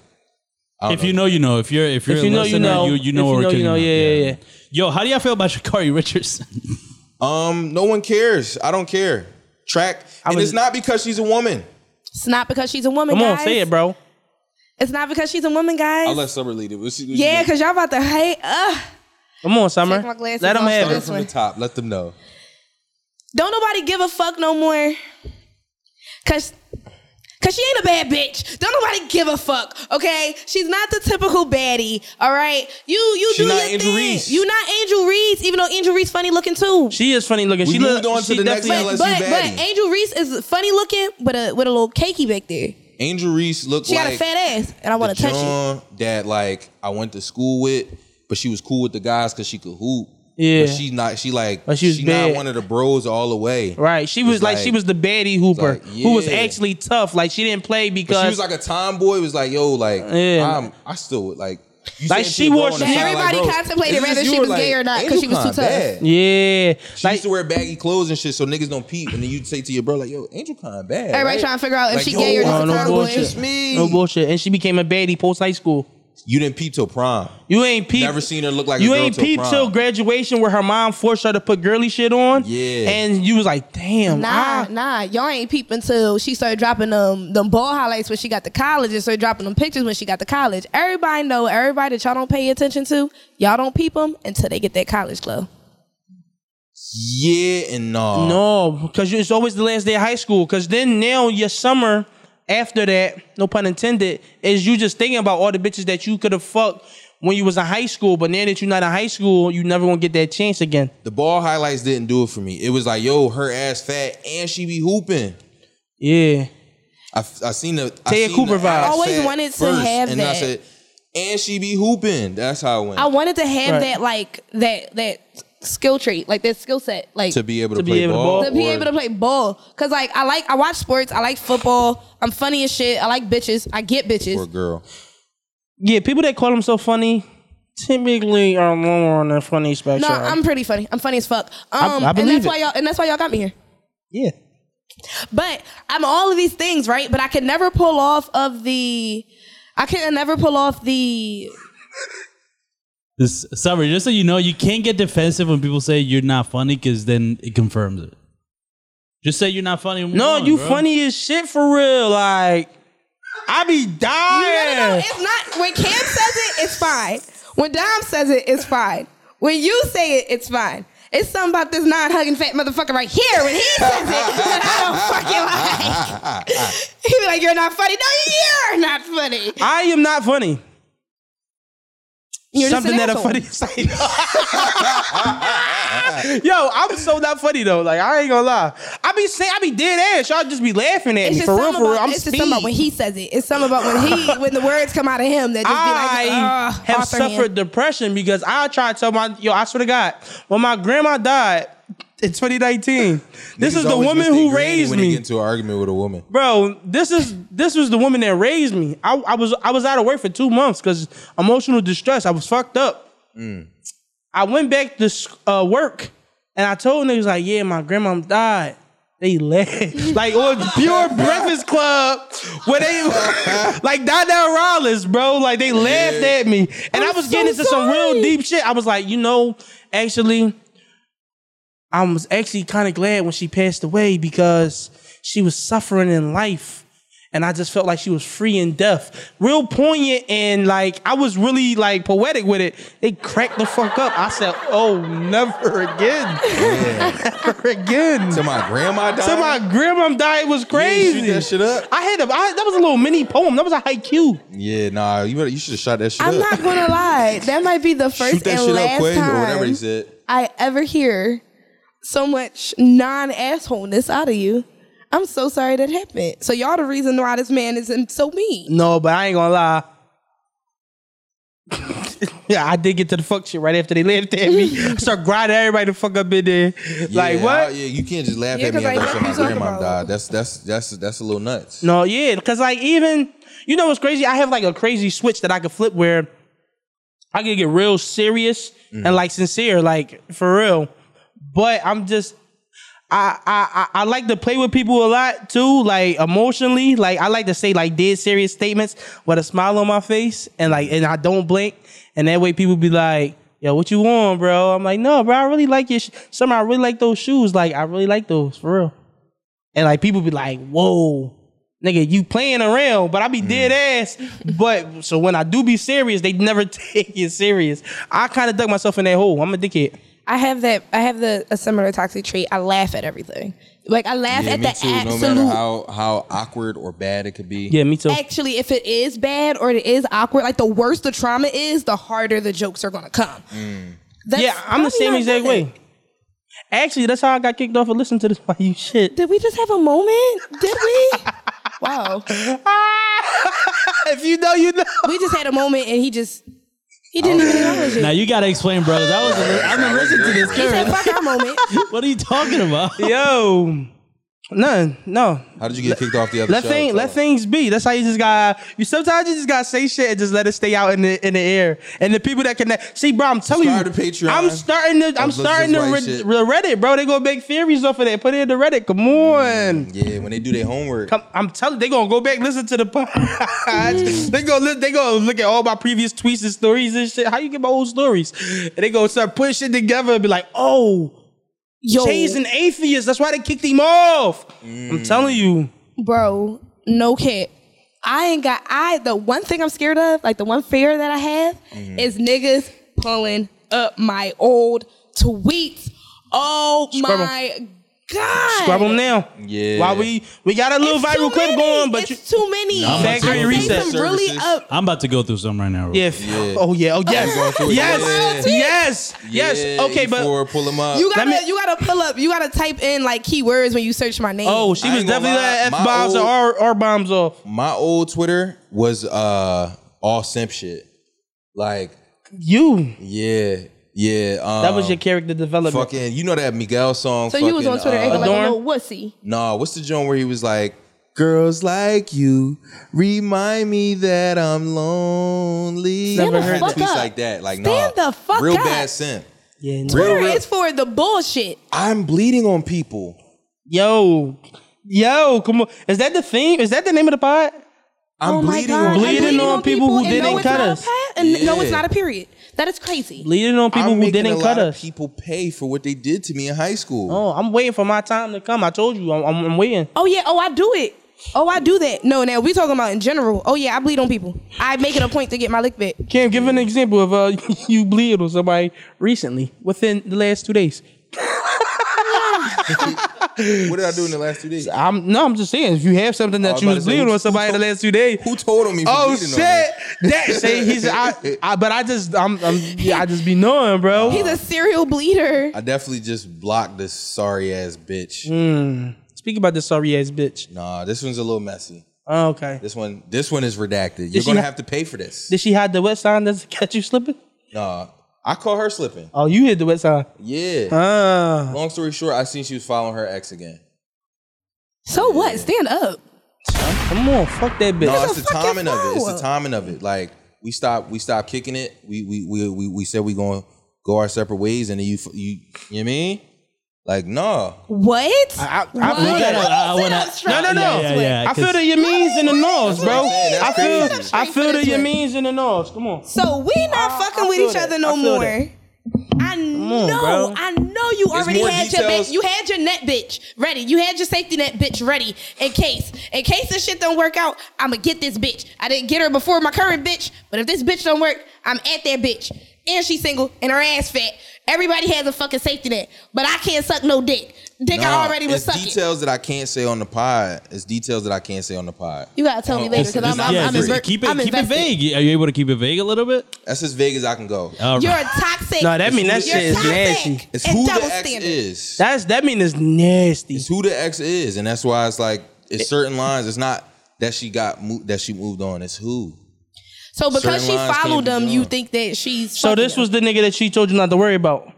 Speaker 2: I don't
Speaker 5: If you know, you know. If you're if you're
Speaker 3: If
Speaker 5: a
Speaker 3: you know, you
Speaker 5: listener,
Speaker 3: know.
Speaker 5: you, you know
Speaker 3: If
Speaker 5: what
Speaker 3: you
Speaker 5: we're
Speaker 3: know, you
Speaker 5: talking
Speaker 3: know.
Speaker 5: about.
Speaker 3: Yeah, yeah, yeah.
Speaker 5: Yo, how do y'all feel about Shakari Richardson?
Speaker 2: um no one cares. I don't care. Track and
Speaker 3: was-
Speaker 2: it's not because she's a woman.
Speaker 4: It's not because she's a woman,
Speaker 3: Come on,
Speaker 4: guys.
Speaker 3: say it, bro.
Speaker 4: It's not because she's a woman,
Speaker 2: I
Speaker 4: guys.
Speaker 2: let Summer lead it. We'll see-
Speaker 4: yeah, because y'all about to hate. Ugh.
Speaker 3: Come on, Summer.
Speaker 4: Take my glasses
Speaker 3: Let them
Speaker 4: off,
Speaker 3: have
Speaker 2: start
Speaker 3: it.
Speaker 4: this
Speaker 2: from
Speaker 4: one.
Speaker 2: the top. Let them know.
Speaker 4: Don't nobody give a fuck no more. Cause Cause she ain't a bad bitch. Don't nobody give a fuck. Okay, she's not the typical baddie. All right, you you
Speaker 2: She
Speaker 4: do
Speaker 2: not
Speaker 4: your
Speaker 2: Angel
Speaker 4: thing.
Speaker 2: Reese.
Speaker 4: You not Angel Reese, even though Angel Reese funny looking too.
Speaker 3: She is funny looking.
Speaker 2: We
Speaker 3: she
Speaker 2: moved
Speaker 3: look-
Speaker 2: on to
Speaker 3: she
Speaker 2: the next
Speaker 3: definitely-
Speaker 2: LSU
Speaker 4: but but
Speaker 2: baddie.
Speaker 4: Angel Reese is funny looking, but a, with a little cakey back there.
Speaker 2: Angel Reese looked
Speaker 4: She
Speaker 2: like
Speaker 4: got a fat ass, and I want
Speaker 2: the
Speaker 4: to touch it.
Speaker 2: John that like I went to school with, but she was cool with the guys because she could hoop.
Speaker 3: Yeah.
Speaker 2: but she not. She like
Speaker 3: But she was
Speaker 2: she
Speaker 3: bad.
Speaker 2: not one of the bros all the way.
Speaker 3: Right, she was like, she was the baddie hooper
Speaker 2: like,
Speaker 3: who was
Speaker 2: yeah.
Speaker 3: actually tough. Like she didn't play
Speaker 2: But
Speaker 3: because
Speaker 2: she was like a tomboy. It Was like yo, like
Speaker 3: Yeah.
Speaker 2: I'm, I still would, like. you saying
Speaker 3: Like, she
Speaker 2: to the bro
Speaker 3: wore
Speaker 2: on the
Speaker 3: shoes.
Speaker 2: side,
Speaker 4: Everybody
Speaker 2: bro,
Speaker 4: contemplated
Speaker 2: is this
Speaker 4: whether
Speaker 2: you
Speaker 4: she
Speaker 2: or,
Speaker 4: was gay or not 'cause she
Speaker 2: Angel
Speaker 4: was too
Speaker 2: Con
Speaker 4: tough.
Speaker 2: bad.
Speaker 3: yeah,
Speaker 2: She
Speaker 3: like
Speaker 2: used to wear baggy clothes and shit, so niggas don't peep. And then you'd say to your bro, like, "Yo, Angel Con bad."
Speaker 4: Everybody
Speaker 2: right?
Speaker 4: trying to figure out if
Speaker 2: Like,
Speaker 4: she
Speaker 2: yo,
Speaker 4: gay or
Speaker 3: no,
Speaker 4: just a
Speaker 3: no
Speaker 4: tomboy.
Speaker 3: bullshit.
Speaker 2: It's me.
Speaker 3: no bullshit. And she became a baddie post high school.
Speaker 2: You didn't peep till prom.
Speaker 3: You ain't peep.
Speaker 2: Never seen her look like a
Speaker 3: you
Speaker 2: girl
Speaker 3: ain't
Speaker 2: till
Speaker 3: peep
Speaker 2: prom.
Speaker 3: till graduation where her mom forced her to put girly shit on.
Speaker 2: Yeah.
Speaker 3: and you was like, damn,
Speaker 4: Nah,
Speaker 3: I-
Speaker 4: nah, y'all ain't peep until she started dropping them them ball highlights when she got to college and started dropping them pictures when she got to college. Everybody know everybody that y'all don't pay attention to, y'all don't peep them until they get that college glow.
Speaker 2: Yeah and nah.
Speaker 3: No, because it's always the last day of high school. Because then now your summer after that, no pun intended, is you just thinking about all the bitches that you could have fucked when you was in high school. But now that you're not in high school, you never gonna get that chance again.
Speaker 2: The ball highlights didn't do it for me. It was like, yo, her ass fat and she be hooping.
Speaker 3: Yeah,
Speaker 2: I, I seen the I
Speaker 3: Taya
Speaker 2: seen
Speaker 3: Cooper
Speaker 2: the
Speaker 3: vibe.
Speaker 2: ass
Speaker 3: I
Speaker 4: always
Speaker 2: fat
Speaker 4: wanted to
Speaker 2: first,
Speaker 4: have
Speaker 2: and I
Speaker 4: that.
Speaker 2: said, and she be hooping. That's how it went.
Speaker 4: I wanted to have
Speaker 3: Right.
Speaker 4: that like that that skill trait, like that skill set, like
Speaker 2: to be able to,
Speaker 3: To be
Speaker 2: play
Speaker 3: able to
Speaker 2: ball.
Speaker 4: to be
Speaker 2: or-
Speaker 4: able to play ball. Cause like I like I watch sports, I like football, I'm funny as shit, I like bitches, I get
Speaker 2: Or
Speaker 4: bitches.
Speaker 2: girl.
Speaker 3: yeah. People that call themselves funny typically are more on the funny
Speaker 4: No,
Speaker 3: spectrum.
Speaker 4: I'm pretty funny. I'm funny as fuck. Um,
Speaker 3: I
Speaker 4: and
Speaker 3: believe
Speaker 4: that's
Speaker 3: it.
Speaker 4: why y'all and that's why y'all got me here.
Speaker 3: yeah.
Speaker 4: But I'm all of these things, right? But I can never pull off of the. I can never pull off the.
Speaker 5: This summer, just so you know, you can't get defensive when people say you're not funny because then it confirms it. Just say you're not funny. and move
Speaker 3: No,
Speaker 5: on,
Speaker 3: you
Speaker 5: bro.
Speaker 3: funny as shit for real. Like I be
Speaker 4: You no, no, no,
Speaker 3: dying.
Speaker 4: it's not. When Cam says it, it's fine. When Dom says it, it's fine. When you say it, it's fine. It's something about this non-hugging fat motherfucker right here when he says it that I don't fucking like. he be like, "You're not funny." No, you're not funny.
Speaker 3: I am not funny.
Speaker 4: You're just
Speaker 3: Something
Speaker 4: an
Speaker 3: that a
Speaker 4: asshole.
Speaker 3: funny side. Yo, I'm so not funny though. Like I ain't gonna lie. I be saying I be dead ass. Y'all just be laughing at
Speaker 4: It's
Speaker 3: me
Speaker 4: just
Speaker 3: for real.
Speaker 4: something
Speaker 3: For real,
Speaker 4: about-
Speaker 3: I'm
Speaker 4: it's just
Speaker 3: speed.
Speaker 4: something about when he says it. It's something about when he when the words come out of him that just
Speaker 3: I
Speaker 4: be like, uh, "Ugh,
Speaker 3: have
Speaker 4: Arthur hand."
Speaker 3: suffered depression because I try to tell my yo. I swear to God, when my grandma died, in 2019. This
Speaker 2: Niggas
Speaker 3: is the
Speaker 2: always
Speaker 3: woman
Speaker 2: with they
Speaker 3: who
Speaker 2: granny
Speaker 3: raised
Speaker 2: When they
Speaker 3: me.
Speaker 2: get into an argument with a woman,
Speaker 3: bro. This is this was the woman that raised me. I, I was I was out of work for two months because emotional distress. I was fucked up. I went back to s- uh, work and I told niggas like, yeah, my grandmom died. They laughed like on pure Breakfast Club where they like Donnell Rollins, bro. Like they laughed at me, and i
Speaker 4: I'm
Speaker 3: was
Speaker 4: so
Speaker 3: getting into some real
Speaker 4: sorry.
Speaker 3: deep shit. I was like, you know, actually. I was actually kind of glad when she passed away because she was suffering in life. And I just felt like she was free in death. Real poignant and like I was really like poetic with it. They cracked the fuck up. I said, oh, never again. never again.
Speaker 2: to my grandma died.
Speaker 3: So my grandmom died was
Speaker 2: You
Speaker 3: crazy.
Speaker 2: shoot that shit up.
Speaker 3: I had a I, that was a little mini poem. That was a haiku.
Speaker 2: Yeah, nah, you better, you should have shot that shit
Speaker 4: I'm
Speaker 2: up.
Speaker 4: not gonna lie. That might be the first
Speaker 2: Shoot that
Speaker 4: and
Speaker 2: shit up
Speaker 4: last
Speaker 2: quick
Speaker 4: time
Speaker 2: or whatever he said.
Speaker 4: I ever hear so much non assholeness out of you. I'm so sorry that happened. So y'all the reason why this man isn't so mean.
Speaker 3: No, but I ain't gonna lie. yeah, I did get to the fuck shit right after they laughed at me. I start grinding everybody the fuck up in there. like
Speaker 2: Yeah,
Speaker 3: what?
Speaker 2: I- yeah, you can't just laugh
Speaker 4: Yeah,
Speaker 2: at me
Speaker 4: 'cause, like,
Speaker 2: after I said
Speaker 4: what you
Speaker 2: my
Speaker 4: talking
Speaker 2: grandma
Speaker 4: about?
Speaker 2: died. That's that's that's that's a little nuts.
Speaker 3: No, yeah, because like even you know what's crazy? I have like a crazy switch that I can flip where I can get real serious and like sincere, like for real. But I'm just I, I I I like to play with people a lot too, like emotionally. Like I like to say like dead serious statements with a smile on my face and like and I don't blink. And that way people be like, yo, what you want, bro? I'm like, no, bro, I really like your sh- summer, I really like those shoes. Like I really like those for real. And like people be like, whoa, nigga, you playing around, but I be dead ass. But so when I do be serious, they never take it serious. I kind of dug myself in that hole. I'm a dickhead.
Speaker 4: I have that I have the a similar toxic trait. I laugh at everything. Like I laugh
Speaker 2: Yeah,
Speaker 4: at
Speaker 2: me
Speaker 4: the
Speaker 2: too.
Speaker 4: absolute
Speaker 2: No matter how how awkward or bad it could be.
Speaker 3: Yeah, me too.
Speaker 4: actually if it is bad or it is awkward, like the worse the trauma is, the harder the jokes are gonna come. That's
Speaker 3: yeah, I'm the
Speaker 4: probably
Speaker 3: same
Speaker 4: not
Speaker 3: exact
Speaker 4: good.
Speaker 3: way. Actually, that's how I got kicked off of listening to this. Why you shit?
Speaker 4: Did we just have a moment? Did we? wow.
Speaker 3: if you know, you know.
Speaker 4: We just had a moment and he just he didn't even acknowledge it.
Speaker 5: Now you gotta explain, brother. That was a, I'm gonna listen to this
Speaker 4: He said,
Speaker 5: girl.
Speaker 4: fuck our moment.
Speaker 5: What are you talking about?
Speaker 3: Yo, none, no.
Speaker 2: How did you get kicked off the other
Speaker 3: Let
Speaker 2: show?
Speaker 3: thing, let things be. That's how you just got. You sometimes you just gotta say shit and just let it stay out in the in the air. And the people that connect. See, bro, I'm telling
Speaker 2: Subscribe
Speaker 3: you,
Speaker 2: to Patreon.
Speaker 3: I'm starting to, I'm
Speaker 2: Let's- let's
Speaker 3: starting to
Speaker 2: write
Speaker 3: re-
Speaker 2: shit.
Speaker 3: re- Reddit, bro. They gonna make theories off of that. Put it in the Reddit. Come on.
Speaker 2: Yeah, when they do their homework.
Speaker 3: Come, I'm telling. They gonna go back listen to the podcast. they gonna li- they gonna look at all my previous tweets and stories and shit. How you get my old stories? And they gonna start putting shit together and be like, oh,
Speaker 4: Yo,
Speaker 3: Jay's an atheist. That's why they kicked him off. I'm telling you.
Speaker 4: bro, no cap. I ain't got I the one thing I'm scared of, like the one fear that I have
Speaker 3: Mm-hmm.
Speaker 4: is niggas pulling up my old tweets. Oh
Speaker 3: Scrub 'em.
Speaker 4: my god.
Speaker 3: Grab them now.
Speaker 2: Yeah.
Speaker 3: Why we we got a little
Speaker 4: It's
Speaker 3: viral
Speaker 4: too
Speaker 3: clip
Speaker 4: many.
Speaker 3: going, but you,
Speaker 4: it's too many.
Speaker 5: Nah, I'm about to
Speaker 4: I
Speaker 5: go
Speaker 4: say
Speaker 5: through
Speaker 4: some
Speaker 2: that.
Speaker 4: really
Speaker 2: Services.
Speaker 4: up.
Speaker 5: I'm about to go through some right now.
Speaker 3: yeah,
Speaker 5: Yeah.
Speaker 3: f- Oh yeah. Oh
Speaker 2: going
Speaker 3: yes.
Speaker 2: through it.
Speaker 3: yes.
Speaker 4: Yeah.
Speaker 3: Yes. Yes.
Speaker 2: Yeah,
Speaker 3: Okay, but
Speaker 2: E4, pull them up.
Speaker 4: You gotta
Speaker 3: me-
Speaker 4: you gotta pull up. You gotta type in like keywords when you search my name.
Speaker 3: oh, she
Speaker 2: I
Speaker 3: was
Speaker 2: ain't gonna
Speaker 3: definitely
Speaker 2: lie.
Speaker 3: like F
Speaker 2: My
Speaker 3: bombs or
Speaker 2: old-
Speaker 3: R, R bombs off.
Speaker 2: My old Twitter was uh all simp shit. Like
Speaker 3: You.
Speaker 2: yeah, yeah. Um,
Speaker 3: That was your character development.
Speaker 2: fucking. You know that Miguel song.
Speaker 4: so you was on
Speaker 2: fucking,
Speaker 4: Twitter
Speaker 2: uh,
Speaker 4: acting like
Speaker 3: Adorn?
Speaker 4: a little wussy.
Speaker 2: No, what's the joint where he was like, "Girls like you remind me that I'm lonely."
Speaker 4: Stand
Speaker 2: I
Speaker 4: the
Speaker 2: had
Speaker 4: fuck
Speaker 2: tweets
Speaker 4: up.
Speaker 2: like that. Like,
Speaker 4: Stand
Speaker 2: nah,
Speaker 4: the fuck
Speaker 2: real
Speaker 4: up.
Speaker 2: bad simp.
Speaker 3: Yeah. no.
Speaker 2: Real,
Speaker 4: Twitter
Speaker 2: real.
Speaker 4: is for the bullshit.
Speaker 2: I'm bleeding on people.
Speaker 3: Yo. Yo. Come on. Is that the theme? Is that the name of the pod?
Speaker 2: I'm
Speaker 4: oh my
Speaker 2: bleeding
Speaker 4: god,
Speaker 2: on
Speaker 4: I'm
Speaker 3: Bleeding
Speaker 2: people.
Speaker 3: on people who
Speaker 4: and no,
Speaker 3: didn't
Speaker 4: it's
Speaker 3: cut
Speaker 4: not a
Speaker 3: us.
Speaker 4: pa- and no, it's
Speaker 2: Yeah.
Speaker 4: not a period. That is crazy.
Speaker 3: Bleeding on people
Speaker 2: I'm
Speaker 3: who
Speaker 2: making a
Speaker 3: didn't
Speaker 2: lot
Speaker 3: cut
Speaker 2: of
Speaker 3: us.
Speaker 2: people pay for what they did to me in high school.
Speaker 3: Oh, I'm waiting for my time to come. I told you, I'm, I'm, I'm waiting.
Speaker 4: Oh yeah, oh I do it. Oh, I do that. No, now we talking about in general. Oh yeah, I bleed on people. I make it a point to get my lick back.
Speaker 3: Cam, give an example of uh, you bleed on somebody recently within the last two days.
Speaker 2: What did I do in the last two days?
Speaker 3: I'm no, I'm just saying. If you have something
Speaker 2: Oh, I
Speaker 3: that
Speaker 2: was
Speaker 3: you
Speaker 2: about
Speaker 3: was
Speaker 2: to say,
Speaker 3: bleeding
Speaker 2: who-
Speaker 3: on somebody
Speaker 2: who
Speaker 3: the
Speaker 2: told-
Speaker 3: last two days,
Speaker 2: Who told on me? for
Speaker 3: Oh
Speaker 2: bleeding
Speaker 3: shit!
Speaker 2: on me?
Speaker 3: That see, he's I, I, but I just I'm, I'm yeah, I just be knowing, bro.
Speaker 4: He's a serial bleeder.
Speaker 2: I definitely just blocked this sorry ass bitch.
Speaker 3: Speak about this sorry ass bitch.
Speaker 2: Nah, this one's a little messy.
Speaker 3: Oh, okay.
Speaker 2: This one, this one is redacted. You're
Speaker 3: she
Speaker 2: gonna
Speaker 3: ha-
Speaker 2: have to pay for this.
Speaker 3: Did she hide the wet sign that catch you slipping?
Speaker 2: Nah, I caught her slipping.
Speaker 3: Oh, you hit the west side.
Speaker 2: Yeah.
Speaker 3: Ah.
Speaker 2: Long story short, I seen she was following her ex again.
Speaker 4: So what? Stand up.
Speaker 3: Come on, fuck that bitch.
Speaker 2: No,
Speaker 4: That's
Speaker 2: it's
Speaker 4: a
Speaker 2: the
Speaker 4: fucking
Speaker 2: timing of it. It's the
Speaker 4: follow-up.
Speaker 2: timing of it. Like we stopped, we stopped kicking it. We we we we, we said we going to go our separate ways, and then you f- you you know what I mean? Like no,
Speaker 4: What?
Speaker 3: I- I-
Speaker 4: What?
Speaker 3: I believe that.
Speaker 5: I- I
Speaker 4: Who's
Speaker 5: wanna-
Speaker 4: in Australia?
Speaker 3: No, no, no.
Speaker 5: Yeah, yeah, yeah,
Speaker 3: I feel
Speaker 5: 'cause-
Speaker 3: the yamins and the nulls,
Speaker 2: what
Speaker 3: bro.
Speaker 2: I'm saying.
Speaker 3: I
Speaker 2: That's
Speaker 3: feel,
Speaker 2: crazy.
Speaker 3: I feel the
Speaker 4: Straight for the
Speaker 3: yamins and the nulls. Come on.
Speaker 4: So we not
Speaker 3: I-
Speaker 4: fucking
Speaker 3: I
Speaker 4: with
Speaker 3: feel
Speaker 4: each
Speaker 3: that.
Speaker 4: other
Speaker 3: I
Speaker 4: no
Speaker 3: feel
Speaker 4: more.
Speaker 3: that.
Speaker 4: I
Speaker 3: on,
Speaker 4: know,
Speaker 3: bro.
Speaker 4: I know you already
Speaker 2: more
Speaker 4: had your
Speaker 2: details.
Speaker 4: ba- you had your net bitch ready. You had your safety net bitch ready in case in case this shit don't work out. I'ma get this bitch. I didn't get her before my current bitch, but if this bitch don't work, I'm at that bitch. And she's single and her ass fat. Everybody has a fucking safety net, but I can't suck no dick. Dick
Speaker 2: Nah,
Speaker 4: I already was
Speaker 2: it's
Speaker 4: sucking.
Speaker 2: details that I can't say on the pod. It's details that I can't say on the pod.
Speaker 4: You gotta tell me
Speaker 2: Oh,
Speaker 4: later
Speaker 2: it's-
Speaker 4: because I'm,
Speaker 5: Just-
Speaker 4: I'm,
Speaker 5: yeah,
Speaker 4: I'm,
Speaker 5: just
Speaker 4: inver-
Speaker 5: keep it,
Speaker 4: I'm
Speaker 5: keep it
Speaker 4: invested.
Speaker 5: vague. Are you able to keep it vague a little bit?
Speaker 2: That's as vague as I can go.
Speaker 5: All
Speaker 4: You're
Speaker 5: right.
Speaker 4: a toxic.
Speaker 3: Nah, that mean that
Speaker 4: you're
Speaker 3: shit is
Speaker 4: toxic
Speaker 3: nasty.
Speaker 2: It's
Speaker 4: and
Speaker 2: who the
Speaker 4: double
Speaker 2: ex
Speaker 4: standard.
Speaker 2: is.
Speaker 3: That's that mean it's nasty.
Speaker 2: It's who the ex is, and that's why it's like it's certain lines. It's not that she got mo- that she moved on. It's who.
Speaker 4: So because
Speaker 2: Certain
Speaker 4: she
Speaker 2: lines can't
Speaker 4: followed
Speaker 2: be
Speaker 4: them, you
Speaker 2: drawn.
Speaker 4: think that she's
Speaker 3: so
Speaker 4: fucking
Speaker 3: this
Speaker 4: them.
Speaker 3: was the nigga that she told you not to worry about.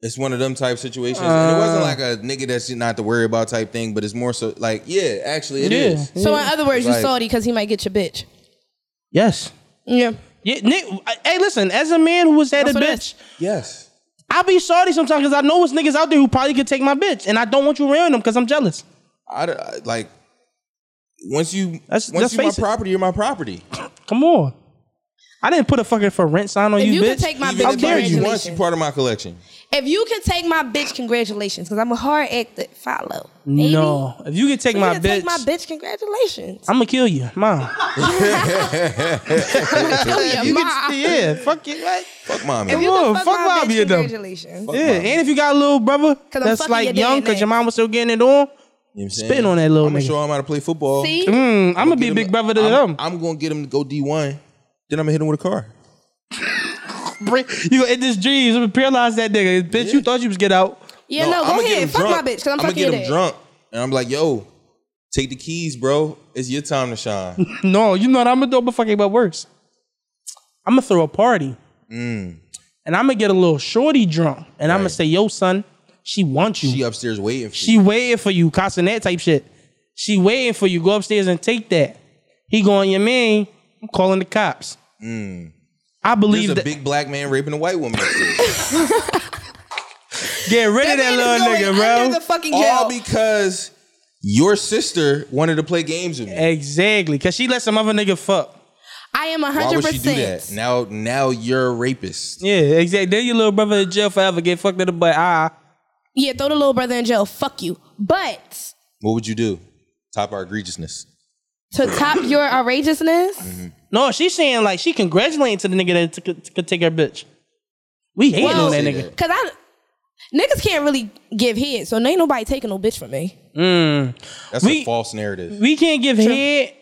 Speaker 2: It's one of them type situations, and it
Speaker 3: Uh.
Speaker 2: wasn't like a nigga that's not to worry about type thing. But it's more so like, yeah, actually, it
Speaker 3: Yeah.
Speaker 2: is.
Speaker 4: So in other words, you
Speaker 2: Like-
Speaker 4: salty because he might get your bitch.
Speaker 3: Yes.
Speaker 4: Yeah.
Speaker 3: Yeah, Nick. I- Hey, listen. As a man who was at a
Speaker 4: That's what it
Speaker 3: bitch,
Speaker 2: Yes,
Speaker 3: I be sorry sometimes because I know it's niggas out there who probably could take my bitch, and I don't want you around them because I'm jealous.
Speaker 2: I, d- I- like once you
Speaker 3: That's-
Speaker 2: once
Speaker 3: let's
Speaker 2: you my
Speaker 3: face it.
Speaker 2: property, you're my property.
Speaker 3: Come on. I didn't put a fucking for rent sign on
Speaker 4: If
Speaker 3: you,
Speaker 4: you
Speaker 3: bitch.
Speaker 4: can take my
Speaker 2: Even
Speaker 3: How
Speaker 4: bitch,
Speaker 2: if I
Speaker 3: dare
Speaker 2: hate you
Speaker 3: you?
Speaker 2: once, you're
Speaker 4: congratulations.
Speaker 2: part of my collection.
Speaker 4: If you can take my bitch, congratulations. Because I'm a hard act that follow. Baby.
Speaker 3: No. If you can take
Speaker 4: If you
Speaker 3: my
Speaker 4: can
Speaker 3: bitch,
Speaker 4: take my bitch, congratulations.
Speaker 3: I'm gonna kill you, mom.
Speaker 4: Tell your
Speaker 3: You
Speaker 4: mom.
Speaker 3: can, yeah, fuck you, what?
Speaker 2: Fuck mommy.
Speaker 4: If you can
Speaker 3: Whoa,
Speaker 4: fuck,
Speaker 3: fuck
Speaker 4: my
Speaker 3: Bobby, you
Speaker 4: bitch,
Speaker 3: dumb.
Speaker 4: congratulations.
Speaker 3: Yeah, and if you got a little brother
Speaker 4: I'm
Speaker 3: that's
Speaker 4: fucking
Speaker 3: like
Speaker 4: your
Speaker 3: young
Speaker 4: dad
Speaker 3: because your
Speaker 4: next.
Speaker 3: mom was still getting it on, Spit on that little
Speaker 2: I'm
Speaker 3: nigga.
Speaker 2: gonna show him how to play football.
Speaker 4: See?
Speaker 3: mm, I'm gonna be
Speaker 2: Get
Speaker 3: a
Speaker 2: him-
Speaker 3: big brother to
Speaker 2: I'm,
Speaker 3: them.
Speaker 2: I'm gonna get him to go D one. Then I'm gonna hit him with a car.
Speaker 3: Bring- you gonna end this dreams. I'm gonna paralyze that nigga. Bitch, you thought you was get out.
Speaker 4: Yeah, no,
Speaker 2: I'ma
Speaker 4: go
Speaker 2: get
Speaker 4: ahead.
Speaker 2: him
Speaker 4: Fuck
Speaker 2: drunk.
Speaker 4: my bitch because I'm
Speaker 2: I'ma
Speaker 4: fucking
Speaker 2: get
Speaker 4: your
Speaker 2: him
Speaker 4: dad.
Speaker 2: drunk, and I'm like, yo, take the keys, bro. It's your time to shine.
Speaker 3: No, you know what I'm gonna do? But fucking, but worse, I'm gonna throw a party, and I'm gonna get a little shorty drunk, and I'm gonna
Speaker 2: Mm. Right.
Speaker 3: say, "Yo, son, she wants you.
Speaker 2: she
Speaker 3: She,
Speaker 2: upstairs waiting for you.
Speaker 3: waiting for you, cussing that type shit. She waiting for you. Go upstairs and take that. He going, your man. I'm calling the cops. I believe
Speaker 2: Mm. There's a
Speaker 3: that.
Speaker 2: big black man raping a white woman. upstairs.
Speaker 3: get rid
Speaker 4: That
Speaker 3: of that
Speaker 4: man is
Speaker 3: little
Speaker 4: going
Speaker 3: nigga,
Speaker 4: under
Speaker 3: bro.
Speaker 4: the fucking
Speaker 2: All
Speaker 4: jail.
Speaker 2: because your sister wanted to play games with me.
Speaker 3: exactly, cause she let some other nigga fuck.
Speaker 4: I am
Speaker 2: Why
Speaker 4: 100%.
Speaker 2: would she do that? Now, now you're a rapist.
Speaker 3: Yeah, exactly. Then your little brother in jail forever. Get fucked in the butt. Ah.
Speaker 4: Yeah, throw the little brother in jail. Fuck you. But
Speaker 2: What would you do? Top our egregiousness.
Speaker 4: to top your outrageousness,
Speaker 3: No, she's saying like she congratulating to the nigga that took- could take her bitch. We hating
Speaker 4: Well,
Speaker 3: on that
Speaker 2: say
Speaker 3: nigga.
Speaker 4: Cause I niggas can't really give head, so ain't nobody taking no bitch from me.
Speaker 2: That's
Speaker 3: We-
Speaker 2: a false narrative.
Speaker 3: We can't give head,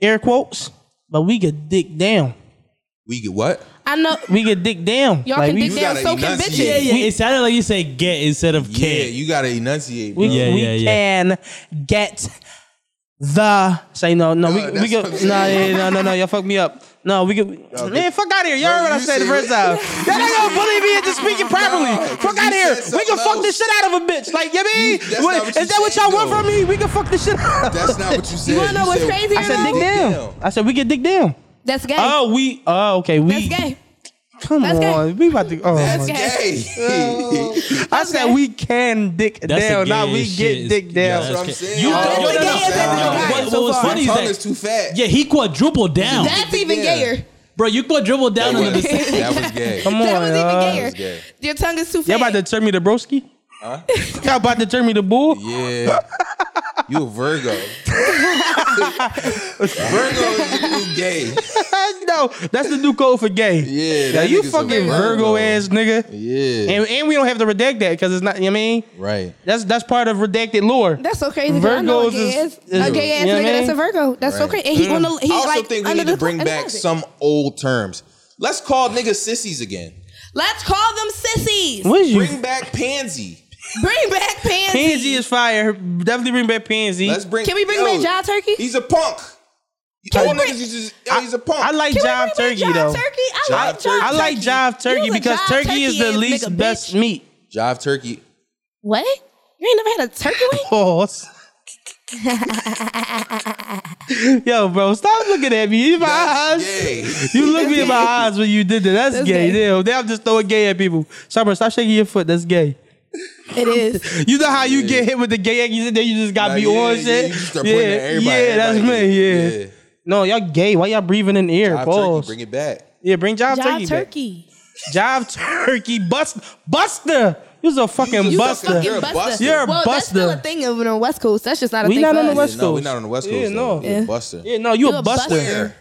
Speaker 3: air quotes, but we could dick down.
Speaker 2: We get what?
Speaker 4: I know
Speaker 3: We could dick down.
Speaker 4: y'all
Speaker 3: Like,
Speaker 4: can
Speaker 3: we,
Speaker 4: dick
Speaker 2: you
Speaker 4: down,
Speaker 2: gotta
Speaker 4: so can
Speaker 2: enunciate.
Speaker 4: bitches.
Speaker 2: Yeah,
Speaker 5: Yeah, it sounded like you said get instead of
Speaker 2: Yeah,
Speaker 5: can.
Speaker 2: you gotta enunciate, bro.
Speaker 3: We,
Speaker 5: Yeah,
Speaker 3: we
Speaker 5: yeah, yeah.
Speaker 3: can get the say no no
Speaker 2: No,
Speaker 3: we we
Speaker 2: that's
Speaker 3: go
Speaker 2: what I'm
Speaker 3: no
Speaker 2: saying.
Speaker 3: yeah, no no no y'all fuck me up no we could man fuck out of here y'all heard what I
Speaker 2: you
Speaker 3: said the
Speaker 2: said-
Speaker 3: first time y'all ain't gonna believe me into speaking properly
Speaker 2: No, 'cause
Speaker 3: fuck out of
Speaker 2: you
Speaker 3: here
Speaker 2: said
Speaker 3: we can
Speaker 2: something
Speaker 3: fuck the
Speaker 2: else.
Speaker 3: shit out of a bitch like you mean
Speaker 2: that's
Speaker 3: What-
Speaker 2: not what
Speaker 3: is
Speaker 2: you
Speaker 3: that what
Speaker 2: said,
Speaker 3: y'all want
Speaker 2: though.
Speaker 3: from me we can fuck the shit out
Speaker 2: That's not what you said.
Speaker 4: wanna know what's
Speaker 2: said-
Speaker 4: crazy,
Speaker 3: I said
Speaker 4: Dick
Speaker 3: dick down I said we can dick down
Speaker 4: That's gay.
Speaker 3: oh we oh okay
Speaker 4: That's
Speaker 3: we
Speaker 4: gay.
Speaker 3: come
Speaker 4: That's gay.
Speaker 3: on we about to oh
Speaker 2: That's
Speaker 3: my-
Speaker 4: Okay.
Speaker 2: gay.
Speaker 3: I said we can dick
Speaker 5: That's the
Speaker 3: down not we
Speaker 5: gayest
Speaker 3: get
Speaker 5: shit.
Speaker 3: dick
Speaker 5: Yeah,
Speaker 3: down
Speaker 2: That's what I'm
Speaker 5: that's
Speaker 2: saying.
Speaker 5: gay. You
Speaker 2: Oh,
Speaker 5: think-
Speaker 2: that's
Speaker 5: yo,
Speaker 2: the
Speaker 5: no, no,
Speaker 2: gayest
Speaker 5: no.
Speaker 2: I've ever
Speaker 5: What-
Speaker 4: gotten
Speaker 5: what
Speaker 4: so
Speaker 5: was
Speaker 4: far.
Speaker 5: funny is
Speaker 2: Tongue
Speaker 5: that-
Speaker 2: is too fat.
Speaker 5: Yeah, he quadrupled down.
Speaker 4: That's even
Speaker 2: Yeah.
Speaker 4: gayer.
Speaker 5: Bro, you quadrupled down
Speaker 2: That
Speaker 5: under
Speaker 2: was,
Speaker 5: the
Speaker 2: that was gay.
Speaker 3: come
Speaker 4: That
Speaker 3: on
Speaker 4: was
Speaker 3: y'all.
Speaker 4: even gayer.
Speaker 2: gay.
Speaker 4: Your tongue is too fat.
Speaker 3: Y'all about to turn me to broski? Y'all about to turn me to bull?
Speaker 2: Yeah. You a Virgo. Virgo is the new gay.
Speaker 3: no, that's the new code for gay.
Speaker 2: Yeah,
Speaker 3: Now
Speaker 2: that
Speaker 3: you
Speaker 2: nigga's a
Speaker 3: fucking Virgo.
Speaker 2: Virgo.
Speaker 3: ass nigga.
Speaker 2: Yeah.
Speaker 3: And, and we don't have to redact that because it's not, you know what I mean?
Speaker 2: right.
Speaker 3: That's that's part of redacted lore.
Speaker 4: that's so crazy. 'cause I know a
Speaker 3: Virgos
Speaker 4: gay
Speaker 3: is-
Speaker 4: ass, a
Speaker 3: is-
Speaker 4: gay ass
Speaker 3: you know what I
Speaker 4: nigga. That's a
Speaker 3: mean? Mm-hmm.
Speaker 4: Virgo. That's so
Speaker 2: Right.
Speaker 4: crazy. And he on the he
Speaker 2: I also
Speaker 4: like
Speaker 2: think we
Speaker 4: under
Speaker 2: need to
Speaker 4: the-
Speaker 2: bring
Speaker 4: under
Speaker 2: back
Speaker 4: the-
Speaker 2: some old terms. Let's call niggas sissies again.
Speaker 4: Let's call them sissies.
Speaker 3: What is you?
Speaker 2: Bring back pansy.
Speaker 4: Bring back pansy.
Speaker 3: Pansy is fire. Definitely bring back Pansy.
Speaker 2: Let's bring.
Speaker 4: Can we bring
Speaker 2: yo,
Speaker 4: back John Turkey?
Speaker 2: He's a punk. All niggas is just, yo, he's a punk.
Speaker 3: I like
Speaker 4: Can we
Speaker 3: jive
Speaker 4: bring
Speaker 3: turkey
Speaker 4: back jive
Speaker 3: though.
Speaker 4: Turkey? I
Speaker 2: Jive
Speaker 4: like
Speaker 2: turkey.
Speaker 4: jive
Speaker 3: I like
Speaker 4: turkey.
Speaker 3: jive turkey
Speaker 4: You a
Speaker 3: because
Speaker 4: jive
Speaker 3: turkey is the
Speaker 4: ass
Speaker 3: least
Speaker 4: nigga,
Speaker 3: best
Speaker 4: bitch.
Speaker 3: meat.
Speaker 2: Jive turkey.
Speaker 4: What? You ain't never had a turkey wing?
Speaker 3: Pause. Yo, bro, stop looking at me in my
Speaker 2: That's
Speaker 3: eyes.
Speaker 2: gay.
Speaker 3: You look me in my eyes when you did that. That's,
Speaker 4: That's
Speaker 3: gay.
Speaker 4: gay.
Speaker 3: Damn, Now I'm just throwing gay at people. Summer, stop shaking your foot. That's gay.
Speaker 4: It is.
Speaker 3: You know how you get hit with the gay eggs and then you just got
Speaker 2: Like,
Speaker 3: me
Speaker 2: yeah,
Speaker 3: on
Speaker 2: yeah,
Speaker 3: shit.
Speaker 2: you just start pointing at everybody,
Speaker 3: yeah, that's
Speaker 2: everybody
Speaker 3: me. Yeah.
Speaker 2: is- yeah.
Speaker 3: No, y'all gay. Why y'all breathing in the air?
Speaker 2: Jive turkey,
Speaker 3: Pause.
Speaker 2: bring it back.
Speaker 3: yeah, bring job turkey.
Speaker 4: Jive
Speaker 3: back.
Speaker 4: turkey.
Speaker 3: Jive turkey. Bust, buster. You're a fucking
Speaker 2: You
Speaker 4: You're a
Speaker 2: just You're
Speaker 3: buster.
Speaker 4: fucking
Speaker 2: a
Speaker 4: buster.
Speaker 2: buster.
Speaker 3: You're a
Speaker 4: well, that's still a
Speaker 3: buster.
Speaker 4: thing over on the West Coast. That's just not a
Speaker 3: We
Speaker 4: thing.
Speaker 3: not
Speaker 4: for
Speaker 3: on the
Speaker 4: us.
Speaker 3: West
Speaker 2: Yeah, no, we're
Speaker 3: Coast.
Speaker 2: not on the West Coast.
Speaker 3: Yeah, no.
Speaker 2: though. We're
Speaker 4: Yeah.
Speaker 2: a buster.
Speaker 3: yeah, no, you
Speaker 4: You're
Speaker 3: a
Speaker 4: a
Speaker 3: buster.
Speaker 4: buster.
Speaker 2: Square.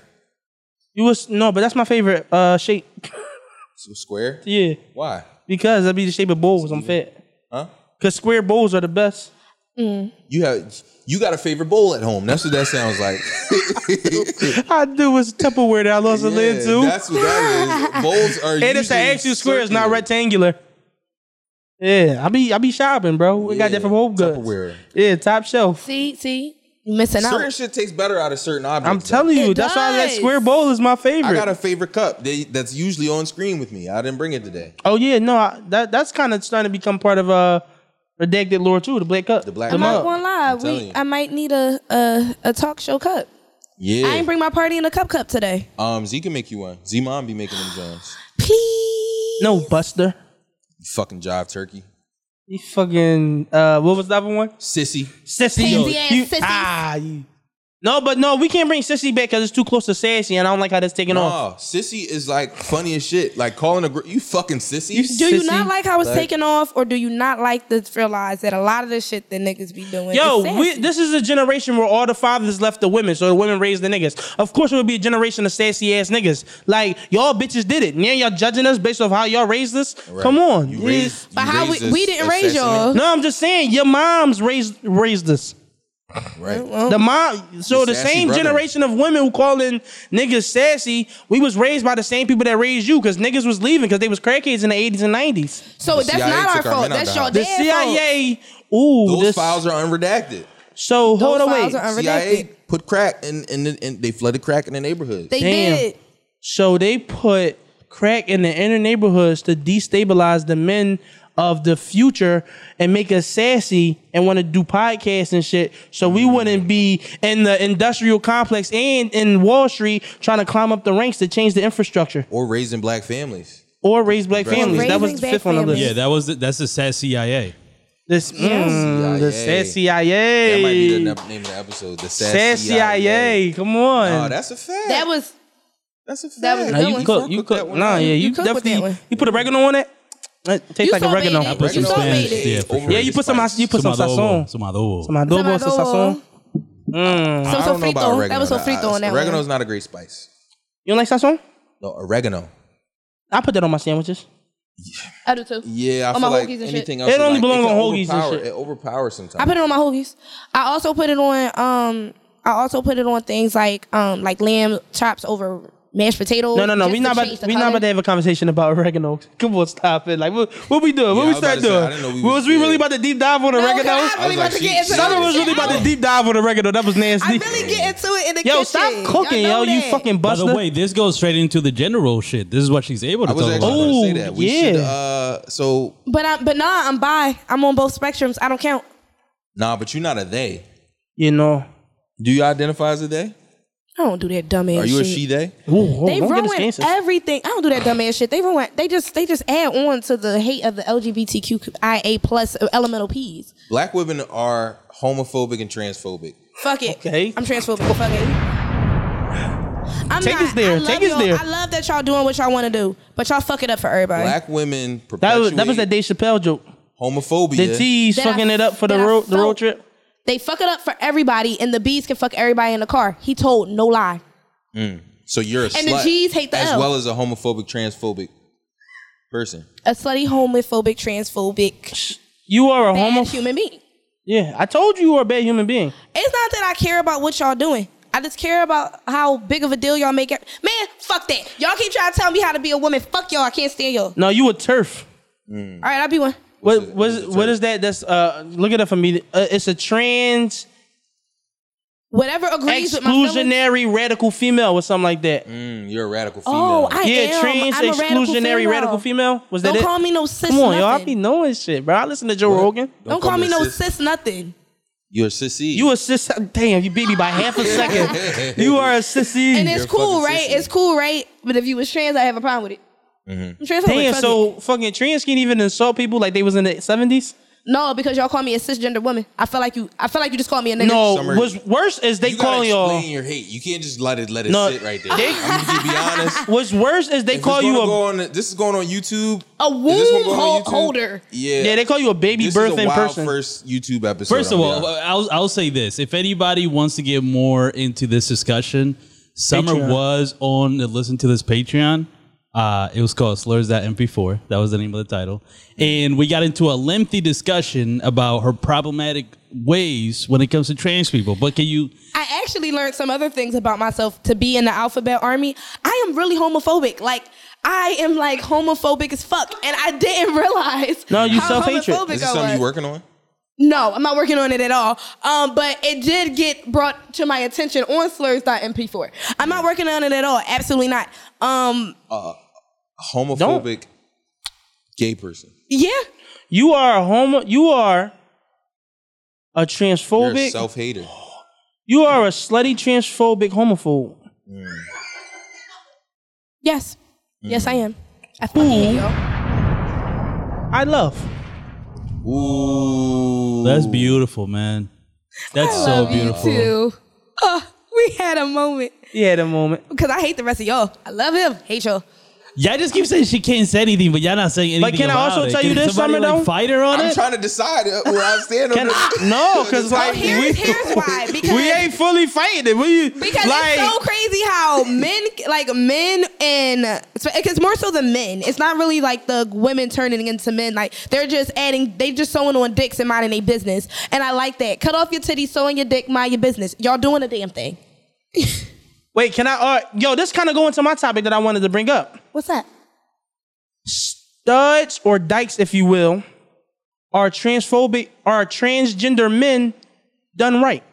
Speaker 3: You was no, but that's my favorite uh shape.
Speaker 2: So square?
Speaker 3: Yeah,
Speaker 2: Why?
Speaker 3: because that'd be the shape of bowls. I'm fat.
Speaker 2: Huh?
Speaker 3: Cause square bowls are the best.
Speaker 2: You have you got a favorite bowl at home. That's what that sounds like.
Speaker 3: I do was Tupperware that I lost a lid
Speaker 2: Yeah,
Speaker 3: to,
Speaker 2: That's what that is. Bowls are
Speaker 3: and it's an
Speaker 2: usually
Speaker 3: actual square. It's not
Speaker 2: circular.
Speaker 3: rectangular. Yeah, I be I be shopping, bro. We got
Speaker 2: Yeah,
Speaker 3: different home goods.
Speaker 2: Tupperware.
Speaker 3: Yeah, top shelf.
Speaker 4: See, see, you missing
Speaker 2: Certain
Speaker 4: out.
Speaker 2: shit tastes better out of certain objects.
Speaker 3: I'm
Speaker 2: though.
Speaker 3: telling you,
Speaker 4: It
Speaker 3: that's why that
Speaker 4: does.
Speaker 3: square bowl is my favorite.
Speaker 2: I got a favorite cup they, that's usually on screen with me. I didn't bring it today.
Speaker 3: oh yeah, no, I, that that's kind of starting to become part of uh redacted lore too. The black cup,
Speaker 2: The black cup.
Speaker 4: I'm not
Speaker 2: up.
Speaker 4: gonna lie.
Speaker 2: I'm telling
Speaker 4: We,
Speaker 2: you.
Speaker 4: I might need a, a a talk show cup. I
Speaker 2: Yeah.
Speaker 4: ain't bring my party in a cup cup today.
Speaker 2: um, Z can make you one. Z mom be making them Jones.
Speaker 4: Please.
Speaker 3: No Buster.
Speaker 2: You fucking jive turkey.
Speaker 3: You fucking uh, what was the other one?
Speaker 2: Sissy.
Speaker 3: Sissy.
Speaker 4: Pansy ass
Speaker 3: you,
Speaker 4: sissies.
Speaker 3: ah, you. No, but no, we can't bring Sissy back because it's too close to sassy, and I don't like how that's taking off.
Speaker 2: Nah, sissy is like funny as shit. Like calling a girl, you fucking sissy.
Speaker 3: You
Speaker 4: Do you
Speaker 3: sissy.
Speaker 4: not like how it's
Speaker 2: Like-
Speaker 4: taken off, or do you not like to realize that a lot of the shit that niggas be doing? is
Speaker 3: Yo,
Speaker 4: sassy?
Speaker 3: we, this is a generation where all the fathers left the women, so the women raised the niggas. Of course, it would be a generation of sassy ass niggas. Like y'all bitches did it. Now y'all judging us based off how y'all raised us.
Speaker 2: Right.
Speaker 3: Come on.
Speaker 2: You
Speaker 3: Yeah.
Speaker 2: raised,
Speaker 4: But
Speaker 2: you
Speaker 4: how
Speaker 2: raised
Speaker 4: we-
Speaker 2: us
Speaker 4: we didn't raise
Speaker 2: assassin,
Speaker 4: y'all.
Speaker 3: no, I'm just saying your moms raised raised us.
Speaker 2: Right.
Speaker 4: Oh.
Speaker 3: The mom, so
Speaker 2: The
Speaker 3: the
Speaker 2: sassy
Speaker 3: same
Speaker 2: brother.
Speaker 3: generation of women who calling niggas sassy, we was raised by the same people that raised you because niggas was leaving because they was crackheads in the 80s and 90s.
Speaker 4: so
Speaker 2: The
Speaker 4: that's
Speaker 2: CIA
Speaker 4: not our
Speaker 2: took our
Speaker 4: fault.
Speaker 2: men out
Speaker 4: That's
Speaker 2: the
Speaker 4: your
Speaker 2: house.
Speaker 3: The
Speaker 4: dad's fault.
Speaker 3: CIA, ooh,
Speaker 2: Those
Speaker 3: this,
Speaker 2: files are unredacted.
Speaker 3: so hold
Speaker 4: Those
Speaker 3: on, wait.
Speaker 4: files are
Speaker 2: CIA
Speaker 4: unredacted.
Speaker 2: put crack in, in, the- in they flooded crack in the neighborhood.
Speaker 4: They
Speaker 3: Damn.
Speaker 4: did.
Speaker 3: So they put crack in the inner neighborhoods to destabilize the men of the future and make us sassy and want to do podcasts and shit. So
Speaker 2: Mm.
Speaker 3: we wouldn't be in the industrial complex and in Wall Street trying to climb up the ranks to change the infrastructure
Speaker 2: or raising black families.
Speaker 3: or raise black families. that was
Speaker 4: raising
Speaker 3: the
Speaker 4: black
Speaker 3: fifth one on the list.
Speaker 5: Yeah, that was the, that's the sad CIA.
Speaker 3: This mm, the
Speaker 2: CIA.
Speaker 3: sad CIA.
Speaker 2: That might be the ne- name of the episode. The Sad,
Speaker 3: Sad CIA. Come on.
Speaker 2: Oh, that's a fact.
Speaker 4: That was
Speaker 2: that's a fact.
Speaker 4: that was a
Speaker 3: Nah,
Speaker 4: good
Speaker 3: you
Speaker 4: one.
Speaker 3: cook. You
Speaker 2: Cook
Speaker 3: cook.
Speaker 2: that one
Speaker 3: Nah,
Speaker 2: up.
Speaker 3: yeah, you,
Speaker 4: You cook with that
Speaker 3: definitely.
Speaker 4: one.
Speaker 3: You put oregano on it. It tastes
Speaker 4: You
Speaker 3: like oregano.
Speaker 4: sauteed it.
Speaker 3: I
Speaker 5: I
Speaker 3: put
Speaker 5: put
Speaker 4: You
Speaker 5: some
Speaker 4: know what made
Speaker 5: Spanish.
Speaker 4: it?
Speaker 5: Yeah, for
Speaker 2: Over
Speaker 5: sure.
Speaker 3: Yeah, you put some.
Speaker 2: spice.
Speaker 3: You put some sazon.
Speaker 5: Some adobo.
Speaker 3: Some adobo, some sazon.
Speaker 4: Adobo. So
Speaker 3: Mm.
Speaker 2: I don't know about
Speaker 4: sofrito.
Speaker 2: oregano.
Speaker 4: That was
Speaker 2: I-
Speaker 4: sofrito on that
Speaker 2: Oregano
Speaker 4: one.
Speaker 2: is not a great spice.
Speaker 3: You don't like sazon?
Speaker 2: No, oregano.
Speaker 3: I put that on my sandwiches.
Speaker 4: I do too.
Speaker 2: Yeah, I
Speaker 4: On my
Speaker 2: feel like
Speaker 4: hoagies and shit.
Speaker 2: anything else.
Speaker 3: It
Speaker 2: is
Speaker 3: only
Speaker 2: like,
Speaker 3: belongs
Speaker 2: can
Speaker 3: on hoagies and
Speaker 2: overpower-
Speaker 3: shit.
Speaker 2: It overpowers sometimes.
Speaker 4: I put it on my hoagies. I also put it on. Um, I also put it on things like um, like lamb chops over mashed potatoes.
Speaker 3: No, no, no.
Speaker 4: Oh, just
Speaker 3: We
Speaker 4: to
Speaker 3: not
Speaker 4: change
Speaker 3: about.
Speaker 4: the
Speaker 3: We not
Speaker 4: color.
Speaker 3: about to have a conversation about oregano. Come on, stop it. Like what? What we doing?
Speaker 2: Yeah,
Speaker 3: what
Speaker 2: I
Speaker 3: we
Speaker 2: was about
Speaker 3: start
Speaker 2: to say,
Speaker 3: doing?
Speaker 2: I didn't know we
Speaker 3: was,
Speaker 2: was-
Speaker 3: we
Speaker 2: yeah.
Speaker 3: really about to deep dive on
Speaker 4: No, 'cause
Speaker 3: oregano?
Speaker 4: I'm really
Speaker 2: I
Speaker 4: about
Speaker 2: was
Speaker 4: to
Speaker 2: like,
Speaker 4: get
Speaker 2: she- she-
Speaker 4: into all
Speaker 3: Summer was
Speaker 4: this
Speaker 3: really
Speaker 4: shit.
Speaker 3: about
Speaker 4: I
Speaker 3: to deep dive on oregano. That was nasty.
Speaker 4: I really get into it in the kitchen.
Speaker 3: Yo, stop cooking,
Speaker 4: Y'all
Speaker 3: yo.
Speaker 4: know
Speaker 3: You
Speaker 4: that.
Speaker 3: fucking
Speaker 5: By
Speaker 3: buster.
Speaker 5: the way, this goes straight into the general shit. This is what she's able
Speaker 2: I
Speaker 5: to
Speaker 2: was
Speaker 5: talk
Speaker 2: actually
Speaker 5: about.
Speaker 2: going to
Speaker 3: Oh,
Speaker 2: say that. We
Speaker 3: yeah.
Speaker 2: should. Uh, so
Speaker 4: But I'm, but nah, I'm bi. I'm on both spectrums. I don't count.
Speaker 2: nah, but you're not a they.
Speaker 3: you know.
Speaker 2: Do you identify as a they?
Speaker 4: I don't do that dumb ass.
Speaker 2: Are you a
Speaker 4: shit.
Speaker 2: she they?
Speaker 3: Ooh,
Speaker 4: They
Speaker 3: don't get us
Speaker 4: ruin
Speaker 3: canceled.
Speaker 4: everything. I don't do that dumb ass shit. They ruin. They just they just add on to the hate of the LGBTQIA plus elemental P's.
Speaker 2: Black women are homophobic and transphobic.
Speaker 4: Fuck it.
Speaker 3: Okay.
Speaker 4: I'm transphobic. Fuck it. I'm
Speaker 3: Take
Speaker 4: not,
Speaker 3: us there.
Speaker 4: I love
Speaker 3: Take us
Speaker 4: y'all-
Speaker 3: there.
Speaker 4: I love that y'all doing what y'all want to do, but y'all fuck it up for everybody.
Speaker 2: Black women
Speaker 3: That was
Speaker 2: perpetuate
Speaker 3: that was that Dave Chappelle joke.
Speaker 2: homophobia.
Speaker 3: The T's
Speaker 4: That I-
Speaker 3: fucking it up for the
Speaker 4: that I
Speaker 3: road the road
Speaker 4: felt-
Speaker 3: trip.
Speaker 4: They fuck it up for everybody, and the B's can fuck everybody in the car. He told no lie.
Speaker 2: So you're a
Speaker 4: And the
Speaker 2: slut,
Speaker 4: G's hate the
Speaker 2: as
Speaker 4: L.
Speaker 2: well as a homophobic, transphobic person.
Speaker 4: A slutty, homophobic, transphobic,
Speaker 3: You are a
Speaker 4: bad
Speaker 3: homo.
Speaker 4: human being.
Speaker 3: Yeah, I told you you are a bad human being.
Speaker 4: It's not that I care about what y'all doing. I just care about how big of a deal y'all make. It. Man, fuck that. Y'all keep trying to tell me how to be a woman. Fuck y'all. I can't stand y'all.
Speaker 3: No, you a turf.
Speaker 4: All right, I'll be one.
Speaker 3: What was what is that? That's uh, look it up for me. Uh, it's a trans
Speaker 4: whatever agrees with my feelings.
Speaker 3: Exclusionary radical female or something like that.
Speaker 2: Mm, you're a radical
Speaker 4: Oh,
Speaker 2: female.
Speaker 4: I
Speaker 3: Yeah,
Speaker 4: am.
Speaker 3: trans
Speaker 4: I'm a radical
Speaker 3: exclusionary
Speaker 4: female.
Speaker 3: radical female. Was that
Speaker 4: Don't
Speaker 3: it?
Speaker 4: call me no sis.
Speaker 3: Come on,
Speaker 4: nothing.
Speaker 3: y'all. I be knowing shit, bro. I listen to Joe Rogan.
Speaker 4: Don't call me
Speaker 2: to
Speaker 4: no
Speaker 2: sis.
Speaker 4: sis nothing.
Speaker 2: You're a sissy.
Speaker 3: You a sis? Damn, you beat me by half a second. you are a sissy.
Speaker 4: And it's
Speaker 2: You're
Speaker 4: cool,
Speaker 2: fucking
Speaker 4: right?
Speaker 2: sissy.
Speaker 4: It's cool, right? But if you was trans, I have a problem with it.
Speaker 2: Mm-hmm.
Speaker 4: I'm transphobic,
Speaker 3: Damn,
Speaker 4: fuck it.
Speaker 3: so fucking trans can't even insult people like they was in the seventies.
Speaker 4: no, because y'all call me a cisgender woman. I feel like you. I feel like you just called me a nigga.
Speaker 3: No,
Speaker 2: Summer-
Speaker 3: what's worse is they
Speaker 2: You gotta
Speaker 3: call
Speaker 2: explain
Speaker 3: y'all.
Speaker 2: your hate. You can't just let it let it
Speaker 3: No,
Speaker 2: sit right there.
Speaker 3: they-
Speaker 2: I'm gonna be honest.
Speaker 3: What's worse is they
Speaker 2: If
Speaker 3: call
Speaker 2: it's
Speaker 3: you
Speaker 2: gonna
Speaker 3: a
Speaker 2: go on, this is going on YouTube.
Speaker 4: a
Speaker 2: Is this one
Speaker 4: womb
Speaker 2: going on
Speaker 4: hol-
Speaker 2: YouTube?
Speaker 4: holder.
Speaker 2: Yeah,
Speaker 3: yeah. They call you a baby
Speaker 2: this
Speaker 3: birth
Speaker 2: is a
Speaker 3: in
Speaker 2: wild
Speaker 3: person.
Speaker 2: First YouTube episode.
Speaker 5: First of
Speaker 2: I'm
Speaker 5: all,
Speaker 3: uh,
Speaker 2: gonna
Speaker 5: I'll, I'll say this: if anybody wants to get more into this discussion, Summer
Speaker 3: Patreon.
Speaker 5: was on the Listen to This Patreon. Uh, it was called Slurs.mp4. That was the name of the title, and we got into a lengthy discussion about her problematic ways when it comes to trans people. But can you?
Speaker 4: I actually learned some other things about myself to be in the alphabet army. I am really homophobic. Like I am like homophobic as fuck, and I didn't realize.
Speaker 3: No, you
Speaker 4: how
Speaker 3: self-hatred.
Speaker 4: homophobic
Speaker 2: be honest. Is
Speaker 4: I
Speaker 2: this something
Speaker 4: was.
Speaker 2: you working on?
Speaker 4: No, I'm not working on it at all. Um, but it did get brought to my attention on slurs.mp4. I'm not working on it at all. Absolutely not. Um,
Speaker 2: Homophobic, gay person.
Speaker 4: yeah.
Speaker 3: You are a homo. You are a
Speaker 2: You're a
Speaker 3: transphobic.
Speaker 2: self hater.
Speaker 3: you are a slutty transphobic homophobe.
Speaker 4: Yes. Yes,
Speaker 3: Mm.
Speaker 4: I am. I fucking hate y'all.
Speaker 3: I love.
Speaker 2: Ooh,
Speaker 5: That's beautiful, man. That's
Speaker 4: I
Speaker 3: Oh,
Speaker 5: so
Speaker 4: love
Speaker 5: beautiful.
Speaker 4: You too. Oh, we had a moment.
Speaker 3: Yeah, the moment.
Speaker 4: Because I hate the rest of y'all. I love him. Hate y'all.
Speaker 5: Y'all just keep saying she can't say anything, but y'all not saying anything.
Speaker 3: But can I
Speaker 5: about
Speaker 3: also
Speaker 5: it.
Speaker 3: tell
Speaker 5: Can
Speaker 3: you this,
Speaker 5: somebody,
Speaker 3: Summer,
Speaker 5: like,
Speaker 3: though?
Speaker 5: fight her on
Speaker 2: I'm
Speaker 5: it.
Speaker 2: trying to decide where I stand on
Speaker 3: Can I-
Speaker 2: this.
Speaker 3: no, 'cause
Speaker 2: Like,
Speaker 4: Oh, here's, here's why. Because,
Speaker 3: We ain't fully fighting it. We
Speaker 4: because
Speaker 3: like
Speaker 4: it's so crazy how men, like men and, it's more so the men. It's not really like the women turning into men. Like they're just adding, they just sewing on dicks and minding their business. And I like that. Cut off your titties, sewing your dick, mind your business. Y'all doing a damn thing.
Speaker 3: wait. Can I? Uh, yo, this kind of go into my topic that I wanted to bring up.
Speaker 4: What's that?
Speaker 3: studs or dykes, if you will, are transphobic, are transgender men done right.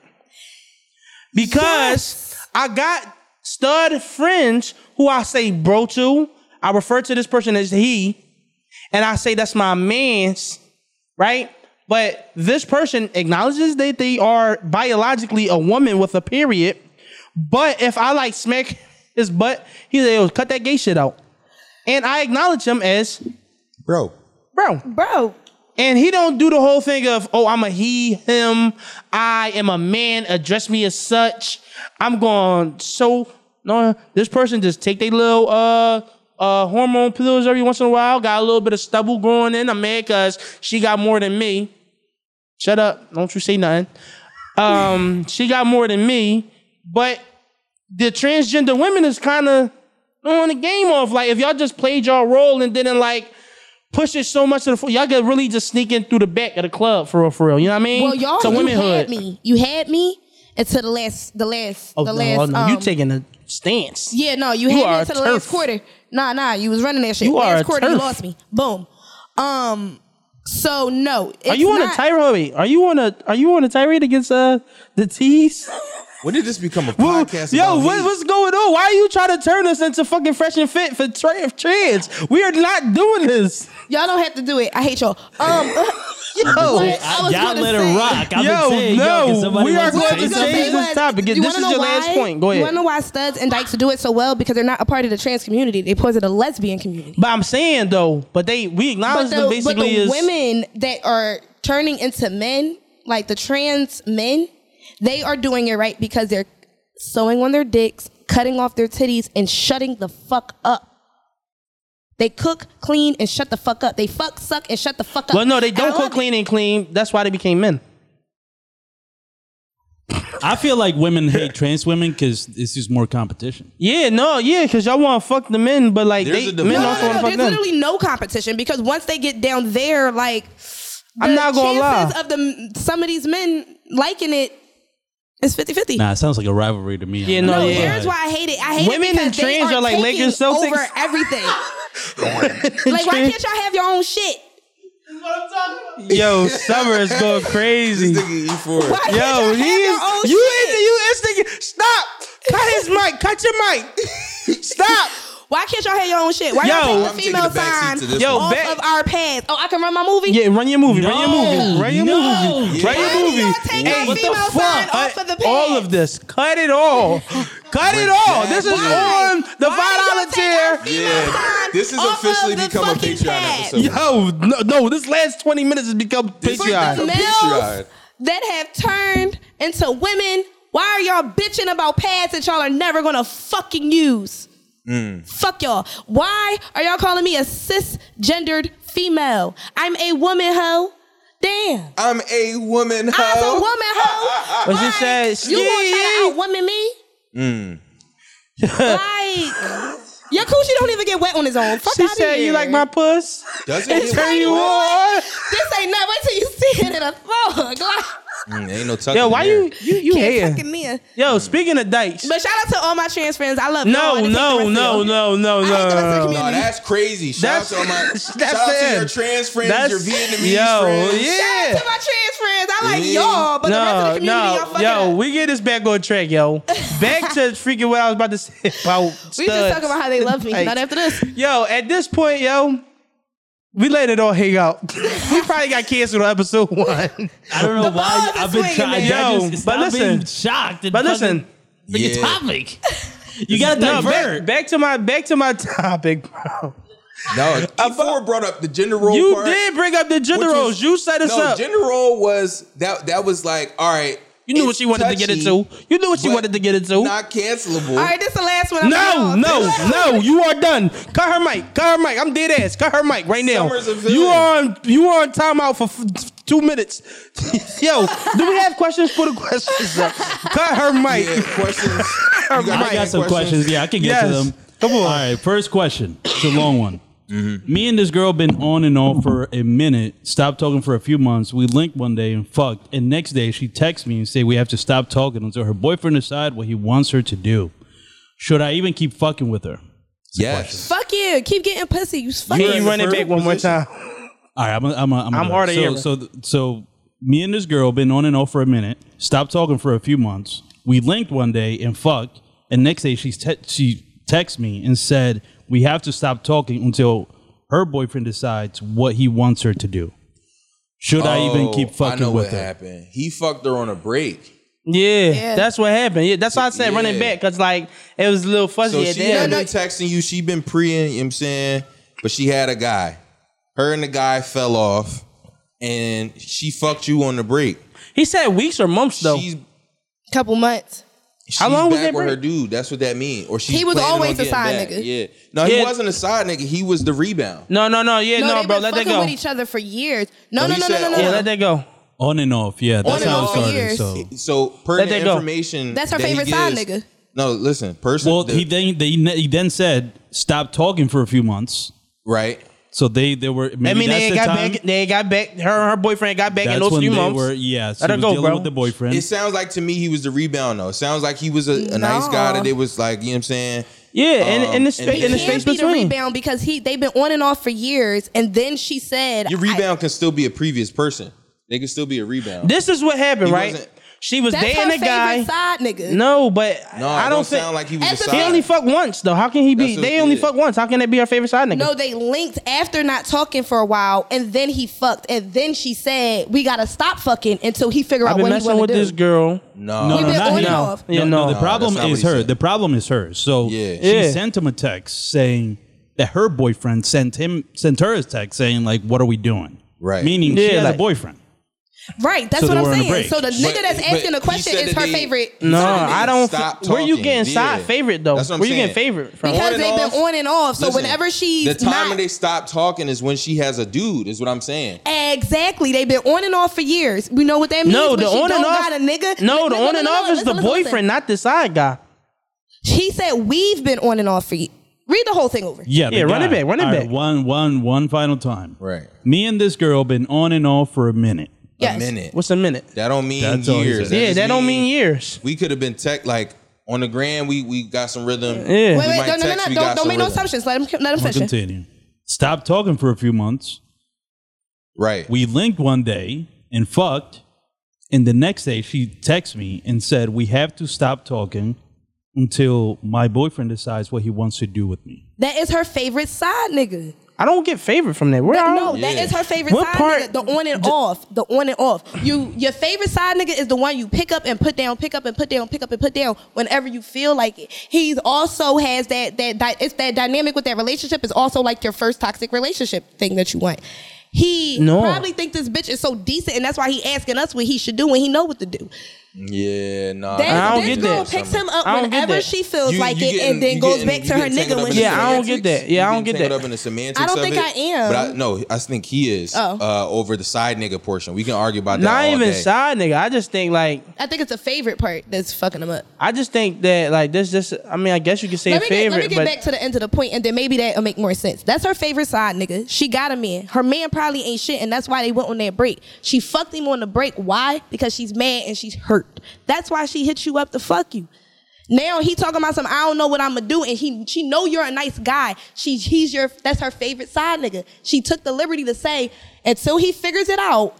Speaker 3: Because
Speaker 4: Yes.
Speaker 3: I got stud friends who I say bro to. I refer to this person as he, and I say that's my man's, right? But this person acknowledges that they are biologically a woman with a period. But if I like smack his butt, he's like, "Yo, cut that gay shit out. And I acknowledge him as
Speaker 2: bro.
Speaker 3: bro.
Speaker 4: Bro,
Speaker 3: And he don't do the whole thing of, oh, I'm a he, him, I am a man, address me as such. I'm going so no, this person just take their little uh uh hormone pills every once in a while, got a little bit of stubble growing in. I'm mad cause she got more than me. Shut up, don't you say nothing. Um, she got more than me, but the transgender women is kind of on the game of like if y'all just played y'all role and didn't like push it so much to the fo- y'all could really just sneak in through the back of the club for real, for real. You know what I mean?
Speaker 4: Well, y'all,
Speaker 3: to
Speaker 4: you
Speaker 3: womanhood.
Speaker 4: had me. You had me until the last, the last,
Speaker 3: Oh,
Speaker 4: the
Speaker 3: no,
Speaker 4: last.
Speaker 3: oh, no, you
Speaker 4: um,
Speaker 3: taking a stance.
Speaker 4: Yeah, no, you,
Speaker 3: are
Speaker 4: had me
Speaker 3: a
Speaker 4: until the last
Speaker 3: turf.
Speaker 4: quarter. Nah, nah, you was running that shit.
Speaker 3: You are
Speaker 4: last
Speaker 3: a
Speaker 4: quarter, you
Speaker 3: turf.
Speaker 4: lost me. Boom. Um. So no,
Speaker 3: Are you on a tirade? Are you on a Are you on a tirade against uh the tees?
Speaker 2: When did this become a
Speaker 3: Who-
Speaker 2: podcast?
Speaker 3: Yo,
Speaker 2: about
Speaker 3: what,
Speaker 2: hate?
Speaker 3: what's going on? Why are you trying to turn us into fucking fresh and fit for tra- trans? We are not doing this.
Speaker 4: Y'all don't have to do it. I hate y'all. Um.
Speaker 3: Yo,
Speaker 4: What? I was
Speaker 5: y'all
Speaker 4: gonna
Speaker 5: let her
Speaker 4: say-
Speaker 5: rock. I've
Speaker 3: Yo,
Speaker 5: been saying,
Speaker 3: no,
Speaker 5: yo, can somebody
Speaker 3: we
Speaker 5: like
Speaker 3: are
Speaker 5: say
Speaker 3: going to
Speaker 4: I was
Speaker 5: something?
Speaker 4: gonna
Speaker 3: change
Speaker 4: say
Speaker 3: this
Speaker 4: was-
Speaker 3: topic.
Speaker 4: you
Speaker 3: This
Speaker 4: wanna
Speaker 3: is
Speaker 4: know
Speaker 3: your last
Speaker 4: why?
Speaker 3: point. Go
Speaker 4: You
Speaker 3: ahead.
Speaker 4: wanna know why studs and dykes do it so well? Because they're not a part of the trans community. They're part of the lesbian community.
Speaker 3: but I'm saying though, but they we acknowledge
Speaker 4: But
Speaker 3: them
Speaker 4: the, but
Speaker 3: basically
Speaker 4: the
Speaker 3: is
Speaker 4: women that are turning into men, like the trans men, they are doing it right because they're sewing on their dicks, cutting off their titties, and shutting the fuck up. They cook, clean, and shut the fuck up. They fuck, suck, and shut the fuck up.
Speaker 3: Well, no, they
Speaker 4: And I
Speaker 3: don't
Speaker 4: love
Speaker 3: cook
Speaker 4: it.
Speaker 3: clean and clean. That's why they became men.
Speaker 5: I feel like women hate trans women because it's just more competition.
Speaker 3: Yeah, no, yeah, because y'all want to fuck the men, but like
Speaker 2: There's
Speaker 3: they,
Speaker 2: a divide.
Speaker 3: men
Speaker 4: No,
Speaker 3: also
Speaker 4: no,
Speaker 3: want
Speaker 4: no,
Speaker 3: to fuck
Speaker 4: there's
Speaker 3: them.
Speaker 4: literally no competition because once they get down there, like
Speaker 3: I'm
Speaker 4: the
Speaker 3: not gonna lie.
Speaker 4: chances of the some of these men liking it is 50-50.
Speaker 5: Nah, it sounds like a rivalry to me.
Speaker 3: Yeah, no,
Speaker 4: No,
Speaker 3: yeah.
Speaker 4: here's why I hate it. I hate
Speaker 3: Women
Speaker 4: it because
Speaker 3: and trans
Speaker 4: they
Speaker 3: are
Speaker 4: are
Speaker 3: like
Speaker 4: taking
Speaker 3: Lakers, Celtics.
Speaker 4: over everything. like, why can't y'all have your own shit?
Speaker 3: Yo, Summer is going
Speaker 2: This
Speaker 3: crazy.
Speaker 2: nigga E4.
Speaker 4: Why
Speaker 2: E
Speaker 3: Yo,
Speaker 4: can't y'all have your own
Speaker 3: he's you
Speaker 4: shit?
Speaker 3: in you Cut his mic. Cut your mic. Stop.
Speaker 4: Why can't y'all have your own shit? Why
Speaker 3: Yo.
Speaker 4: y'all
Speaker 2: I'm
Speaker 4: taking the
Speaker 2: taking
Speaker 4: female
Speaker 2: the back seat
Speaker 4: sign
Speaker 2: to this
Speaker 3: Yo,
Speaker 2: one.
Speaker 4: off
Speaker 3: Back-
Speaker 4: of our pads? Oh, I can run my movie.
Speaker 3: Yeah, run your movie. run your movie. Run your
Speaker 5: No.
Speaker 3: movie.
Speaker 2: Yeah.
Speaker 3: Run
Speaker 4: Why
Speaker 3: your
Speaker 4: do
Speaker 3: movie.
Speaker 4: y'all take
Speaker 5: Hey,
Speaker 4: our
Speaker 5: what the
Speaker 4: female sign
Speaker 5: fuck?
Speaker 4: off of the
Speaker 3: I- all
Speaker 4: pad?
Speaker 3: of this. Cut it all. Cut it all. This is
Speaker 2: Why?
Speaker 3: on the
Speaker 4: Why
Speaker 3: five dollar
Speaker 4: do y'all
Speaker 3: tier.
Speaker 4: take our female
Speaker 2: Yeah,
Speaker 4: sign
Speaker 2: this has
Speaker 4: off of
Speaker 2: officially
Speaker 4: the
Speaker 2: become a
Speaker 4: fucking
Speaker 2: Patreon
Speaker 4: pad?
Speaker 2: episode.
Speaker 3: Yo, no, no, this last 20 minutes has become
Speaker 2: This is
Speaker 4: But the
Speaker 2: Patreon.
Speaker 3: Patreon.
Speaker 4: males that have turned into women. Why are y'all bitching about pads that y'all are never gonna fucking use? Fuck y'all. Why are y'all calling me a cisgendered female? I'm a woman hoe. Damn.
Speaker 2: I'm a woman.
Speaker 4: I'm a
Speaker 2: hoe.
Speaker 4: woman hoe.
Speaker 3: But she
Speaker 4: Like,
Speaker 3: said, Mm.
Speaker 4: you gonna
Speaker 3: "Yeah."
Speaker 4: try to outwoman me? like your coochie don't even get wet on his own. Fuck
Speaker 3: She
Speaker 4: outta
Speaker 3: said,
Speaker 4: here.
Speaker 3: "You like my puss?
Speaker 2: Does it? get-
Speaker 3: Turn you on."
Speaker 4: This ain't nothing. Wait till you see it in a fuck. Like,
Speaker 2: Mm, ain't no tucking.
Speaker 3: Yo, why
Speaker 2: in there.
Speaker 3: you you you
Speaker 4: can't
Speaker 3: here?
Speaker 4: fucking me.
Speaker 3: Yo, speaking of dykes,
Speaker 4: But shout out to all my trans friends. I love
Speaker 3: no,
Speaker 4: y'all. and I
Speaker 3: no,
Speaker 4: think the rest
Speaker 3: no,
Speaker 4: of y'all.
Speaker 3: no, no,
Speaker 4: I hate the rest of the
Speaker 3: no.
Speaker 4: community.
Speaker 2: No, that's crazy. Shout
Speaker 3: That's-
Speaker 2: out to all my
Speaker 3: that's
Speaker 2: shout out to your
Speaker 3: it.
Speaker 2: trans friends,
Speaker 3: That's-
Speaker 2: your Vietnamese
Speaker 3: yo,
Speaker 2: friends.
Speaker 3: yeah.
Speaker 4: Shout out to my trans friends. I like
Speaker 2: Yeah.
Speaker 4: y'all, but the rest of the community, y'all fucking
Speaker 3: yo,
Speaker 4: up.
Speaker 3: we get this back on track, yo. Back to freaking what I was about to say about studs.
Speaker 4: We just talking about how they love me.
Speaker 3: Like,
Speaker 4: Not after this.
Speaker 3: Yo, at this point, yo, we let it all hang out. we probably got canceled on episode one.
Speaker 5: I don't know why
Speaker 4: balls
Speaker 5: I've
Speaker 4: is
Speaker 5: been
Speaker 4: swinging,
Speaker 5: trying.
Speaker 3: man.
Speaker 5: Yo, just,
Speaker 3: But
Speaker 5: but listen,
Speaker 3: listen.
Speaker 5: shocked.
Speaker 3: But listen,
Speaker 5: freaking
Speaker 2: Yeah.
Speaker 5: topic. You gotta
Speaker 3: no, back,
Speaker 5: divert.
Speaker 3: back to my back to my topic, bro.
Speaker 2: No, before brought up the gender role.
Speaker 3: You
Speaker 2: part,
Speaker 3: did bring up the gender
Speaker 2: which was-
Speaker 3: roles. You set us
Speaker 2: no,
Speaker 3: up.
Speaker 2: Gender role was that. That was like all right.
Speaker 3: you knew what
Speaker 2: it's
Speaker 3: she wanted to get
Speaker 2: touchy,
Speaker 3: into. You knew what she
Speaker 2: but
Speaker 3: wanted to get into.
Speaker 2: Not cancelable.
Speaker 4: All right, this is the last one. I'm
Speaker 3: No,
Speaker 4: off.
Speaker 3: no, no, you are done. Cut her mic. Cut her mic. I'm dead ass. Cut her mic right now.
Speaker 2: Summer's a villain.
Speaker 3: You are on you are on timeout for f- two minutes. Yo, do we have questions for the questions? up? Cut her mic.
Speaker 2: Yeah, questions. You got
Speaker 5: I got
Speaker 2: any
Speaker 5: some questions. Yeah, I can get
Speaker 3: Yes.
Speaker 5: to them. Come on. Mm-hmm. All right, first question. It's a long one. Me and this girl been on and off for a minute. Stopped talking for a few months. We linked one day and fucked. And next day she texts me and say we have to stop talking until her boyfriend decide what he wants her to do. Should I even keep fucking with her?
Speaker 2: Yes.
Speaker 4: Fuck you. Keep getting pussy. You fucking.
Speaker 3: Can you run it back one more time?
Speaker 5: All right, I'm a, I'm a, I'm, a
Speaker 3: I'm hard of hearing.
Speaker 5: so, so so me and this girl been on and off for a minute. Stopped talking for a few months. We linked one day and fucked. And next day she te- she texts me and said we have to stop talking until her boyfriend decides what he wants her to do. Should I even keep
Speaker 2: Oh, I know
Speaker 5: fucking with
Speaker 2: what
Speaker 5: her?
Speaker 2: happened. He fucked her on a break.
Speaker 3: Yeah, that's what happened. Yeah, that's why I said
Speaker 2: Yeah.
Speaker 3: running back because like it was a little
Speaker 2: So
Speaker 3: fuzzy at
Speaker 2: she
Speaker 3: the
Speaker 2: had
Speaker 3: end.
Speaker 2: been texting you. She been preying. You know what I'm saying, but she had a guy. Her and the guy fell off, and she fucked you on the break.
Speaker 3: He said weeks or months though.
Speaker 2: She's,
Speaker 4: Couple months.
Speaker 2: she's
Speaker 3: How long
Speaker 2: back
Speaker 3: was that
Speaker 2: with
Speaker 3: break?
Speaker 2: her dude. That's what that means. Or she's
Speaker 4: He was
Speaker 2: planning on
Speaker 4: always a
Speaker 2: getting back.
Speaker 4: side nigga.
Speaker 2: Yeah. No,
Speaker 3: Yeah.
Speaker 2: he wasn't a side nigga. He was the rebound.
Speaker 3: no, no, no. Yeah,
Speaker 4: No,
Speaker 3: no,
Speaker 4: they've
Speaker 3: bro.
Speaker 4: been
Speaker 3: Let that
Speaker 4: fucking
Speaker 3: go.
Speaker 4: with each other for years. No,
Speaker 2: No,
Speaker 4: no,
Speaker 2: he
Speaker 4: no, no,
Speaker 2: said
Speaker 4: no, no,
Speaker 2: all
Speaker 3: Yeah,
Speaker 4: no.
Speaker 3: let that go.
Speaker 5: On and off, yeah. That's
Speaker 2: and
Speaker 5: how it
Speaker 2: off for
Speaker 5: started.
Speaker 4: years.
Speaker 5: So.
Speaker 2: So per
Speaker 3: Let that
Speaker 2: the
Speaker 3: go.
Speaker 2: information,
Speaker 4: That's her
Speaker 2: that he
Speaker 4: favorite side
Speaker 2: gives-
Speaker 4: nigga.
Speaker 2: No, listen, person.
Speaker 5: Well,
Speaker 2: the-
Speaker 5: he then they, he then said stop talking for a few months.
Speaker 2: right.
Speaker 5: So they they were. Maybe
Speaker 3: I mean,
Speaker 5: that's
Speaker 3: they
Speaker 5: the
Speaker 3: got
Speaker 5: time.
Speaker 3: back. They got back. Her and her boyfriend got back
Speaker 5: that's
Speaker 3: in those
Speaker 5: when
Speaker 3: few
Speaker 5: they
Speaker 3: months.
Speaker 5: were. Yeah, so
Speaker 3: Let
Speaker 5: he
Speaker 3: her
Speaker 5: was
Speaker 3: go,
Speaker 5: dealing
Speaker 3: bro.
Speaker 5: with the boyfriend.
Speaker 2: It sounds like to me he was the rebound though. It sounds like he was a, a nice guy
Speaker 4: No.
Speaker 2: that it was like you know what I'm saying.
Speaker 3: Yeah, and
Speaker 2: Um,
Speaker 3: in the
Speaker 2: and
Speaker 3: space,
Speaker 2: he
Speaker 3: in the
Speaker 4: Can't
Speaker 3: space
Speaker 4: be the
Speaker 3: between.
Speaker 4: rebound because he they've been on and off for years, and then she said,
Speaker 2: Your
Speaker 4: I-
Speaker 2: rebound can still be a previous person. They can still be a rebound.
Speaker 3: This is what happened,
Speaker 2: He
Speaker 3: right?
Speaker 2: wasn't-
Speaker 3: She was
Speaker 4: "That's her
Speaker 3: dating a
Speaker 4: favorite
Speaker 3: guy.
Speaker 4: side nigga."
Speaker 3: No, but
Speaker 2: no,
Speaker 3: I
Speaker 2: it
Speaker 3: don't
Speaker 2: don't
Speaker 3: think
Speaker 2: sound like he was
Speaker 4: At
Speaker 2: a
Speaker 4: the
Speaker 2: side.
Speaker 3: they only fuck once though. How can he be?
Speaker 2: That's what-
Speaker 3: They only
Speaker 2: yeah.
Speaker 3: fuck once. How can that be her favorite side nigga?
Speaker 4: No, they linked after not talking for a while, and then he fucked, and then she said, "We gotta stop fucking until he figure
Speaker 3: I've
Speaker 4: out
Speaker 3: been
Speaker 4: what he
Speaker 3: messing
Speaker 4: want
Speaker 3: with
Speaker 4: to do."
Speaker 3: this girl.
Speaker 2: no, no,
Speaker 5: No, no,
Speaker 4: been
Speaker 5: not
Speaker 4: on
Speaker 5: him.
Speaker 4: and off.
Speaker 5: No,
Speaker 3: Yeah,
Speaker 5: no,
Speaker 3: no.
Speaker 5: the problem
Speaker 2: No, that's not
Speaker 5: is
Speaker 2: what he
Speaker 5: her.
Speaker 2: said.
Speaker 5: The problem is her. So
Speaker 2: Yeah.
Speaker 5: she
Speaker 3: Yeah.
Speaker 5: sent him a text saying that her boyfriend sent him sent her a text saying like, "What are we doing?"
Speaker 2: Right.
Speaker 5: Meaning
Speaker 3: Yeah,
Speaker 5: she has
Speaker 3: like-
Speaker 5: a boyfriend.
Speaker 4: Right, that's
Speaker 5: So
Speaker 4: what
Speaker 5: they
Speaker 4: I'm
Speaker 5: were on a
Speaker 4: saying.
Speaker 5: break.
Speaker 4: So the nigga
Speaker 2: But-
Speaker 4: that's
Speaker 2: but
Speaker 4: asking the
Speaker 2: he
Speaker 4: question
Speaker 2: said
Speaker 4: is
Speaker 2: that
Speaker 4: her
Speaker 2: they-
Speaker 4: favorite.
Speaker 3: No,
Speaker 2: Somebody
Speaker 3: I don't.
Speaker 2: stop
Speaker 3: Where you
Speaker 2: talking.
Speaker 3: getting
Speaker 2: Yeah.
Speaker 3: side favorite though?
Speaker 2: That's what I'm
Speaker 3: Where you
Speaker 2: saying.
Speaker 3: getting favorite from?
Speaker 4: Because
Speaker 2: On and
Speaker 4: they've been
Speaker 2: off.
Speaker 4: on and off. So
Speaker 2: Listen,
Speaker 4: whenever she's
Speaker 2: the time
Speaker 4: not,
Speaker 2: when they stop talking is when she has a dude. Is what I'm saying.
Speaker 4: Exactly. They've been on and off for years. We know what that means.
Speaker 3: No,
Speaker 4: when
Speaker 3: the
Speaker 4: she
Speaker 3: on
Speaker 4: don't
Speaker 3: and off.
Speaker 4: Got a nigga.
Speaker 3: No, the on
Speaker 4: Listen,
Speaker 3: and
Speaker 4: listen,
Speaker 3: off
Speaker 4: listen,
Speaker 3: is the
Speaker 4: listen, listen.
Speaker 3: boyfriend, not the side guy.
Speaker 4: He said we've been on and off for you. Read the whole thing over.
Speaker 5: Yeah, the
Speaker 3: Yeah, run
Speaker 5: guy.
Speaker 3: it back, run it
Speaker 5: All right,
Speaker 3: back.
Speaker 5: One, one, one final time.
Speaker 2: Right.
Speaker 5: Me and this girl been on and off for a minute.
Speaker 4: Yes.
Speaker 2: A minute.
Speaker 3: What's a minute?
Speaker 2: That don't mean
Speaker 5: That's all he
Speaker 2: years.
Speaker 5: said. That
Speaker 3: yeah,
Speaker 2: just
Speaker 3: that don't mean years.
Speaker 2: We could have been tech like on the gram. We we got some rhythm.
Speaker 3: Yeah.
Speaker 2: We
Speaker 4: Wait, wait,
Speaker 2: might
Speaker 4: no, no, no,
Speaker 2: text,
Speaker 4: no.
Speaker 2: we
Speaker 4: Don't,
Speaker 2: got
Speaker 4: don't
Speaker 2: some
Speaker 4: make no
Speaker 2: rhythm.
Speaker 4: assumptions. Let him, let him
Speaker 5: We'll
Speaker 4: finish. it.
Speaker 5: continue. Stopped talking for a few months.
Speaker 2: Right.
Speaker 5: We linked one day and fucked. And the next day, she texts me and said, "We have to stop talking until my boyfriend decides what he wants to do with me.
Speaker 4: That is her favorite side nigga.
Speaker 3: I don't get favorite from that. Where
Speaker 4: That-
Speaker 3: are
Speaker 4: no,
Speaker 3: all
Speaker 2: Yeah.
Speaker 4: that is her favorite
Speaker 3: What
Speaker 4: side
Speaker 3: part-
Speaker 4: nigga. The on and off. The on and off. You your favorite side nigga is the one you pick up and put down, pick up and put down, pick up and put down whenever you feel like it. He's also has that that di- it's that dynamic with that relationship is also like your first toxic relationship thing that you want. He
Speaker 3: No.
Speaker 4: probably think this bitch is so decent and that's why he asking us what he should do and he know what to do.
Speaker 2: Yeah, nah.
Speaker 4: That,
Speaker 3: I don't
Speaker 4: this
Speaker 3: get
Speaker 4: girl
Speaker 3: that.
Speaker 4: picks him up
Speaker 3: I don't get
Speaker 4: whenever
Speaker 3: that.
Speaker 4: she feels
Speaker 2: You-
Speaker 4: like
Speaker 2: you
Speaker 4: it
Speaker 2: getting-
Speaker 4: and then
Speaker 2: you
Speaker 4: goes
Speaker 2: getting-
Speaker 4: back
Speaker 2: you
Speaker 4: to her
Speaker 2: getting tangled up
Speaker 4: nigga when
Speaker 2: in
Speaker 4: she
Speaker 2: the
Speaker 3: Yeah, I don't get
Speaker 2: semantics.
Speaker 3: that. Yeah, I
Speaker 2: You getting
Speaker 3: don't get
Speaker 2: tangled
Speaker 3: that.
Speaker 2: up in the semantics
Speaker 4: I don't
Speaker 2: of
Speaker 4: think
Speaker 2: it.
Speaker 4: I am.
Speaker 2: But I, no, I think he is
Speaker 4: Oh.
Speaker 2: uh, over the side nigga portion. We can argue about that.
Speaker 3: Not
Speaker 2: all
Speaker 3: even
Speaker 2: day.
Speaker 3: side nigga. I just think like
Speaker 4: I think it's the favorite part that's fucking him up.
Speaker 3: I just think that like this this I mean I guess you could say
Speaker 4: Let me, get,
Speaker 3: favorite,
Speaker 4: let me get
Speaker 3: but
Speaker 4: back to the end of the point, and then maybe that'll make more sense. That's her favorite side, nigga. She got a man. Her man probably ain't shit, and that's why they went on that break. She fucked him on the break. Why? Because she's mad and she's hurt. That's why she hit you up to fuck you. Now he talking about some. I don't know what I'm gonna do, and he she know you're a nice guy. She he's your that's her favorite side, nigga. She took the liberty to say until he figures it out.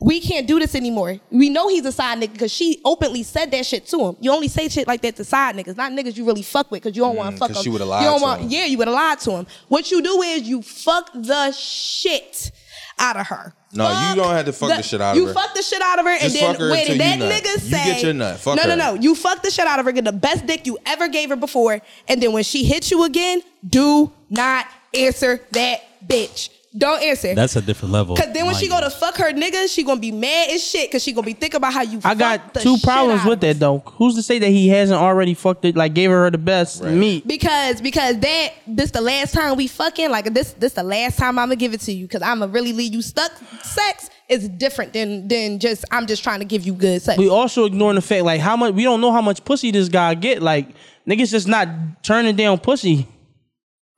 Speaker 4: we can't do this anymore. We know he's a side nigga because she openly said that shit to him. You only say shit like that to side niggas, not niggas you really fuck with because you don't want to fuck
Speaker 2: Mm, 'cause
Speaker 4: them.
Speaker 2: she would've lied
Speaker 4: you don't
Speaker 2: to
Speaker 4: want,
Speaker 2: him.
Speaker 4: Yeah, you would have lied to him. What you do is you fuck the shit out of her.
Speaker 2: No, you
Speaker 4: Fuck
Speaker 2: don't have to fuck the shit out of her.
Speaker 4: You fuck the shit out of her and
Speaker 2: Just
Speaker 4: then
Speaker 2: fuck her
Speaker 4: wait.
Speaker 2: until
Speaker 4: and that
Speaker 2: you nut.
Speaker 4: nigga
Speaker 2: You
Speaker 4: say,
Speaker 2: get your nut. Fuck
Speaker 4: no,
Speaker 2: her.
Speaker 4: no, no. You fuck the shit out of her. Get the best dick you ever gave her before, and then when she hits you again, do not answer that bitch. Don't answer.
Speaker 5: That's a different level.
Speaker 4: Cause then when she go
Speaker 5: Like,
Speaker 4: to fuck her nigga, she gonna be mad as shit. Cause she gonna be thinking about how you.
Speaker 3: I
Speaker 4: fucked
Speaker 3: got
Speaker 4: the
Speaker 3: two
Speaker 4: shit
Speaker 3: problems
Speaker 4: out of
Speaker 3: with
Speaker 4: her.
Speaker 3: that though. Who's to say that he hasn't already fucked it? Like gave her the best
Speaker 2: Right.
Speaker 3: meat.
Speaker 4: Because because that this the last time we fucking like this this the last time I'ma give it to you. Cause I'ma really leave you stuck. Sex is different than than just I'm just trying to give you good sex.
Speaker 3: We also ignoring the fact like how much we don't know how much pussy this guy get. Like niggas just not turning down pussy.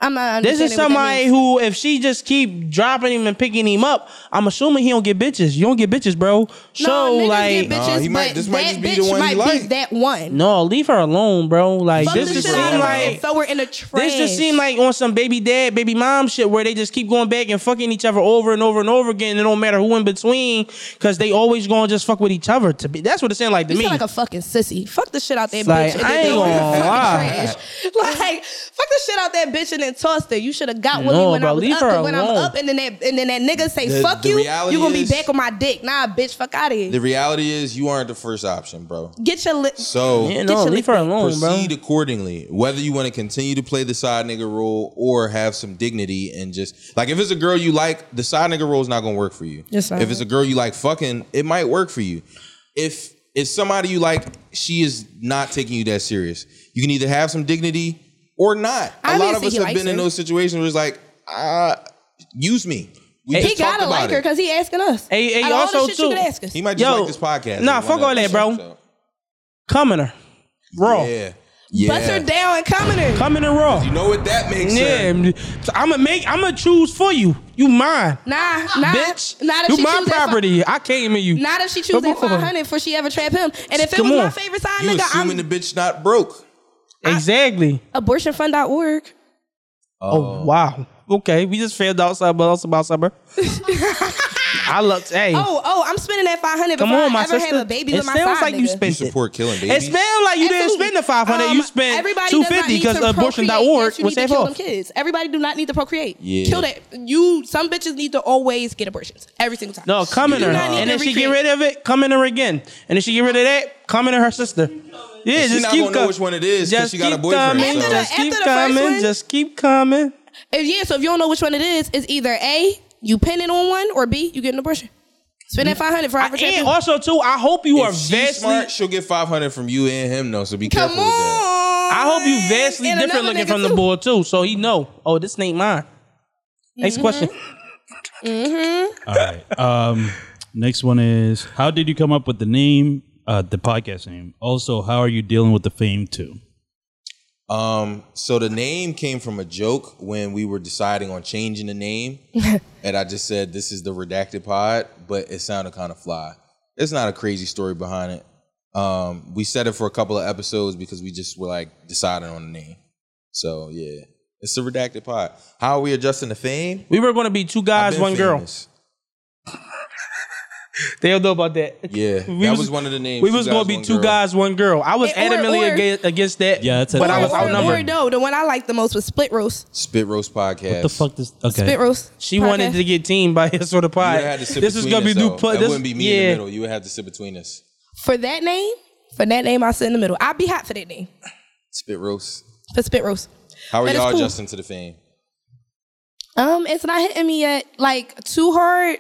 Speaker 4: I'm not.
Speaker 3: This is
Speaker 4: understanding what that
Speaker 3: somebody
Speaker 4: means.
Speaker 3: who, if she just keep dropping him and picking him up, I'm assuming he don't get bitches. You don't get bitches, bro. So
Speaker 4: no, niggas
Speaker 3: like,
Speaker 4: get
Speaker 2: Nah,
Speaker 4: bitches,
Speaker 2: he might-
Speaker 4: but
Speaker 2: this might
Speaker 4: that
Speaker 2: just be
Speaker 4: bitch
Speaker 2: the one he
Speaker 4: might be
Speaker 2: like.
Speaker 4: that one.
Speaker 3: no, leave her alone, bro. Like
Speaker 4: Fuck
Speaker 3: this
Speaker 4: the
Speaker 3: just
Speaker 4: shit
Speaker 2: seem
Speaker 4: out
Speaker 3: seemed
Speaker 4: of her
Speaker 3: like
Speaker 4: and throw her in the trash.
Speaker 3: this just seemed like on some baby dad, baby mom shit where they just keep going back and fucking each other over and over and over again. It don't matter who in between because they always gonna just fuck with each other. To be that's what it sounded like to
Speaker 4: You
Speaker 3: me.
Speaker 4: sound like a fucking sissy. Fuck the shit out that
Speaker 3: Like,
Speaker 4: bitch. and
Speaker 3: I
Speaker 4: then
Speaker 3: ain't
Speaker 4: throw it in the
Speaker 3: gonna
Speaker 4: fucking
Speaker 3: lie.
Speaker 4: trash. Like, fuck the shit out that bitch and then tossed her. You should have got with
Speaker 3: No,
Speaker 4: me when
Speaker 3: bro,
Speaker 4: I was
Speaker 3: leave
Speaker 4: up.
Speaker 3: her
Speaker 4: 'cause When I'm
Speaker 3: alone.
Speaker 4: up and then that and then that nigga say
Speaker 2: The-
Speaker 4: fuck
Speaker 2: the
Speaker 4: you, you
Speaker 2: reality
Speaker 4: gonna be
Speaker 2: is-
Speaker 4: back on my dick. Nah, bitch, fuck out of here.
Speaker 2: The reality is, you aren't the first option, bro.
Speaker 4: Get your lip.
Speaker 2: So
Speaker 3: yeah, no,
Speaker 4: your
Speaker 3: leave her
Speaker 4: lick back.
Speaker 3: alone, bro.
Speaker 2: proceed accordingly. Whether you want to continue to play the side nigga role or have some dignity and just like if it's a girl you like, the side nigga role is not gonna work for you.
Speaker 4: It's not.
Speaker 2: if it's a girl you like fucking, it might work for you. If it's somebody you like, she is not taking you that serious. You can either have some dignity or not. A lot of
Speaker 4: Obviously,
Speaker 2: us
Speaker 4: he
Speaker 2: have
Speaker 4: likes
Speaker 2: been in
Speaker 4: her.
Speaker 2: those situations where it's like, uh, use me. We
Speaker 4: He
Speaker 2: just talked
Speaker 4: gotta
Speaker 2: about
Speaker 4: like her
Speaker 2: it.
Speaker 4: because he asking us.
Speaker 3: Hey, hey,
Speaker 4: Out of all the
Speaker 3: also,
Speaker 4: shit you
Speaker 3: too,
Speaker 4: could ask us.
Speaker 2: He might just
Speaker 3: Yo,
Speaker 2: like this podcast.
Speaker 3: nah,
Speaker 2: He
Speaker 3: fuck
Speaker 2: wanna-
Speaker 3: all that, bro. Coming her. Raw.
Speaker 2: Yeah. Yeah.
Speaker 4: Bust her down and coming her.
Speaker 3: Coming her raw.
Speaker 2: You know what that makes
Speaker 3: Yeah,
Speaker 2: her.
Speaker 3: I'm gonna make. I'm gonna choose for you. You mine,
Speaker 4: Nah, nah,
Speaker 3: bitch.
Speaker 4: Not if
Speaker 3: you
Speaker 4: she
Speaker 3: my
Speaker 4: choose that
Speaker 3: property. I came in you.
Speaker 4: Fi- not if she choose
Speaker 3: Come
Speaker 4: that
Speaker 3: on.
Speaker 4: five hundred for she ever trap him. And if it
Speaker 3: Come
Speaker 4: was my
Speaker 3: on.
Speaker 4: favorite side
Speaker 2: You
Speaker 4: nigga,
Speaker 2: assuming
Speaker 4: I'm
Speaker 2: the bitch not broke.
Speaker 3: Exactly.
Speaker 4: abortionfund.org.
Speaker 2: Uh,
Speaker 3: Oh wow. Okay, we just failed outside, but also about summer. I looked. Hey,
Speaker 4: Oh, oh, I'm spending that 500
Speaker 3: come
Speaker 4: before
Speaker 3: on, my
Speaker 4: I ever
Speaker 3: sister.
Speaker 4: have a baby
Speaker 3: it
Speaker 4: with my
Speaker 3: sounds
Speaker 4: side
Speaker 3: like you
Speaker 4: nigga.
Speaker 2: You
Speaker 3: spent it.
Speaker 2: support killing
Speaker 3: It
Speaker 2: babies.
Speaker 3: sounds like you didn't
Speaker 4: Absolutely.
Speaker 3: spend the five hundred. you
Speaker 4: Um,
Speaker 3: spent
Speaker 4: everybody
Speaker 3: two
Speaker 4: does not
Speaker 3: fifty
Speaker 4: need to
Speaker 3: because
Speaker 4: procreate.
Speaker 3: abortion.org
Speaker 4: Yes, you
Speaker 3: was
Speaker 4: need to
Speaker 3: half
Speaker 4: kill them
Speaker 3: off.
Speaker 4: kids. Everybody do not need to procreate.
Speaker 2: Yeah.
Speaker 4: Kill that. You some bitches need to always get abortions every single time.
Speaker 3: No, come in
Speaker 4: You
Speaker 3: her,
Speaker 4: do not need
Speaker 3: and
Speaker 4: to
Speaker 3: then she get
Speaker 4: recreate.
Speaker 3: rid of it. Come in her again, and then she get rid of that. Come in her sister. Yeah,
Speaker 2: She
Speaker 3: just
Speaker 2: not
Speaker 3: keep
Speaker 2: gonna know
Speaker 3: com-
Speaker 2: which one it is 'cause
Speaker 3: Just
Speaker 2: she got a
Speaker 3: keep
Speaker 2: boyfriend,
Speaker 3: Coming,
Speaker 4: so-
Speaker 3: Just
Speaker 4: After the-
Speaker 3: keep
Speaker 4: after the first
Speaker 3: coming.
Speaker 4: one-
Speaker 3: Just keep coming.
Speaker 4: And yeah, so if you don't know which one it is, it's either A, you pin it on one, or B, you get an abortion. Spend that 500 for
Speaker 3: I-
Speaker 4: ever trap him.
Speaker 3: and also too, I hope you are
Speaker 2: If she's
Speaker 3: vastly.
Speaker 2: smart, she'll get 500 from you and him, though, so be
Speaker 4: Come on.
Speaker 2: careful with that.
Speaker 3: I hope you vastly different
Speaker 4: And another
Speaker 3: looking
Speaker 4: nigga
Speaker 3: from the
Speaker 4: too.
Speaker 3: boy too, so he know. Oh, this ain't mine. Next
Speaker 4: Mm-hmm.
Speaker 3: question.
Speaker 5: all right. Um, next one is how did you come up with the name, uh, the podcast name? Also, how are you dealing with the fame too?
Speaker 2: Um, so the name came from a joke when we were deciding on changing the name, and I just said this is the redacted pod, but it sounded kind of fly. It's not a crazy story behind it. Um, we said it for a couple of episodes because we just were like deciding on the name. So yeah, it's the redacted pod. How are we adjusting the fame?
Speaker 3: We were gonna be two
Speaker 2: I've
Speaker 3: guys,
Speaker 2: been
Speaker 3: one girl.
Speaker 2: famous.
Speaker 3: They'll know about that.
Speaker 2: Yeah,
Speaker 3: We
Speaker 2: that was, one of the names.
Speaker 3: We
Speaker 2: Two
Speaker 3: was gonna
Speaker 2: guys,
Speaker 3: be
Speaker 2: one
Speaker 3: two
Speaker 2: girl.
Speaker 3: guys, one girl. I was
Speaker 4: Eh, or-
Speaker 3: adamantly
Speaker 4: or-
Speaker 3: aga- against that.
Speaker 5: Yeah, that's a-
Speaker 3: when I was
Speaker 5: Or-
Speaker 4: Or
Speaker 3: outnumbered.
Speaker 4: no, the one I liked the most was Split Roast.
Speaker 2: Spit roast podcast.
Speaker 5: What the fuck this? Okay.
Speaker 4: Spit Roast.
Speaker 3: She wanted
Speaker 4: podcast.
Speaker 3: to get teamed by his sort of
Speaker 2: You
Speaker 3: pie.
Speaker 2: would have had to sit
Speaker 3: This is gonna be new.
Speaker 2: Pl-
Speaker 3: Pl-
Speaker 2: that
Speaker 3: this,
Speaker 2: wouldn't be me
Speaker 3: yeah.
Speaker 2: in the middle. You would have to sit between us.
Speaker 4: for that name. For that name, I'll sit in the middle. I'll be hot for that name.
Speaker 2: Spit roast.
Speaker 4: For Spit Roast.
Speaker 2: How are
Speaker 4: But it's
Speaker 2: y'all
Speaker 4: cool.
Speaker 2: adjusting to the fame?
Speaker 4: Um, it's not hitting me yet, like too hard,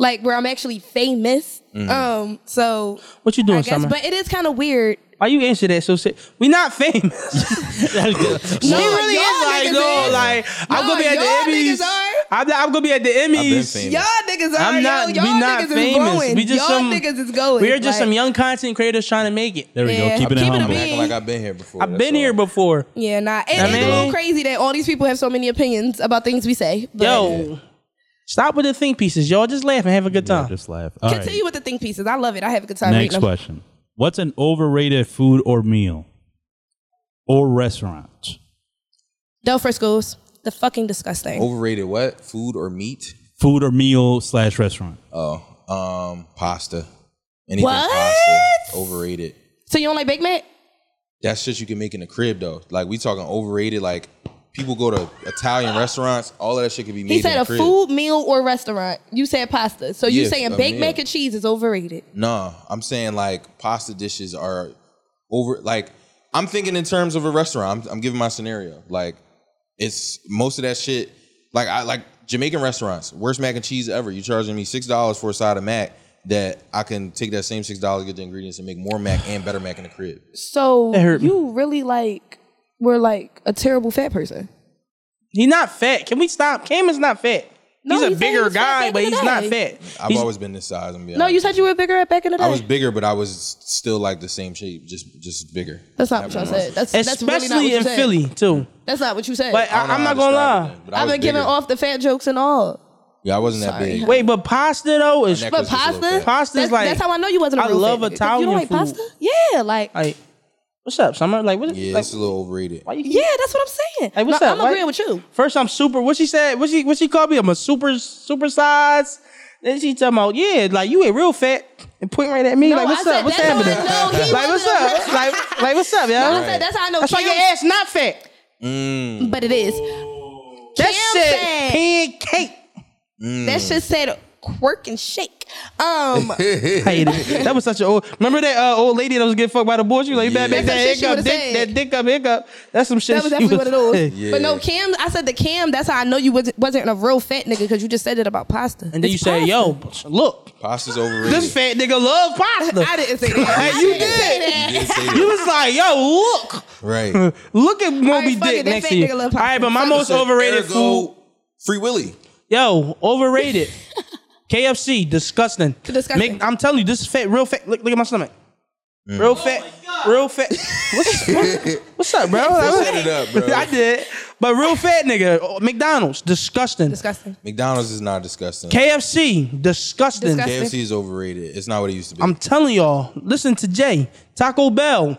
Speaker 4: like where I'm actually famous.
Speaker 3: Mm-hmm.
Speaker 4: Um, so
Speaker 3: What you
Speaker 4: I
Speaker 3: doing,
Speaker 4: guess,
Speaker 3: Summer?
Speaker 4: but it is kind of weird.
Speaker 3: Why you answer that so sick? We not famous.
Speaker 4: No,
Speaker 3: She really is
Speaker 4: y'all
Speaker 3: like,
Speaker 4: niggas
Speaker 3: no,
Speaker 4: is.
Speaker 3: like I'm
Speaker 4: No,
Speaker 3: gonna be at
Speaker 4: y'all
Speaker 3: the Emmys.
Speaker 4: niggas are.
Speaker 3: I'm, not- I'm gonna be at the Emmys.
Speaker 2: famous.
Speaker 4: Y'all niggas are.
Speaker 3: I'm not.
Speaker 4: Yo, y'all
Speaker 3: we not
Speaker 4: niggas
Speaker 3: famous.
Speaker 4: Is going.
Speaker 3: We just
Speaker 4: y'all
Speaker 3: some.
Speaker 4: niggas is going.
Speaker 3: We are just
Speaker 4: like,
Speaker 3: some young content creators trying to make it.
Speaker 5: There we
Speaker 4: Yeah,
Speaker 5: go. Keeping it
Speaker 4: keeping it
Speaker 5: humble.
Speaker 4: being-
Speaker 2: Acting like I've been here before.
Speaker 3: I've
Speaker 2: that's
Speaker 3: been
Speaker 2: all.
Speaker 3: here before.
Speaker 4: Yeah, nah. It,
Speaker 3: I
Speaker 4: it's a
Speaker 3: mean-
Speaker 4: little crazy that all these people have so many opinions about things we say. But
Speaker 3: Yo, stop with the think pieces, y'all. Just laugh and have a good time.
Speaker 5: Just laugh. All right.
Speaker 4: continue with the think pieces. I love it. I have a good time. reading
Speaker 5: Next
Speaker 4: them.
Speaker 5: question. What's an overrated food or meal or restaurant?
Speaker 4: Del Frisco's the fucking disgusting.
Speaker 3: Oh.
Speaker 2: Overrated what? Food or meat?
Speaker 5: Food or meal slash restaurant.
Speaker 2: Oh, um, pasta. Anything
Speaker 4: What?
Speaker 2: pasta. Overrated.
Speaker 4: So you don't like Big Mac?
Speaker 2: That's shit you can make in the crib though. Like we talking overrated. Like people go to Italian restaurants. All of that shit can be made.
Speaker 4: He said
Speaker 2: in the
Speaker 4: a
Speaker 2: crib.
Speaker 4: food meal or restaurant. You said pasta. So you
Speaker 2: Yes,
Speaker 4: saying
Speaker 2: a
Speaker 4: baked
Speaker 2: meal.
Speaker 4: mac and cheese is overrated.
Speaker 2: No, I'm saying like pasta dishes are over. Like I'm thinking in terms of a restaurant. I'm, I'm giving my scenario. Like it's most of that shit. Like I like Jamaican restaurants. Worst mac and cheese ever. You charging me six dollars for a side of mac that I can take that same six dollars, get the ingredients, and make more mac and better mac in the crib.
Speaker 4: So
Speaker 3: hurt me.
Speaker 4: you really like were like a terrible fat person.
Speaker 3: He's not fat. Can we stop? Cameron's not fat.
Speaker 4: No,
Speaker 3: he's a
Speaker 4: you said he
Speaker 3: bigger
Speaker 4: was fat
Speaker 3: guy,
Speaker 4: back
Speaker 3: but
Speaker 4: in the
Speaker 3: he's not fat.
Speaker 4: day.
Speaker 2: I've
Speaker 3: He's-
Speaker 2: always been this size. I'm being
Speaker 4: No, you
Speaker 2: honest.
Speaker 4: said you were bigger back in the day.
Speaker 2: I was bigger, but I was still like the same shape, just just bigger.
Speaker 4: that's not what y'all said. That's that's really not
Speaker 3: especially
Speaker 4: what you
Speaker 3: in
Speaker 4: said.
Speaker 3: Philly too.
Speaker 4: That's not what you said.
Speaker 3: But
Speaker 2: I don't know
Speaker 3: I, am
Speaker 2: how
Speaker 3: not
Speaker 2: to
Speaker 3: gonna
Speaker 2: describe
Speaker 3: lie.
Speaker 2: it, but I
Speaker 4: I've
Speaker 2: was
Speaker 4: been giving
Speaker 2: bigger.
Speaker 4: off the fat jokes and all.
Speaker 2: Yeah, I wasn't
Speaker 4: Sorry.
Speaker 2: that big.
Speaker 3: Wait, but pasta though is
Speaker 2: neck
Speaker 4: But
Speaker 2: was just a little
Speaker 4: pasta,
Speaker 2: fat.
Speaker 3: Pasta's
Speaker 4: that's,
Speaker 3: like-
Speaker 4: that's how I know you wasn't. A
Speaker 3: I
Speaker 4: real
Speaker 3: love
Speaker 4: fat nigga. 'Cause You
Speaker 3: Italian
Speaker 4: don't like
Speaker 3: food.
Speaker 4: pasta? Yeah, like,
Speaker 3: like, what's up, Summer? Like, what?
Speaker 2: Yeah,
Speaker 3: like,
Speaker 2: it's a little overrated.
Speaker 3: why you?
Speaker 4: yeah, that's what I'm saying.
Speaker 3: Hey, what's
Speaker 4: No,
Speaker 3: up?
Speaker 4: I'm
Speaker 3: Why-
Speaker 4: agreeing with you.
Speaker 3: First, I'm super. What she said? What she? What she called me? I'm a super super size. Then she talking about yeah, like you ain't real fat and pointing right at me.
Speaker 4: No,
Speaker 3: like what's
Speaker 4: I said
Speaker 3: up? What's
Speaker 4: that's how I
Speaker 3: happening?
Speaker 4: know he
Speaker 3: like what's
Speaker 4: wasn't
Speaker 3: up? like like what's up, y'all?
Speaker 4: I said that's how I know.
Speaker 3: That's why your
Speaker 4: Kim's-
Speaker 3: ass not fat.
Speaker 4: but it is.
Speaker 3: That
Speaker 4: Kim
Speaker 3: shit
Speaker 4: said-
Speaker 3: pancake.
Speaker 4: That shit said quirk and shake. Um,
Speaker 3: Hated it. That was such an old. Remember that uh, old lady that was getting fucked by the boy? She was like, back, back
Speaker 4: That's some
Speaker 3: that
Speaker 4: shit she
Speaker 3: hiccup,
Speaker 4: would've
Speaker 3: dick,
Speaker 4: said.
Speaker 3: that dick up, hiccup. That's some shit.
Speaker 4: that was
Speaker 3: she
Speaker 4: definitely one of those.
Speaker 2: Yeah.
Speaker 4: But no, Cam, I said the Cam. That's how I know you was, wasn't a real fat nigga because you just said it about pasta.
Speaker 3: And then you say, yo, look,
Speaker 2: Pasta's overrated.
Speaker 3: this fat nigga love pasta.
Speaker 4: I didn't say that.
Speaker 3: Hey, you
Speaker 4: I didn't say
Speaker 2: You
Speaker 4: that.
Speaker 2: did say
Speaker 3: You
Speaker 2: that.
Speaker 3: was like, yo, look,
Speaker 2: right.
Speaker 3: look at Moby
Speaker 4: fuck
Speaker 3: Dick
Speaker 4: it, that
Speaker 3: next
Speaker 4: fat
Speaker 3: to you.
Speaker 4: nigga
Speaker 3: All
Speaker 4: love pasta.
Speaker 3: right, but my
Speaker 4: Fuck
Speaker 3: most overrated food,
Speaker 2: Ergo, Free Willy.
Speaker 3: yo, overrated. KFC, disgusting.
Speaker 4: Disgusting.
Speaker 3: Make- I'm telling you, this is fat, real fat. Look, look at my stomach. Real fat,
Speaker 4: Oh
Speaker 3: real fat. What's, what- what's up, bro?
Speaker 2: Set it up, bro.
Speaker 3: I did. But real fat nigga, oh, McDonald's, disgusting.
Speaker 4: Disgusting.
Speaker 2: McDonald's is not disgusting.
Speaker 3: KFC, disgusting.
Speaker 4: Disgusting.
Speaker 2: KFC is overrated. It's not what it used to be.
Speaker 3: I'm telling y'all, listen to Jay. Taco Bell,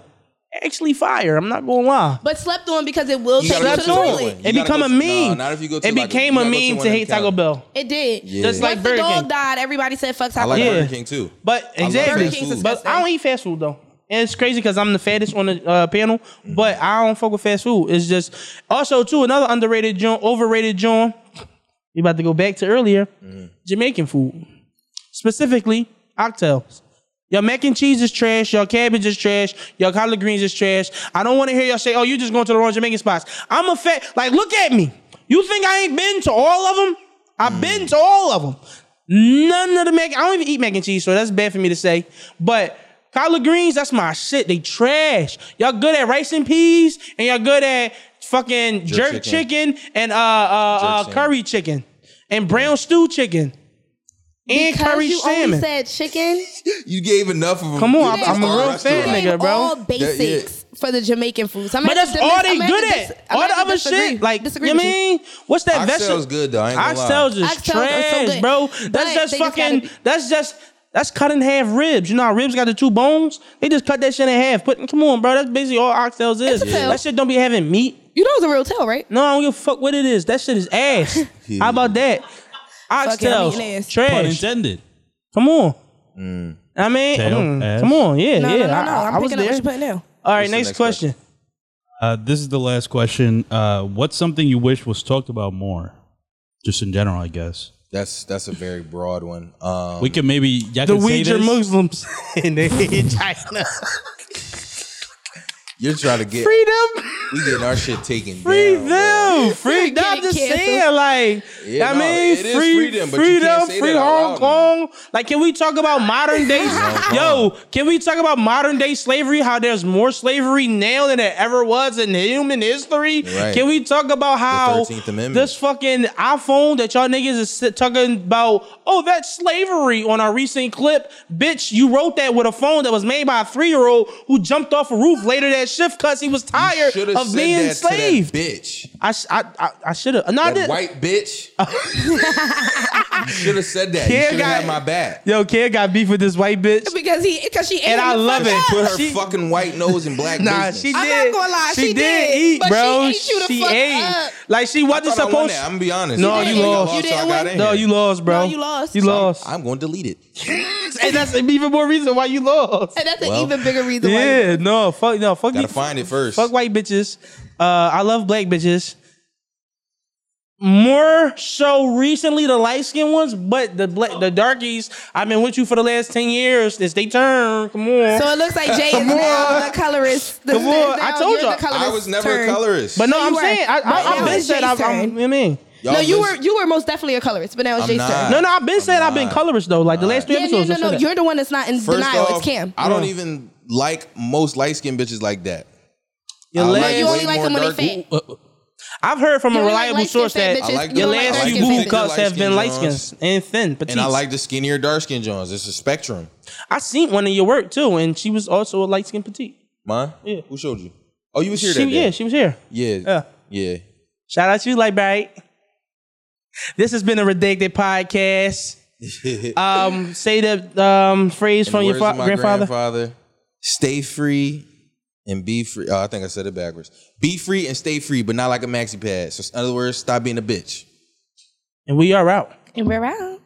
Speaker 3: actually fire. I'm not gonna lie.
Speaker 4: But slept on because it will
Speaker 2: You
Speaker 4: take
Speaker 2: gotta go
Speaker 3: Slept
Speaker 4: you to the
Speaker 2: to another
Speaker 3: on.
Speaker 2: one.
Speaker 4: toilet.
Speaker 2: You
Speaker 3: It
Speaker 2: gotta
Speaker 3: become
Speaker 2: go
Speaker 3: a
Speaker 2: to-
Speaker 3: meme.
Speaker 2: no, not if you go to
Speaker 3: it
Speaker 2: like a-
Speaker 3: became
Speaker 2: you
Speaker 3: a
Speaker 2: gotta go to
Speaker 3: meme
Speaker 2: one
Speaker 3: to
Speaker 2: of
Speaker 3: hate
Speaker 2: them
Speaker 3: Taco
Speaker 2: counters.
Speaker 3: Bell.
Speaker 4: It did.
Speaker 2: Yeah.
Speaker 3: Just like
Speaker 4: Once
Speaker 3: Burger
Speaker 4: the dog
Speaker 3: King.
Speaker 4: died, everybody said fuck
Speaker 2: I
Speaker 4: Taco
Speaker 2: like
Speaker 4: Bell.
Speaker 3: Yeah.
Speaker 2: Burger King too.
Speaker 3: But
Speaker 2: I love
Speaker 3: exactly.
Speaker 4: Burger King's
Speaker 2: food.
Speaker 3: But I don't eat fast food though. And it's crazy because I'm the fattest on the uh, panel, but I don't fuck with fast food. It's just also too another underrated joint, overrated joint. We about to go back to earlier, Jamaican food, specifically oxtails. Your mac and cheese is trash. Your cabbage is trash. Your collard greens is trash. I don't want to hear y'all say, "Oh, you just going to the wrong Jamaican spots." I'm a fat. Like, look at me. You think I ain't been to all of them? I've been to all of them. None of the mac. I don't even eat mac and cheese, so that's bad for me to say. But collard greens, that's my shit. They trash. Y'all good at rice and peas, and y'all good at fucking jerk,
Speaker 2: Jerk
Speaker 3: chicken. and uh uh, uh
Speaker 2: Jerk salmon.
Speaker 3: curry chicken and brown stew chicken and
Speaker 4: Because
Speaker 3: curry
Speaker 4: you
Speaker 3: salmon.
Speaker 4: only said chicken.
Speaker 2: You gave enough of them.
Speaker 3: Come on, I'm a
Speaker 4: All-
Speaker 3: real fan,
Speaker 4: you
Speaker 3: nigga,
Speaker 4: named
Speaker 3: bro.
Speaker 4: All
Speaker 2: yeah.
Speaker 4: basics for the Jamaican food. So I'm
Speaker 3: But
Speaker 4: gonna have
Speaker 3: that's
Speaker 4: to
Speaker 3: all
Speaker 4: dis-
Speaker 3: they
Speaker 4: I'm gonna have
Speaker 3: good
Speaker 4: to dis-
Speaker 3: at.
Speaker 4: I'm
Speaker 3: All
Speaker 4: gonna
Speaker 3: the
Speaker 4: have to
Speaker 3: other
Speaker 4: disagree-
Speaker 3: shit, like you
Speaker 4: disagree
Speaker 3: know
Speaker 4: with
Speaker 3: what I mean? What's that vessel?
Speaker 2: Oxtail's good though. I ain't gonna lie.
Speaker 3: Oxtails is
Speaker 4: Oxtails are so
Speaker 3: trash,
Speaker 4: good.
Speaker 3: bro.
Speaker 4: But
Speaker 3: That's just
Speaker 4: they just gotta
Speaker 3: fucking.
Speaker 4: be-
Speaker 3: that's just. That's cut in half ribs. You know how ribs got the two bones? They just cut that shit in half. Put come on, bro. That's basically all oxtails is.
Speaker 4: a tail.
Speaker 3: That shit don't be having meat.
Speaker 4: You know it's a real tail, right?
Speaker 3: No, I don't give a fuck what it is. That shit is ass. How about that?
Speaker 4: it, I'm eating
Speaker 3: Oxtails,
Speaker 4: ass.
Speaker 5: Pun
Speaker 3: trash.
Speaker 5: intended.
Speaker 3: Come on. I mean,
Speaker 5: Tail,
Speaker 3: mm,
Speaker 5: ass.
Speaker 3: come on. Yeah,
Speaker 4: No,
Speaker 3: yeah.
Speaker 4: no, no, no.
Speaker 3: I- I,
Speaker 4: I'm
Speaker 3: I was
Speaker 4: picking up
Speaker 3: there.
Speaker 4: what you put now.
Speaker 3: All right,
Speaker 2: What's the
Speaker 3: next,
Speaker 2: next
Speaker 3: question.
Speaker 2: question?
Speaker 5: Uh, this is the last question. Uh, what's something you wish was talked about more? Just in general, I guess.
Speaker 2: That's that's a very broad one. Um,
Speaker 5: We could maybe y'all
Speaker 3: The
Speaker 5: can say
Speaker 3: Uyghur
Speaker 5: this.
Speaker 3: Muslims in they hate China.
Speaker 2: you're trying to get
Speaker 3: Free them.
Speaker 2: we getting our shit taken
Speaker 3: Free
Speaker 2: down. bro.
Speaker 3: them. Free them. I'm
Speaker 4: Getting
Speaker 3: just
Speaker 4: canceled.
Speaker 3: saying, like,
Speaker 2: Yeah,
Speaker 3: I
Speaker 2: no,
Speaker 3: mean,
Speaker 2: it is
Speaker 3: free,
Speaker 2: freedom, but you
Speaker 3: freedom,
Speaker 2: can't say
Speaker 3: free
Speaker 2: that out
Speaker 3: Hong
Speaker 2: loud,
Speaker 3: Kong. Like, can we talk about modern day? yo, can we talk about modern day slavery? How there's more slavery now than there ever was in human history?
Speaker 2: Right.
Speaker 3: Can we talk about how
Speaker 2: 13th Amendment.
Speaker 3: this fucking iPhone that y'all niggas is sit- talking about? Oh, that's slavery on our recent clip, bitch. You wrote that with a phone that was made by a three year old who jumped off a roof later that shift because he was tired
Speaker 2: Shoulda
Speaker 3: of
Speaker 2: said
Speaker 3: being
Speaker 2: that to that
Speaker 3: enslaved.
Speaker 2: bitch.
Speaker 3: I, sh- I, I, I should have. No, I
Speaker 2: That
Speaker 3: did.
Speaker 2: white bitch. you should have said that.
Speaker 3: Kid
Speaker 2: you should
Speaker 3: got-
Speaker 2: have had my back.
Speaker 3: Yo, kid got beef with this white bitch.
Speaker 4: Because he, because she ate
Speaker 3: And
Speaker 4: him
Speaker 3: I
Speaker 4: the
Speaker 3: love
Speaker 4: fuck
Speaker 3: it.
Speaker 4: up.
Speaker 2: Put her
Speaker 3: She-
Speaker 2: fucking white nose in black
Speaker 3: Nah,
Speaker 2: business.
Speaker 3: she
Speaker 4: I'm
Speaker 3: did.
Speaker 4: not gonna lie, she did,
Speaker 3: eat,
Speaker 4: but she
Speaker 3: bro.
Speaker 4: ate you the fuck up.
Speaker 3: Like she
Speaker 2: I
Speaker 3: wasn't
Speaker 2: thought I won
Speaker 3: supposed.
Speaker 2: that. I'm gonna be honest.
Speaker 3: No,
Speaker 2: I
Speaker 3: you
Speaker 2: think I
Speaker 3: lost.
Speaker 4: You
Speaker 2: so I
Speaker 4: didn't
Speaker 2: got
Speaker 4: win?
Speaker 2: in
Speaker 3: No,
Speaker 2: here.
Speaker 3: you lost, bro.
Speaker 4: No, you lost.
Speaker 3: You
Speaker 4: So
Speaker 3: lost.
Speaker 2: I'm going to delete it.
Speaker 3: and that's even more reason why you lost.
Speaker 4: And that's
Speaker 2: Well,
Speaker 4: an even bigger reason why.
Speaker 3: Yeah, no, fuck, no, fuck.
Speaker 2: Gotta
Speaker 3: these-
Speaker 2: find it first.
Speaker 3: Fuck white bitches. Uh, I love black bitches. More so recently the light skinned ones, but the black, the darkies. I've been with you for the last ten years. It's they turn. Come on.
Speaker 4: So it looks like Jay is now the colorist. The,
Speaker 3: Come on,
Speaker 4: now
Speaker 3: I told
Speaker 4: you're
Speaker 3: y'all,
Speaker 4: the colorist
Speaker 2: I was never
Speaker 4: turn.
Speaker 2: a colorist.
Speaker 3: but no,
Speaker 4: so
Speaker 3: I'm
Speaker 4: you were.
Speaker 3: saying I, I,
Speaker 4: Right
Speaker 3: I've
Speaker 4: now
Speaker 3: been
Speaker 4: it's
Speaker 3: said. I've,
Speaker 4: Jay's
Speaker 3: I'm.
Speaker 4: turn.
Speaker 3: I mean.
Speaker 2: Y'all
Speaker 4: no, you were
Speaker 2: listen-
Speaker 4: you were most definitely a colorist, but now it's
Speaker 2: I'm
Speaker 4: Jay's
Speaker 2: not.
Speaker 4: turn.
Speaker 3: No, no, I've been saying I've been
Speaker 2: not.
Speaker 3: colorist though. Like the last three
Speaker 4: Yeah, no,
Speaker 3: episodes.
Speaker 4: no,
Speaker 3: I
Speaker 4: no.
Speaker 3: said that.
Speaker 4: You're the one that's not in
Speaker 2: First
Speaker 4: denial.
Speaker 2: off,
Speaker 4: it's Cam.
Speaker 2: I don't even like most light skinned bitches like that.
Speaker 3: Your
Speaker 2: I
Speaker 3: last-
Speaker 4: But you
Speaker 2: way
Speaker 4: only like
Speaker 2: more
Speaker 4: them when
Speaker 2: dark-
Speaker 4: they fat.
Speaker 3: I've heard from
Speaker 4: You
Speaker 3: a
Speaker 4: don't like
Speaker 3: reliable
Speaker 4: light-skinned
Speaker 3: source
Speaker 4: fat
Speaker 3: that
Speaker 4: bitches.
Speaker 2: I like
Speaker 4: You
Speaker 2: the-
Speaker 3: your
Speaker 4: don't like
Speaker 3: last few
Speaker 2: light-skinned
Speaker 3: boo
Speaker 4: light-skinned
Speaker 2: bitches.
Speaker 3: boo
Speaker 4: bitches.
Speaker 3: cuts have been
Speaker 2: Light-skinned
Speaker 3: light
Speaker 2: Johns.
Speaker 3: skins and thin, petite.
Speaker 2: And I like the skinnier, dark skinned Johns. It's a spectrum.
Speaker 3: I seen one in your work too, and she was also a light skinned petite.
Speaker 2: Mine?
Speaker 3: Yeah.
Speaker 2: Who showed you? Oh, you was here
Speaker 3: She,
Speaker 2: that day.
Speaker 3: yeah, she was here.
Speaker 2: yeah.
Speaker 3: Yeah.
Speaker 2: Yeah. Yeah.
Speaker 3: Shout out to you, Light Bright. This has been a redacted podcast. Um, say the um, phrase
Speaker 2: In
Speaker 3: from
Speaker 2: the
Speaker 3: your
Speaker 2: words
Speaker 3: fa-
Speaker 2: of my
Speaker 3: grandfather.
Speaker 2: grandfather. Stay free and be free. Oh, I think I said it backwards. Be free and stay free, but not like a maxi pad. So, in other words, stop being a bitch.
Speaker 3: And we are out.
Speaker 4: And we're out.